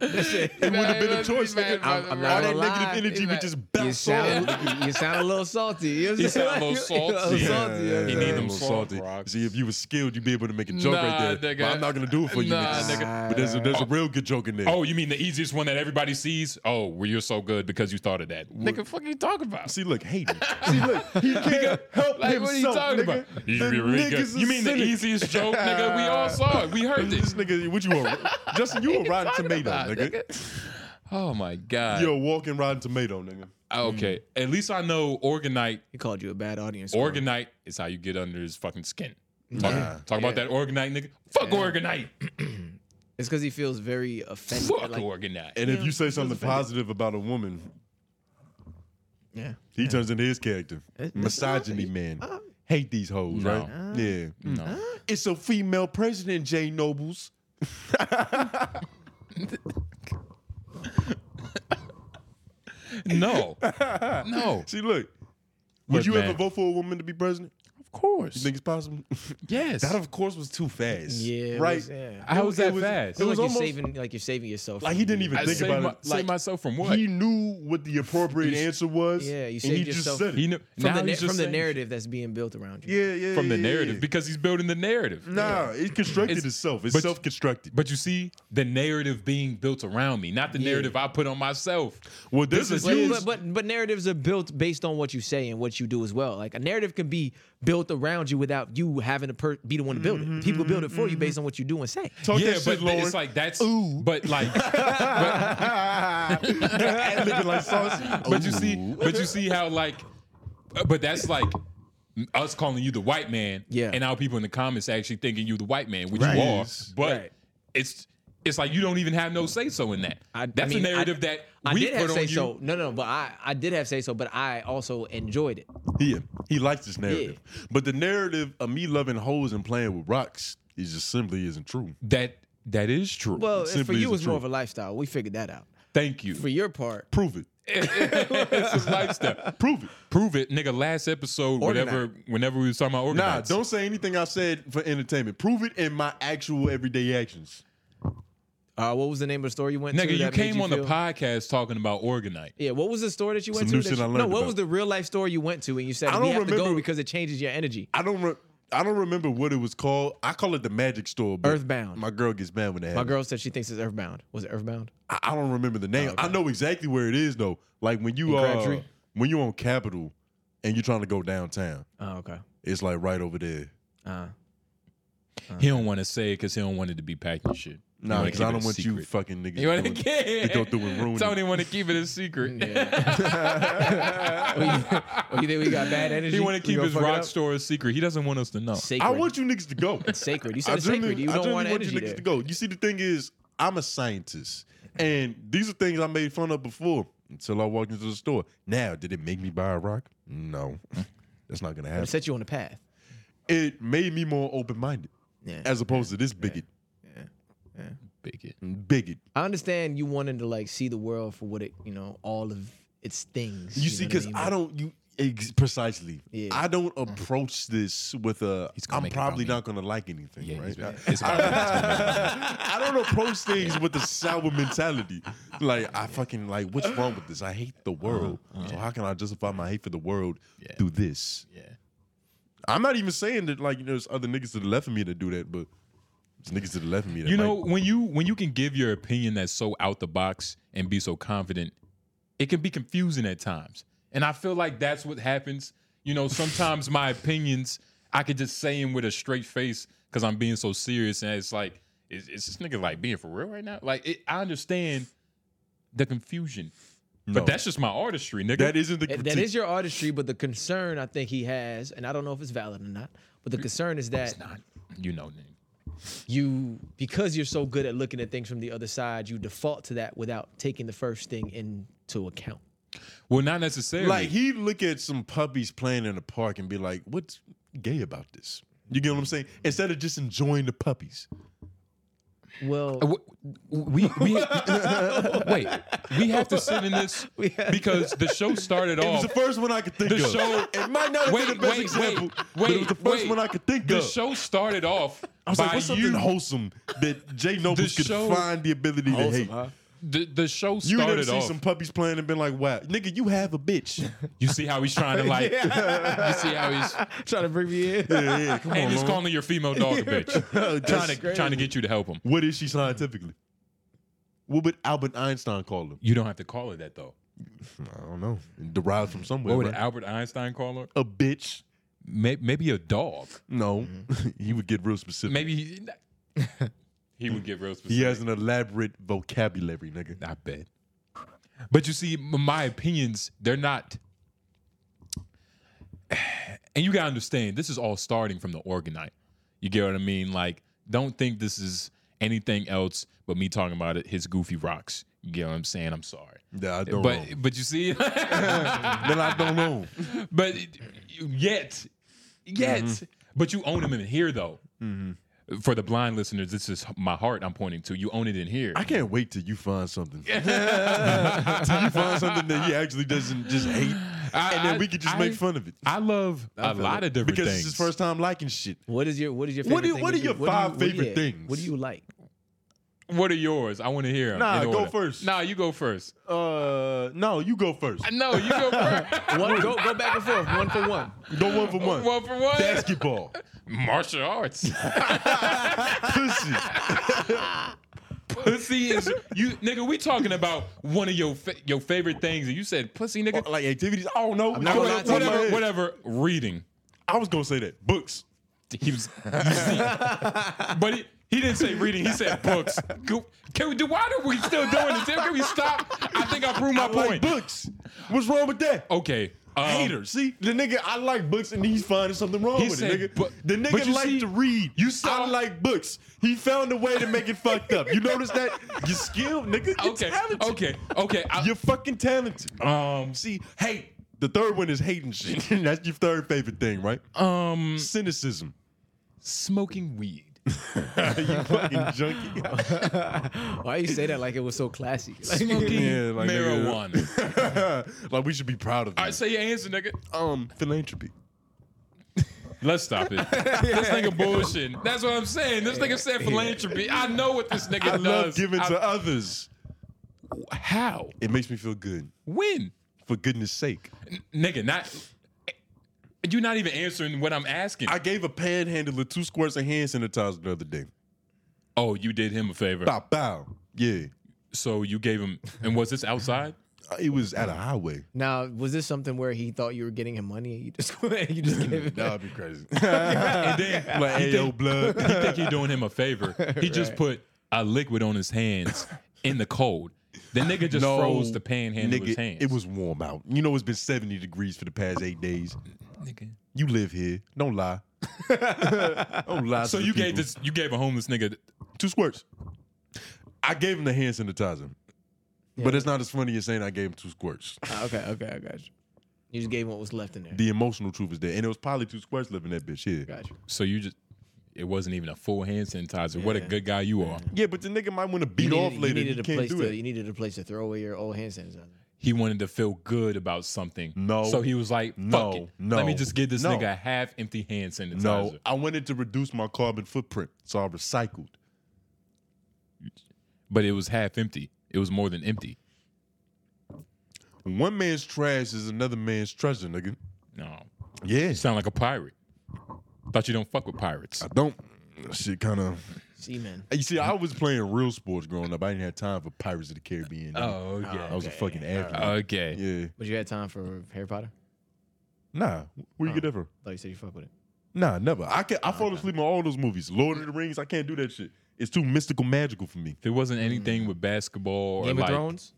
B: wouldn't have been a choice, nigga.
D: I'm, I'm
B: All
D: not
B: that
D: gonna lie.
B: negative energy would just
D: you
B: bounce
D: sound,
B: off.
D: you- you sound a little salty. You know what I'm
A: He
D: saying?
A: sound a little salty. Yeah,
D: You're salty, you know what I'm
A: he
D: saying?
A: need
B: Yeah,
A: them
B: I'm
A: soft
B: salty.
A: rocks.
B: See, if you were skilled, you'd be able to make a joke
A: Nah,
B: right there. But
A: nigga.
B: I'm not gonna do it for you,
A: Nah,
B: niggas.
A: nigga.
B: But there's a, there's a real good joke in there.
A: Oh, you mean the easiest one that everybody sees? Oh, well, you're so good because you thought of that. Nigga, fuck you talking about?
B: See, look, Hayden. See, look, he can't help
A: Like,
B: himself.
A: what are you talking
B: nigga.
A: about? You
B: The
A: be really good.
B: niggas a
A: You mean the
B: cynic.
A: easiest joke, nigga? We all saw it. We heard
B: this nigga. What you want? Justin, you a rotten tomato, nigga.
A: Oh my god.
B: You're a walking rotten tomato, nigga.
A: Okay. At least I know Organite.
D: He called you a bad audience. member.
A: Organite is how you get under his fucking skin. Talk,
B: Yeah.
A: talk about
D: Yeah.
A: that Organite, nigga. Fuck Organite.
D: It's because he feels very offended.
A: Fuck
D: like,
A: Organite.
B: And if you say something
D: offended.
B: positive about a woman,
D: yeah.
B: he turns into his character.
D: It- Uh,
B: Misogyny man. Hate these hoes,
A: No.
B: right? Yeah.
A: No.
B: It's a female president, Jay Nobles.
A: No. No.
B: See,
A: Look,
B: look. Would you
A: man.
B: ever vote for a woman to be president?
A: Of course.
B: You think it's possible?
A: yes.
B: that, of course, was too fast.
D: Yeah. it
B: Right?
D: was- yeah.
A: How
B: It
A: was that
B: it
A: fast?
B: It
D: It
B: was
D: was like
B: almost
D: you're saving, like you're saving yourself.
B: like
D: from
B: he didn't
D: the
B: even
A: I
B: think
A: saved
B: about
A: my-
B: it.
A: saved
B: Like,
A: myself from what?
B: He knew what the appropriate answer was.
D: Yeah, you
B: and
D: saved
B: he
D: yourself-
B: Just said it.
A: He knew,
D: from,
A: now
D: the, na-
A: he's just
D: from the
A: saying-
D: narrative that's being built around you.
B: yeah, yeah.
A: From the
B: yeah,
A: narrative
B: yeah.
A: because he's building the narrative.
B: Nah, it constructed
A: It's-
B: itself. It's
A: but-
B: self-constructed.
A: But you see, the narrative being built around me, not the narrative I put on myself.
B: well, this,
A: this is
B: is
D: But,
B: huge.
D: but, but but narratives are built based on what you say and what you do as well. Like a narrative can be built around you without you having to per- be the one to build it. People build it for you based on what you do and say.
B: Talk
A: yeah,
B: that
A: but
B: shit, Lauren.
A: it's like that's. But like, but,
B: Ad-libbing like sausage.
A: but you see,
B: Ooh.
A: but you see how like, uh, but that's like us calling you the white man.
D: Yeah.
A: And now people in the comments actually thinking you the white man, which
B: Right.
A: you are.
B: Yes.
A: But
D: Right.
A: it's it's like you don't even have no say so in that.
D: I- I
A: that's
D: mean, I-
A: a narrative that
D: I
A: we
D: did
A: put
D: have
A: on
D: say
A: you.
D: so. No, no, but I I did have say so, but I also enjoyed it.
B: Yeah, he likes this narrative. But the narrative of me loving hoes and playing with rocks is just simply isn't true.
A: That that is true.
D: Well, for
B: simply
D: you,
B: isn't
D: it was
B: true.
D: more of a lifestyle. We figured that out.
A: thank you.
D: For your part,
B: Prove it.
A: it's his lifestyle.
B: Prove it.
A: Prove it, nigga. Last episode, whatever, whenever we was talking about
B: Nah,
A: organized.
B: don't say anything I said for entertainment. Prove it in my actual everyday actions.
D: uh, what was the name of the store you went to?
A: Nigga, you
D: that made
A: came on
D: feel-
A: the podcast talking about Organite.
D: Yeah, what was the store that you went
B: Some new
D: to? that
B: shit
D: you-
B: I
D: no,
B: learned
D: what
B: about.
D: was the real life store you went to and you said
B: I
D: we
B: don't
D: have to go
B: remember-
D: because it changes your energy?
B: I don't. Re- I don't remember what it was called. I call it the Magic Store. But
D: Earthbound.
B: My girl gets mad when that
D: My
B: happens.
D: girl said she thinks it's Earthbound. Was it Earthbound?
B: I, I don't remember the name. I know exactly where it is though. Like when you
D: In
B: are
D: Crabtree?
B: when you on Capitol and you're trying to go downtown,
D: Oh, okay.
B: it's like right over there.
D: Uh,
A: He don't want to say it because he don't want it to be packing shit. He
B: Nah,
A: wanna
B: because
A: keep
B: I
A: it
B: don't
A: a
B: want you
A: secret.
B: fucking niggas.
A: You want to
B: doing-
A: get
B: to go through and ruin it.
A: Tony want to keep it a secret.
D: well, Oh, you think we got bad energy?
A: He want to
D: We
A: keep
D: gonna
A: his
D: fuck it
A: rock
D: up?
A: store a secret. He doesn't want us to know.
D: Sacred.
B: I want you niggas to go.
D: sacred. You
B: I
D: said it's sacred.
B: genuinely-
D: You
B: I
D: don't want
B: genuinely
D: energy
B: you niggas
D: there.
B: to go. You see, the thing is, I'm a scientist, and these are things I made fun of before until I walked into the store. Now, did it make me buy a rock? No, that's not gonna
D: It
B: happen.
D: set you on the path.
B: It made me more open minded,
D: Yeah.
B: as opposed to this bigot,
A: Bigot.
B: bigot.
D: I understand you wanting to like see the world for what it, you know, all of its things.
B: You see,
D: know what
B: because
D: mean?
B: I don't you ex- precisely.
D: Yeah.
B: I don't approach this with a.
A: He's gonna
B: I'm
A: make it
B: probably
A: about
B: not gonna like anything,
A: Yeah,
B: right?
A: he's about-
B: I-
A: it's about- it's
B: I don't approach things with a sour mentality. Like I fucking like, what's wrong with this? I hate the world. So how can I justify my hate for the world
A: Uh-huh. Yeah.
B: through this?
A: Yeah.
B: I'm not even saying that like you know there's other niggas to the left of me that do that, but there's niggas to the left of me. That
A: You know,
B: might-
A: when you when you can give your opinion that's so out the box and be so confident, it can be confusing at times. And I feel like that's what happens. You know, sometimes my opinions I could just say them with a straight face because I'm being so serious, and it's like, is, is this nigga like being for real right now? Like, it, I understand the confusion,
B: No.
A: but that's just my artistry, nigga.
B: that isn't the
D: That-
B: critique.
D: that is your artistry, but the concern I think he has, and I don't know if it's valid or not, but the concern is that
A: it's not, you know, nigga.
D: you because you're so good at looking at things from the other side, you default to that without taking the first thing into account.
A: Well, not necessarily.
B: Like he'd look at some puppies playing in the park and be like, "What's gay about this?" You get what I'm saying? Instead of just enjoying the puppies,
D: Well,
A: Uh,
B: Uh,
A: we, we wait. We have to sit in this because the show started
B: It
A: off.
B: was the first one I could think
A: Oh. the
B: of.
A: show.
B: It might not have
A: wait,
B: been the best
A: wait,
B: example,
A: Wait,
B: but it was
A: wait,
B: the first
A: wait.
B: one I could think
A: the
B: of.
A: The show started off
B: I was
A: by
B: like, what's something
A: you.
B: wholesome that Jay
A: the
B: Nobles could
A: show
B: find the ability to hate?
A: The, the show
B: You ain't never
A: started off.
B: see some puppies playing and been like, wow, nigga, you have a bitch.
A: you see how he's trying to like. You see how he's
D: trying to bring me in.
B: yeah, yeah, come
A: and
B: on,
A: he's
B: mama.
A: calling your female dog a bitch, trying to
B: crazy.
A: trying to get you to help him.
B: What is she scientifically? What would Albert Einstein call him?
A: You don't have to call her that though.
B: I don't know. Derived from somewhere.
A: What would
B: right?
A: Albert Einstein call her?
B: a bitch?
A: May- Maybe a dog.
B: No, he would get real specific.
A: Mm-hmm. Maybe he, he would get real specific.
B: He has an elaborate vocabulary, nigga.
A: I bet. But you see, m- my opinions, they're not. And you gotta understand, this is all starting from the organite. You get what I mean? Like, don't think this is anything else but me talking about it. His goofy rocks. You get what I'm saying? I'm sorry.
B: Yeah, I don't
A: but
B: know.
A: but you see,
B: then I don't know.
A: but it- yet, yet,
B: Mm-hmm.
A: but you own him in here though. For the blind listeners, this is my heart. I'm pointing to. You own it in here.
B: I can't wait till you find something. till you find something that he actually doesn't just hate,
A: I-
B: and then
A: I-
B: we can just
A: I-
B: make fun of it.
A: I love
B: I
A: a
B: feel
A: lot
B: it.
A: of different
B: because
A: things.
B: it's his first time liking shit.
D: What is your What is your favorite
B: What do you-
D: thing
B: what
D: that
B: are your
D: what do
B: five
D: what do
B: favorite
D: yeah,
B: things?
D: What do you like?
A: What are yours? I want to hear. 'em
B: Nah,
A: in
B: go
A: order.
B: first.
A: Nah, you go first.
B: Uh, no, you go first.
A: No, you go first.
D: One, go go back and forth, one for one.
B: Go one for one.
A: one for one.
B: Basketball,
A: Martial arts.
B: pussy.
A: pussy is you, nigga. We talking about one of your fa- your favorite things, and you said pussy, nigga.
B: Oh, like activities. I don't know.
D: not
B: I
D: gonna
B: don't
D: lie to
B: know.
A: whatever,
D: you.
B: Whatever.
A: whatever. Reading.
B: I was gonna say that books.
A: He was, you see, but he, he didn't say reading. He said books. Go- Can we do? Why are we still doing this? Can we stop? I think I proved my
B: I like
A: point.
B: books. What's wrong with that?
A: okay. Um,
B: Hater. See, the nigga, I like books, and he's finding something wrong
A: He
B: with
A: said
B: it, nigga.
A: bu-
B: the
A: but
B: nigga
A: you
B: liked
A: see,
B: to read.
A: you saw-
B: I like books. He found a way to make it fucked up. You notice that? You're skilled, nigga. You're
A: Okay.
B: talented.
A: Okay. Okay. I-
B: You're fucking talented.
A: um.
B: See, hate. The third one is hating shit. That's your third favorite thing, right?
A: Um.
B: Cynicism.
A: Smoking weed.
B: you fucking junkie.
D: Why you say that like it was so classy? Like,
A: Smoking
B: Yeah, like, nigga.
A: marijuana.
B: like we should be proud of
A: All
B: you.
A: right, say your answer, nigga.
B: um, philanthropy.
A: Let's stop it. this nigga bullshitting. That's what I'm saying. This nigga said philanthropy. I know what this nigga
B: I
A: does.
B: love giving
A: I-
B: to others.
A: how?
B: It makes me feel good.
A: When?
B: For goodness sake.
A: N- nigga, not. You're not even answering what I'm asking.
B: I gave a panhandler two squares of hand sanitizer the other day.
A: oh, you did him a favor.
B: Bow, bow. Yeah.
A: So you gave him. And was this outside?
B: Uh, It was at a highway.
D: now, was this something where he thought you were getting him money and you just you just gave it?
B: That would be crazy. and then, like, hey, yo,
A: you
B: blood.
A: think you're doing him a favor? He just put a liquid on his hands in the cold. The nigga just froze the panhandler's
B: nigga,
A: hands.
B: It was warm out. You know, it's been 70 degrees for the past eight days.
A: nigga.
B: You live here. Don't lie. Don't lie.
A: So
B: to the
A: you gave
B: people.
A: this. You gave a homeless nigga.
B: two squirts. I gave him the hand sanitizer, but it's not as funny as saying I gave him two squirts.
D: Ah, okay, okay, I got you. You just gave him what was left in there.
B: The emotional truth is there, and it was probably two squirts living that bitch here.
D: Got you.
A: So you just. It wasn't even a full hand sanitizer. What a
D: Yeah.
A: good guy you are.
B: Yeah, but the nigga might want to
D: You
B: beat
D: needed-
B: off
D: you
B: later. You,
D: needed a
B: can't
D: place
B: do
D: to,
B: it.
D: You needed a place to throw away your old hand sanitizer.
A: He wanted to feel good about something.
B: No.
A: So he was like, fuck
B: No.
A: it.
B: No.
A: Let me just give this
B: No.
A: nigga a half empty hand sanitizer.
B: No, I wanted to reduce my carbon footprint, so I recycled.
A: But it was half empty. It was more than empty.
B: One man's trash is another man's treasure, nigga.
A: No.
B: Yeah,
A: You sound like a pirate. Thought you don't fuck with pirates.
B: I don't. Shit, kind of.
D: See, man.
B: You see, I was playing real sports growing up. I didn't have time for Pirates of the Caribbean.
A: Oh,
B: yeah. I was a fucking athlete.
A: Okay.
B: Yeah.
D: But you had time for Harry Potter?
B: Nah, where you get that from?
D: thought you said you fuck with it.
B: Nah, never. I can I fall asleep on all those movies. Lord of the Rings, I can't do that shit. It's too mystical, magical for me.
A: If it wasn't anything with basketball or
D: Game
A: like,
D: of Thrones?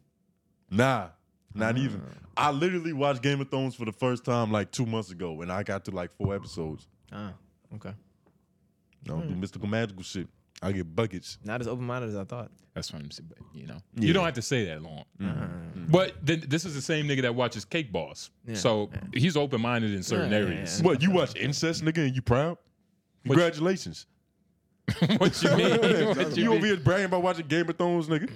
B: Nah, not even. I literally watched Game of Thrones for the first time like two months ago, and I got to like four episodes.
D: Ah, okay.
B: I don't do mystical, magical shit. I get buckets.
D: Not as open minded as I thought.
A: That's what I'm saying. But you know,
B: Yeah. Mm-hmm.
A: you don't have to say that long. But then this is the same nigga that watches Cake Boss,
D: Yeah.
A: so he's open minded in certain
D: Yeah, yeah,
A: areas.
D: yeah.
B: What you watch incest, nigga, and you proud? Congratulations.
A: what you mean? What
B: you
A: you
B: over
A: mean?
B: here bragging about watching Game of Thrones, nigga?
D: Mm.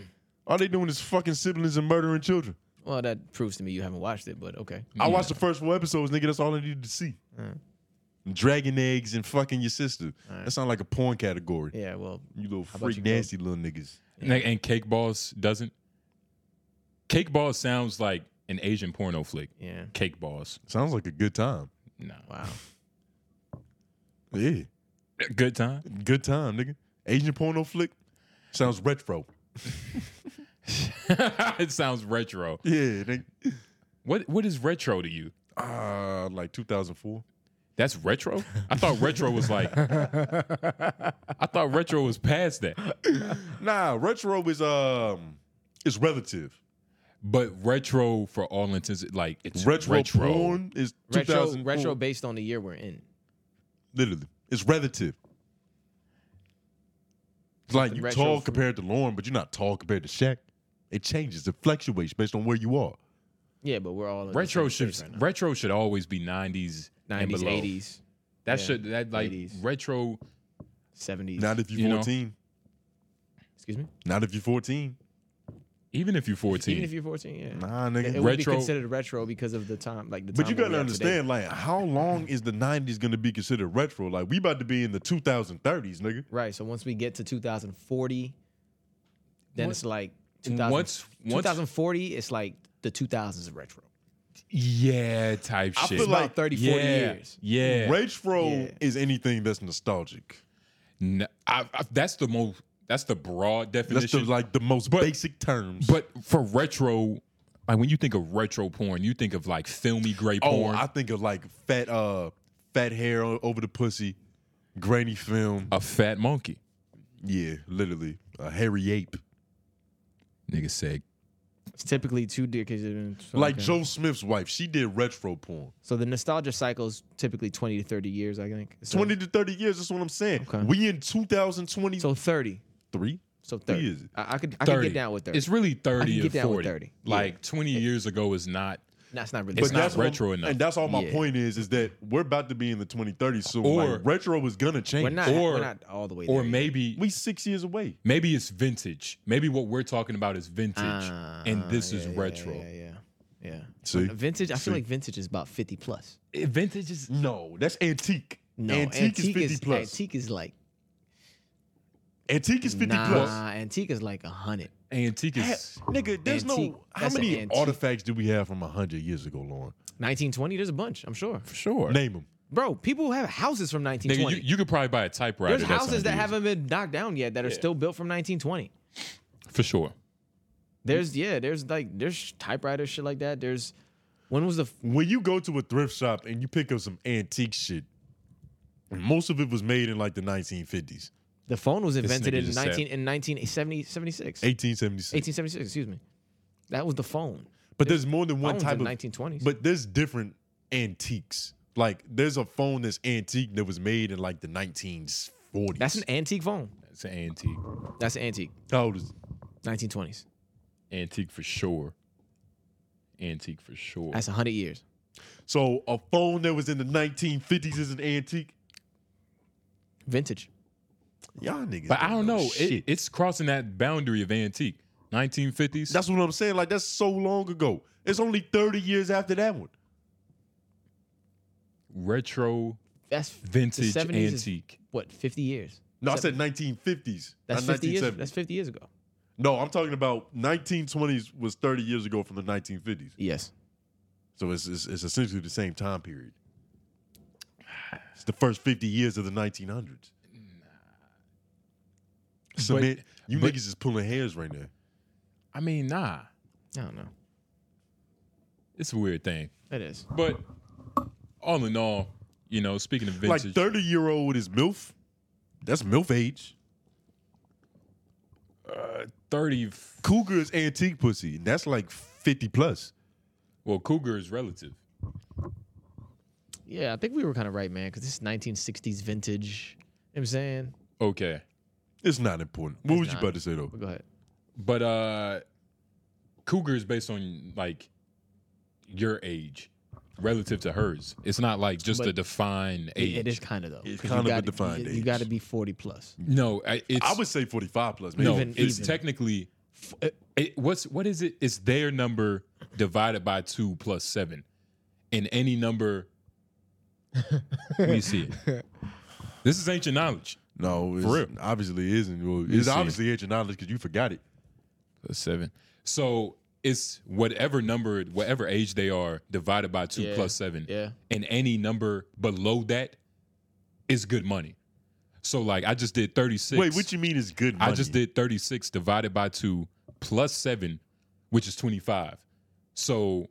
B: All they doing is fucking siblings and murdering children.
D: Well, that proves to me you haven't watched it, but okay.
B: I watched the first four episodes, nigga. That's all I needed to see.
D: Mm.
B: Dragon eggs and fucking your sister. That sounds like a porn category.
D: Yeah, well,
B: you little
D: how about
B: freak,
D: you go-
B: nasty little niggas.
A: And, and Cake Boss doesn't. Cake Boss sounds like an Asian porno flick.
D: Yeah.
A: Cake Boss.
B: Sounds like a good time.
A: No.
D: Wow.
B: Yeah,
A: Good time.
B: good time, nigga. Asian porno flick sounds retro.
A: it sounds retro.
B: Yeah, nigga.
A: What What is retro to you?
B: Uh, like 2004.
A: That's retro. I thought retro was like. I thought retro was past that,
B: Nah, retro is um, it's relative.
A: but retro for all intents like it's
B: Retro,
A: retro.
B: porn is
D: Retro,
B: 2004.
D: retro based on the year we're in.
B: Literally, it's relative. It's like
D: The
B: you
D: retro
B: tall
D: for-
B: compared to Lauren, but you're not tall compared to Shaq. It changes, it fluctuates based on where you are.
D: Yeah, but we're all in the
A: Retro
D: same
A: should
D: place right now.
A: retro should always be nineties,
D: 90s, 80s,
A: That
D: Yeah.
A: should that like
D: 80s.
A: retro.
D: 70s.
B: Not if you're
A: You know.
B: 14.
D: Excuse me?
B: Not if you're 14.
A: Even if you're fourteen,
D: Even if you're 14, yeah.
B: Nah,
D: It,
B: nigga.
D: it would be
A: Retro-
D: considered retro because of the time, like the
B: But
D: time
B: you
D: where
B: gotta
D: we are today.
B: understand, like, how long is the '90s gonna be considered retro? Like, we about to be in the 2030s, nigga.
D: Right. So once we get to 2040, then
A: What-
D: it's like 2000,
A: Once- once-
D: 2040, it's like the 2000s of retro.
A: yeah, type
B: I
A: shit.
B: feel like
D: About 30, 40
A: yeah,
D: years.
A: Yeah,
B: retro
D: Yeah.
B: is anything that's nostalgic.
A: N- I- I- that's the most. That's the broad
B: That's
A: definition.
B: the, like the most
A: But-
B: basic terms.
A: but for retro, like when you think of retro porn, you think of like filmy gray
B: oh,
A: porn,
B: I think of like fat, uh, fat hair o- over the pussy, grainy film.
A: a fat monkey.
B: yeah, literally a hairy ape,
A: Nigga said,
D: It's typically two decades. So
B: like
D: okay.
B: Joe Smith's wife. She did retro porn.
D: So the nostalgia cycle is typically 20 to 30 years, I think. So,
B: 20 to 30 years. That's what I'm saying.
D: Okay.
B: We in 2023.
D: So 30. So 30.
B: years.
D: I, I could I could
A: thirty.
D: get down with 30.
A: It's really
D: I
A: thirty
D: can
A: or
D: get down with
A: forty.
D: 30. Yeah.
A: Like twenty years ago is not.
D: that's not really.
A: But
D: retro.
A: that's-
B: what I'm-
A: retro enough.
B: And that's all my
D: Yeah.
B: point is, is that we're about to be in the 2030s. So
A: Or-
B: like, retro is gonna change.
D: we're not,
A: or-
D: we're not all the way there.
A: Or
D: yet.
A: maybe
B: We six years away.
A: maybe it's vintage. Maybe what we're talking about is vintage,
D: Ah,
A: and this
D: yeah,
A: is
D: yeah,
A: retro.
D: Yeah, yeah. yeah.
B: See?
D: But Vintage, I feel
B: See?
D: like vintage is about 50 plus.
A: Eh, Vintage is
B: No, that's antique.
D: No,
B: antique, is 50 plus. Antique,
D: Antique is like
B: is 50
D: nah,
B: plus.
D: Antique is like 100.
A: antique is
B: Heck, nigga, there's
D: Antique.
B: no. How
D: That's an
B: many
D: antique.
B: artifacts do we have from 100 years ago, Lauren?
D: 1920, there's a bunch, I'm sure.
A: for sure.
B: Name them.
D: Bro, people have houses from
A: Nigga, you,
D: 1920.
A: you could probably buy a typewriter.
D: there's
A: that's
D: houses that
A: unused.
D: haven't been knocked down yet that are still built from 1920.
A: for sure.
D: There's yeah, there's like there's typewriters shit like that. There's when was the f-
B: When you go to a thrift shop and you pick up some antique shit, most of it was made in like the 1950s,
D: the phone was invented
A: nigga
D: in
A: just said-
D: 19 in 1970 76.
B: 1876.
D: 1876, excuse me. That was the phone.
B: But there's more than one
D: phones
B: type
D: in
B: of
D: 1920s.
B: But there's different antiques. Like there's a phone that's antique that was made in like the 1940s.
D: That's an antique phone.
A: It's an antique,
D: That's an antique.
B: How old is it?
D: 1920s.
A: antique for sure, antique for sure.
D: That's 100 years.
B: So a phone that was in the 1950s is an antique.
D: Vintage.
B: Y'all niggas.
A: but I don't know.
B: shit.
A: It, it's crossing that boundary of antique. 1950s.
B: that's what I'm saying. Like that's so long ago. It's only 30 years after that one.
A: retro,
D: That's
A: vintage,
D: the 70s is,
A: antique.
D: what 50 years.
B: No,
D: Seven-
B: I said 1950s.
D: That's
B: not
D: 50 years.
B: 1970s.
D: That's 50 years ago.
B: no, I'm talking about 1920s was 30 years ago from the 1950s.
D: Yes.
B: So it's, it's, it's essentially the same time period. It's the first 50 years of the 1900s. So
A: But-
B: man, you
A: but-
B: niggas is pulling hairs right now.
A: I mean, nah,
D: I don't know.
A: it's a weird thing.
D: It is.
A: But all in all, you know, speaking of vintage,
B: Like 30 year old is MILF. That's MILF age.
A: 30
B: Cougar is antique pussy. And that's like 50 plus.
A: well, cougar is relative.
D: Yeah, I think we were kind of right, man, because this is 1960s vintage. You know what I'm saying?
A: Okay.
B: It's not important. What
D: It's
B: was you
D: not.
B: about to say though?
D: But go ahead.
A: But uh cougar is based on like your age. relative to hers. It's not like just
D: But
A: a defined
D: It-
A: age.
D: it is kind of though.
B: It's
D: 'cause you
B: kind of a
D: gotta-
B: defined
D: you,
B: age.
D: You got to be 40 plus.
A: No, I, it's,
B: I would say 45 plus.
A: no.
D: Even-
A: it's
D: even.
A: technically uh, it, what's what is it? It's their number divided by two plus seven, and any number. Let me see it. This is ancient knowledge.
B: No, it's,
A: real.
B: obviously isn't. Well,
A: You
B: it's
A: see.
B: obviously ancient knowledge because you forgot it.
A: Plus seven. So it's whatever number, whatever age they are, divided by two
D: Yeah.
A: plus seven.
D: Yeah.
A: And any number below that is good money. So like I just did thirty six.
B: Wait, what you mean is good money?
A: I just did 36 divided by 2 plus 7, which is 25. So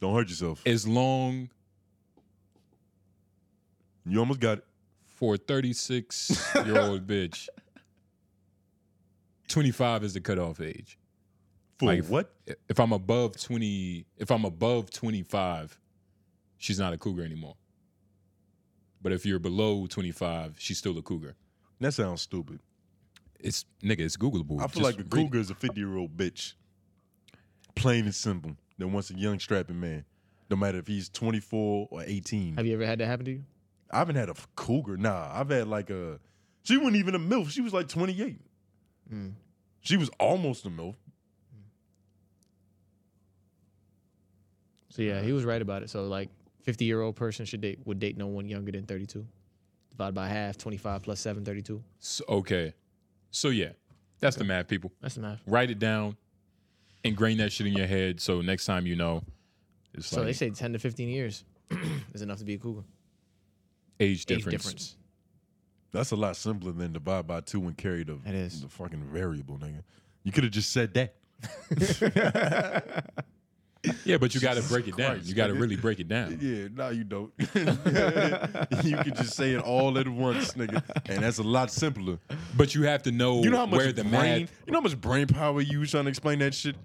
B: Don't hurt yourself.
A: as long
B: You almost got it.
A: for a 36 year old bitch, 25 is the cutoff age.
B: For
A: Like, if-
B: what?
A: If I'm above 20, if I'm above 25, she's not a cougar anymore. But if you're below 25, she's still a cougar.
B: That sounds stupid.
A: It's nigga, it's Googleable.
B: I
A: Just
B: feel like a
A: read it.
B: cougar is a 50 year old bitch. Plain and simple. That wants a young strapping man. No matter if he's 24 or 18.
D: Have you ever had that happen to you?
B: I haven't had a f- cougar. Nah, I've had like a. She wasn't even a MILF. She was like 28.
D: Mm.
B: She was almost a MILF.
D: So yeah, he was right about it. So like, 50 year old person should date would date no one younger than 32. Divided by half, 25 plus 7, 32.
A: So, okay. So yeah, that's the math, people.
D: That's the math.
A: Write it down, ingrain that shit in your head. So next time you know, it's
D: So they
A: like
D: say 10 to 15 years is enough to be a cougar.
A: age
D: Age
A: difference.
D: difference.
B: That's a lot simpler than divide by two and carry the,
D: It is.
B: the fucking variable, nigga. You could have just said that.
A: Yeah, but you got to
B: Jesus
A: break it down.
B: Christ,
A: You got to
B: nigga.
A: really break it down.
B: Yeah, no, you don't. you could just say it all at once, nigga. And that's a lot simpler.
A: But you have to know,
B: You know how much
A: where the
B: brain,
A: math.
B: you know how much brain power you use trying to explain that shit?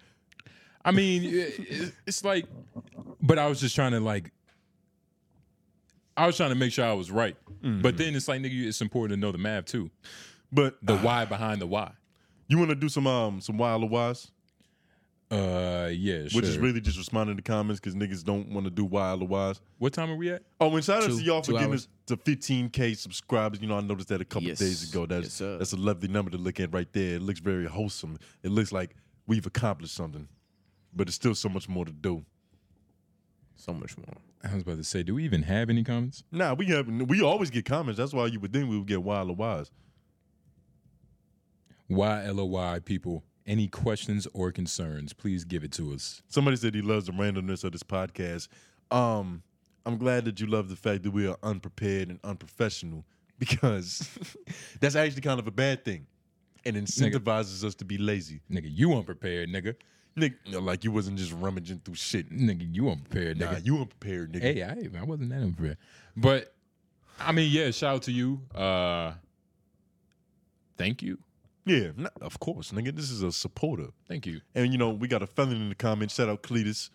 A: I mean, it- it- it's like. But I was just trying to like. I was trying to make sure I was right, but then it's like nigga, it's important to know the math too,
B: But
A: the why behind the why.
B: you want to do some um some wild or wise,
A: Uh, yeah,
B: which is
A: sure.
B: really just responding to comments because niggas don't want to do wild or wise.
A: What time are we at?
B: Oh, and shout out
D: Two-
B: to y'all for
D: two
B: getting
D: hours.
B: us to 15k subscribers. You know, I noticed that a couple
D: Yes.
B: days ago. That's
D: Yes, sir.
B: that's a lovely number to look at right there. It looks very wholesome. It looks like we've accomplished something, but there's still so much more to do.
D: So much more.
A: I was about to say, do we even have any comments?
B: Nah, we have we always get comments. That's why you would think we would get wild or wise.
A: Y L O Y people. Any questions or concerns, please give it to us.
B: Somebody said he loves the randomness of this podcast. Um, I'm glad that you love the fact that we are unprepared and unprofessional because that's actually kind of a bad thing. And incentivizes us to be lazy.
A: Nigga, you unprepared, nigga.
B: Nick, like you wasn't just rummaging through shit.
A: Nigga, you unprepared,
B: Nah,
A: nigga.
B: you unprepared, nigga.
A: hey, I, ain't- I wasn't that unprepared. But I mean, yeah, shout out to you. Uh thank you.
B: Yeah, nah, of course, nigga. This is a supporter.
A: Thank you.
B: And you know, we got a felon in the comments. Shout out Cletus.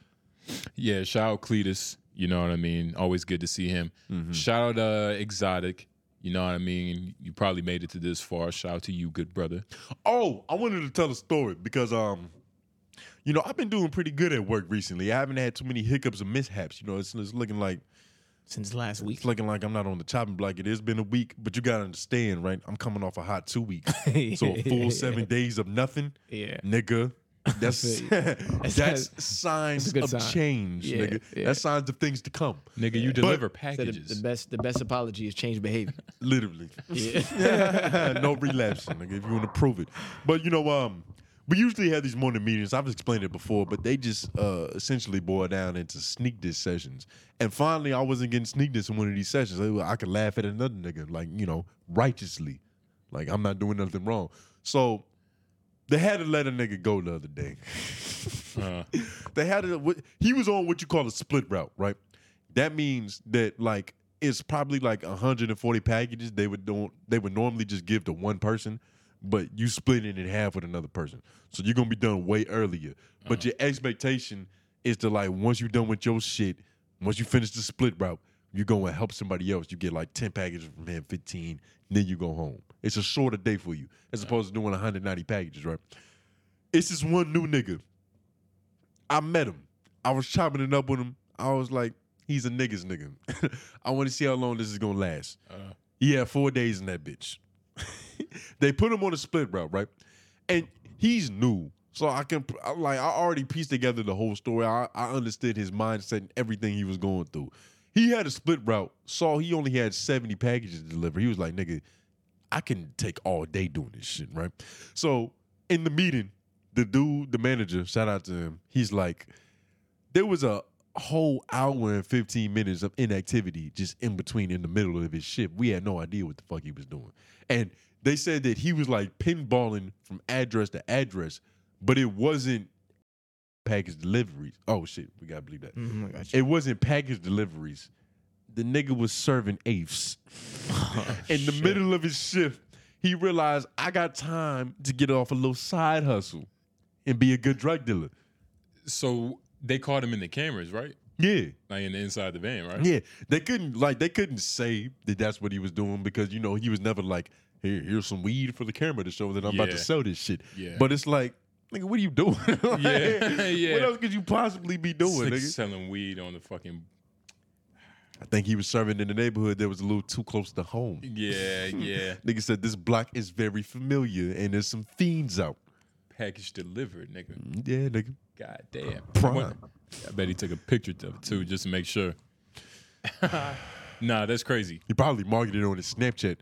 A: Yeah, shout out Cletus. You know what I mean? Always good to see him.
B: Mm-hmm.
A: Shout out uh Exotic. You know what I mean? You probably made it to this far. Shout out to you, good brother.
B: Oh, I wanted to tell a story because um, you know, I've been doing pretty good at work recently. I haven't had too many hiccups or mishaps. You know, it's, it's looking like
D: Since last week.
B: it's looking like I'm not on the chopping block. It has been a week, but you gotta understand, right? I'm coming off a hot two weeks, so a full seven days of nothing,
D: Yeah.
B: nigga. That's
D: feel you.
B: that's,
D: That's-
B: signs
D: that's a good
B: of
D: sign.
B: change,
D: Yeah,
B: nigga.
D: yeah.
B: That's signs of things to come,
A: Nigga, you deliver
D: Said the-
A: packages.
D: the best the best apology is change behavior.
B: literally.
D: Yeah.
B: no relapsing, nigga, if you want to prove it. But you know, um, we usually have these morning meetings. I've explained it before, but they just uh, essentially boil down into sneak diss sessions. And finally, I wasn't getting sneak diss in one of these sessions. I, I could laugh at another nigga, like you know, righteously, like I'm not doing nothing wrong. So they had to let a nigga go the other day.
A: Uh,
B: They had a, what- he was on what you call a split route, right? That means that like it's probably like 140 packages they would don't they would normally just give to one person, but you split it in half with another person. So you're gonna be done way earlier. But your expectation is to like once you're done with your shit, once you finish the split route, you're gonna help somebody else. You get like 10 packages from him, 15, then you go home. It's a shorter day for you as opposed to doing 190 packages, right? It's this one new nigga. I met him. I was chopping it up with him. I was like, he's a niggas nigga. I want to see how long this is gonna last. yeah, four days in that bitch. they put him on a split route, right? And he's new. So I can I- like I already pieced together the whole story. I, I understood his mindset and everything he was going through. He had a split route. Saw he only had 70 packages to deliver. He was like, nigga, I can take all day doing this shit, right? So in the meeting, the dude, the manager, shout out to him, he's like, there was a whole hour and 15 minutes of inactivity just in between in the middle of his shift. We had no idea what the fuck he was doing. And they said that he was like pinballing from address to address, but it wasn't package deliveries. Oh shit, we gotta believe that.
D: Mhm, I got
B: It wasn't package deliveries. The nigga was serving apes. in the middle of his shift, he realized I got time to get off a little side hustle and be a good drug dealer.
A: So they caught him in the cameras, right?
B: Yeah.
A: Like in the inside the van, right?
B: Yeah, they couldn't like they couldn't say that that's what he was doing because you know he was never like here here's some weed for the camera to show that I'm about to
A: Yeah.
B: sell this shit.
A: Yeah.
B: But it's like nigga, what are you doing? Like,
A: Yeah, yeah.
B: What else could you possibly be doing?
A: It's like
B: Nigga?
A: selling weed on the fucking
B: I think he was serving in the neighborhood that was a little too close to home.
A: yeah yeah
B: Nigga said this block is very familiar and there's some fiends out.
A: package delivered, nigga.
B: Yeah, nigga.
A: God damn.
B: Prime.
A: When- I bet he took a picture of it too, just to make sure. nah, that's crazy,
B: He probably marketed it on his Snapchat,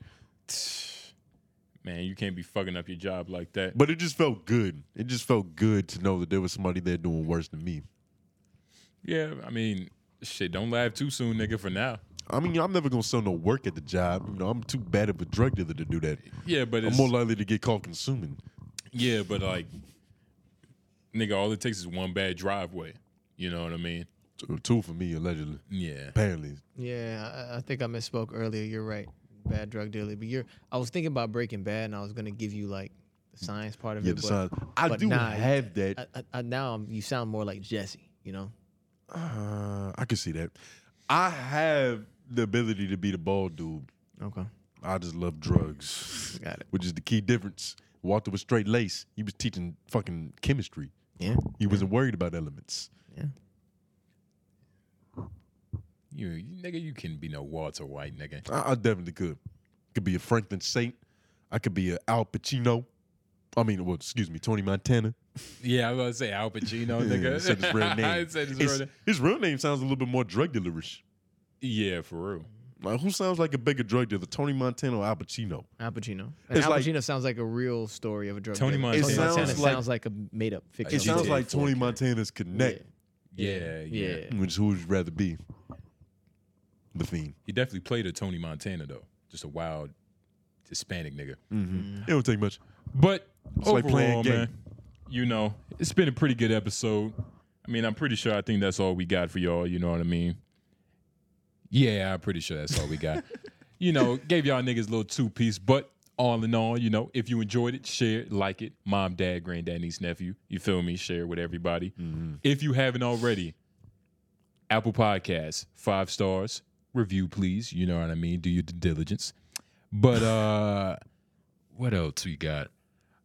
A: man. You can't be fucking up your job like that.
B: but it just felt good. It just felt good to know that there was somebody there doing worse than me.
A: Yeah, I mean, shit. Don't laugh too soon, nigga. For now.
B: I mean, I'm never gonna sell no work at the job. You know, I'm too bad of a drug dealer to do that.
A: Yeah, but
B: I'm
A: it's,
B: more likely to get caught consuming.
A: yeah, but like, nigga, all it takes is one bad driveway. You know what I mean?
B: Two- Two for me, allegedly.
A: Yeah.
B: Apparently,
D: Yeah, I, I think I misspoke earlier. You're right. Bad drug dealer. But you're I was thinking about breaking bad and I was gonna give you like the science part of
B: yeah,
D: it.
B: the
D: but,
B: signs. I
D: but
B: do
D: nah, uh,
B: have that.
D: I, I, I, now I'm, you sound more like Jesse, you know?
B: Uh, I can see that. I have the ability to be the bald dude.
D: Okay.
B: I just love drugs.
D: Got it.
B: Which is the key difference. Walter was straight lace. He was teaching fucking chemistry.
D: Yeah.
B: He wasn't worried about elements.
A: You, you nigga, you can be no Walter White, nigga.
B: I, I definitely could. Could be a Franklin Saint. I could be a Al Pacino. I mean, well, excuse me, Tony Montana.
A: Yeah, I was gonna say Al Pacino,
B: Yeah,
A: nigga.
B: I said his real name.
A: I said his real name.
B: his real name sounds a little bit more drug dealerish.
A: Yeah, for real.
B: Like who sounds like a bigger drug dealer, Tony Montana or Al Pacino?
D: Al Pacino. And
B: It's
D: Al
B: like-
D: Pacino sounds like a real story of a drug
A: Tony
D: dealer.
A: Montana.
D: Tony
A: It
D: Montana
B: sounds
D: sounds
B: like-
D: like, a made up
A: It
D: fiction.
B: It sounds
A: GTA
B: like
A: four
B: Tony
A: character.
B: Montana's connect,
A: Yeah, yeah.
D: Yeah. yeah.
B: which is who would you rather be? The Fiend.
A: He definitely played a Tony Montana though, just a wild Hispanic nigga.
B: It don't take much.
A: But
B: like playing
A: overall,
B: game.
A: man, you know, it's been a pretty good episode. I mean, I'm pretty sure I think that's all we got for y'all. You know what I mean? Yeah, I'm pretty sure that's all we got. you know, gave y'all niggas a little two piece, but all in all, you know, if you enjoyed it, share it, like it. Mom, dad, granddad, niece, nephew. You feel me? Share it with everybody.
B: Mm-hmm.
A: If you haven't already, Apple Podcasts, five stars, review, please. You know what I mean? Do your due diligence. But uh what else we got?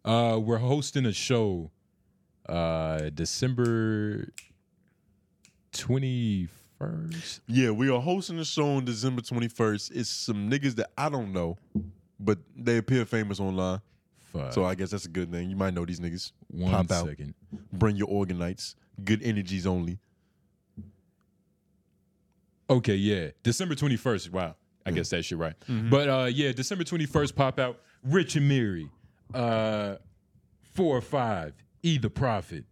A: Uh we're hosting a show uh December 21st.
B: Yeah, we are hosting a show on December 21st. It's some niggas that I don't know, but they appear famous online.
A: Fuck.
B: So I guess that's a good thing. You might know these niggas.
A: One
B: Pop out.
A: second.
B: Bring your organites. Good energies only.
A: Okay, yeah. December 21st. Wow. I guess that shit right. But uh yeah, December 21st pop out Rich and Mary. Uh 4 or 5 E the Prophet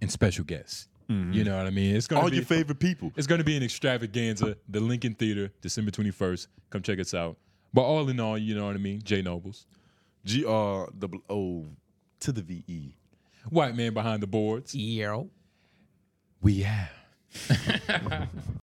A: and special guests. You know what I mean? It's going to
B: All
A: be
B: your favorite people.
A: It's going to be an extravaganza, the Lincoln Theater, December 21st. Come check us out. But all in all, you know what I mean? Jay Nobles,
B: G R O O to the V E.
A: white man behind the boards.
D: Yeah.
A: We have.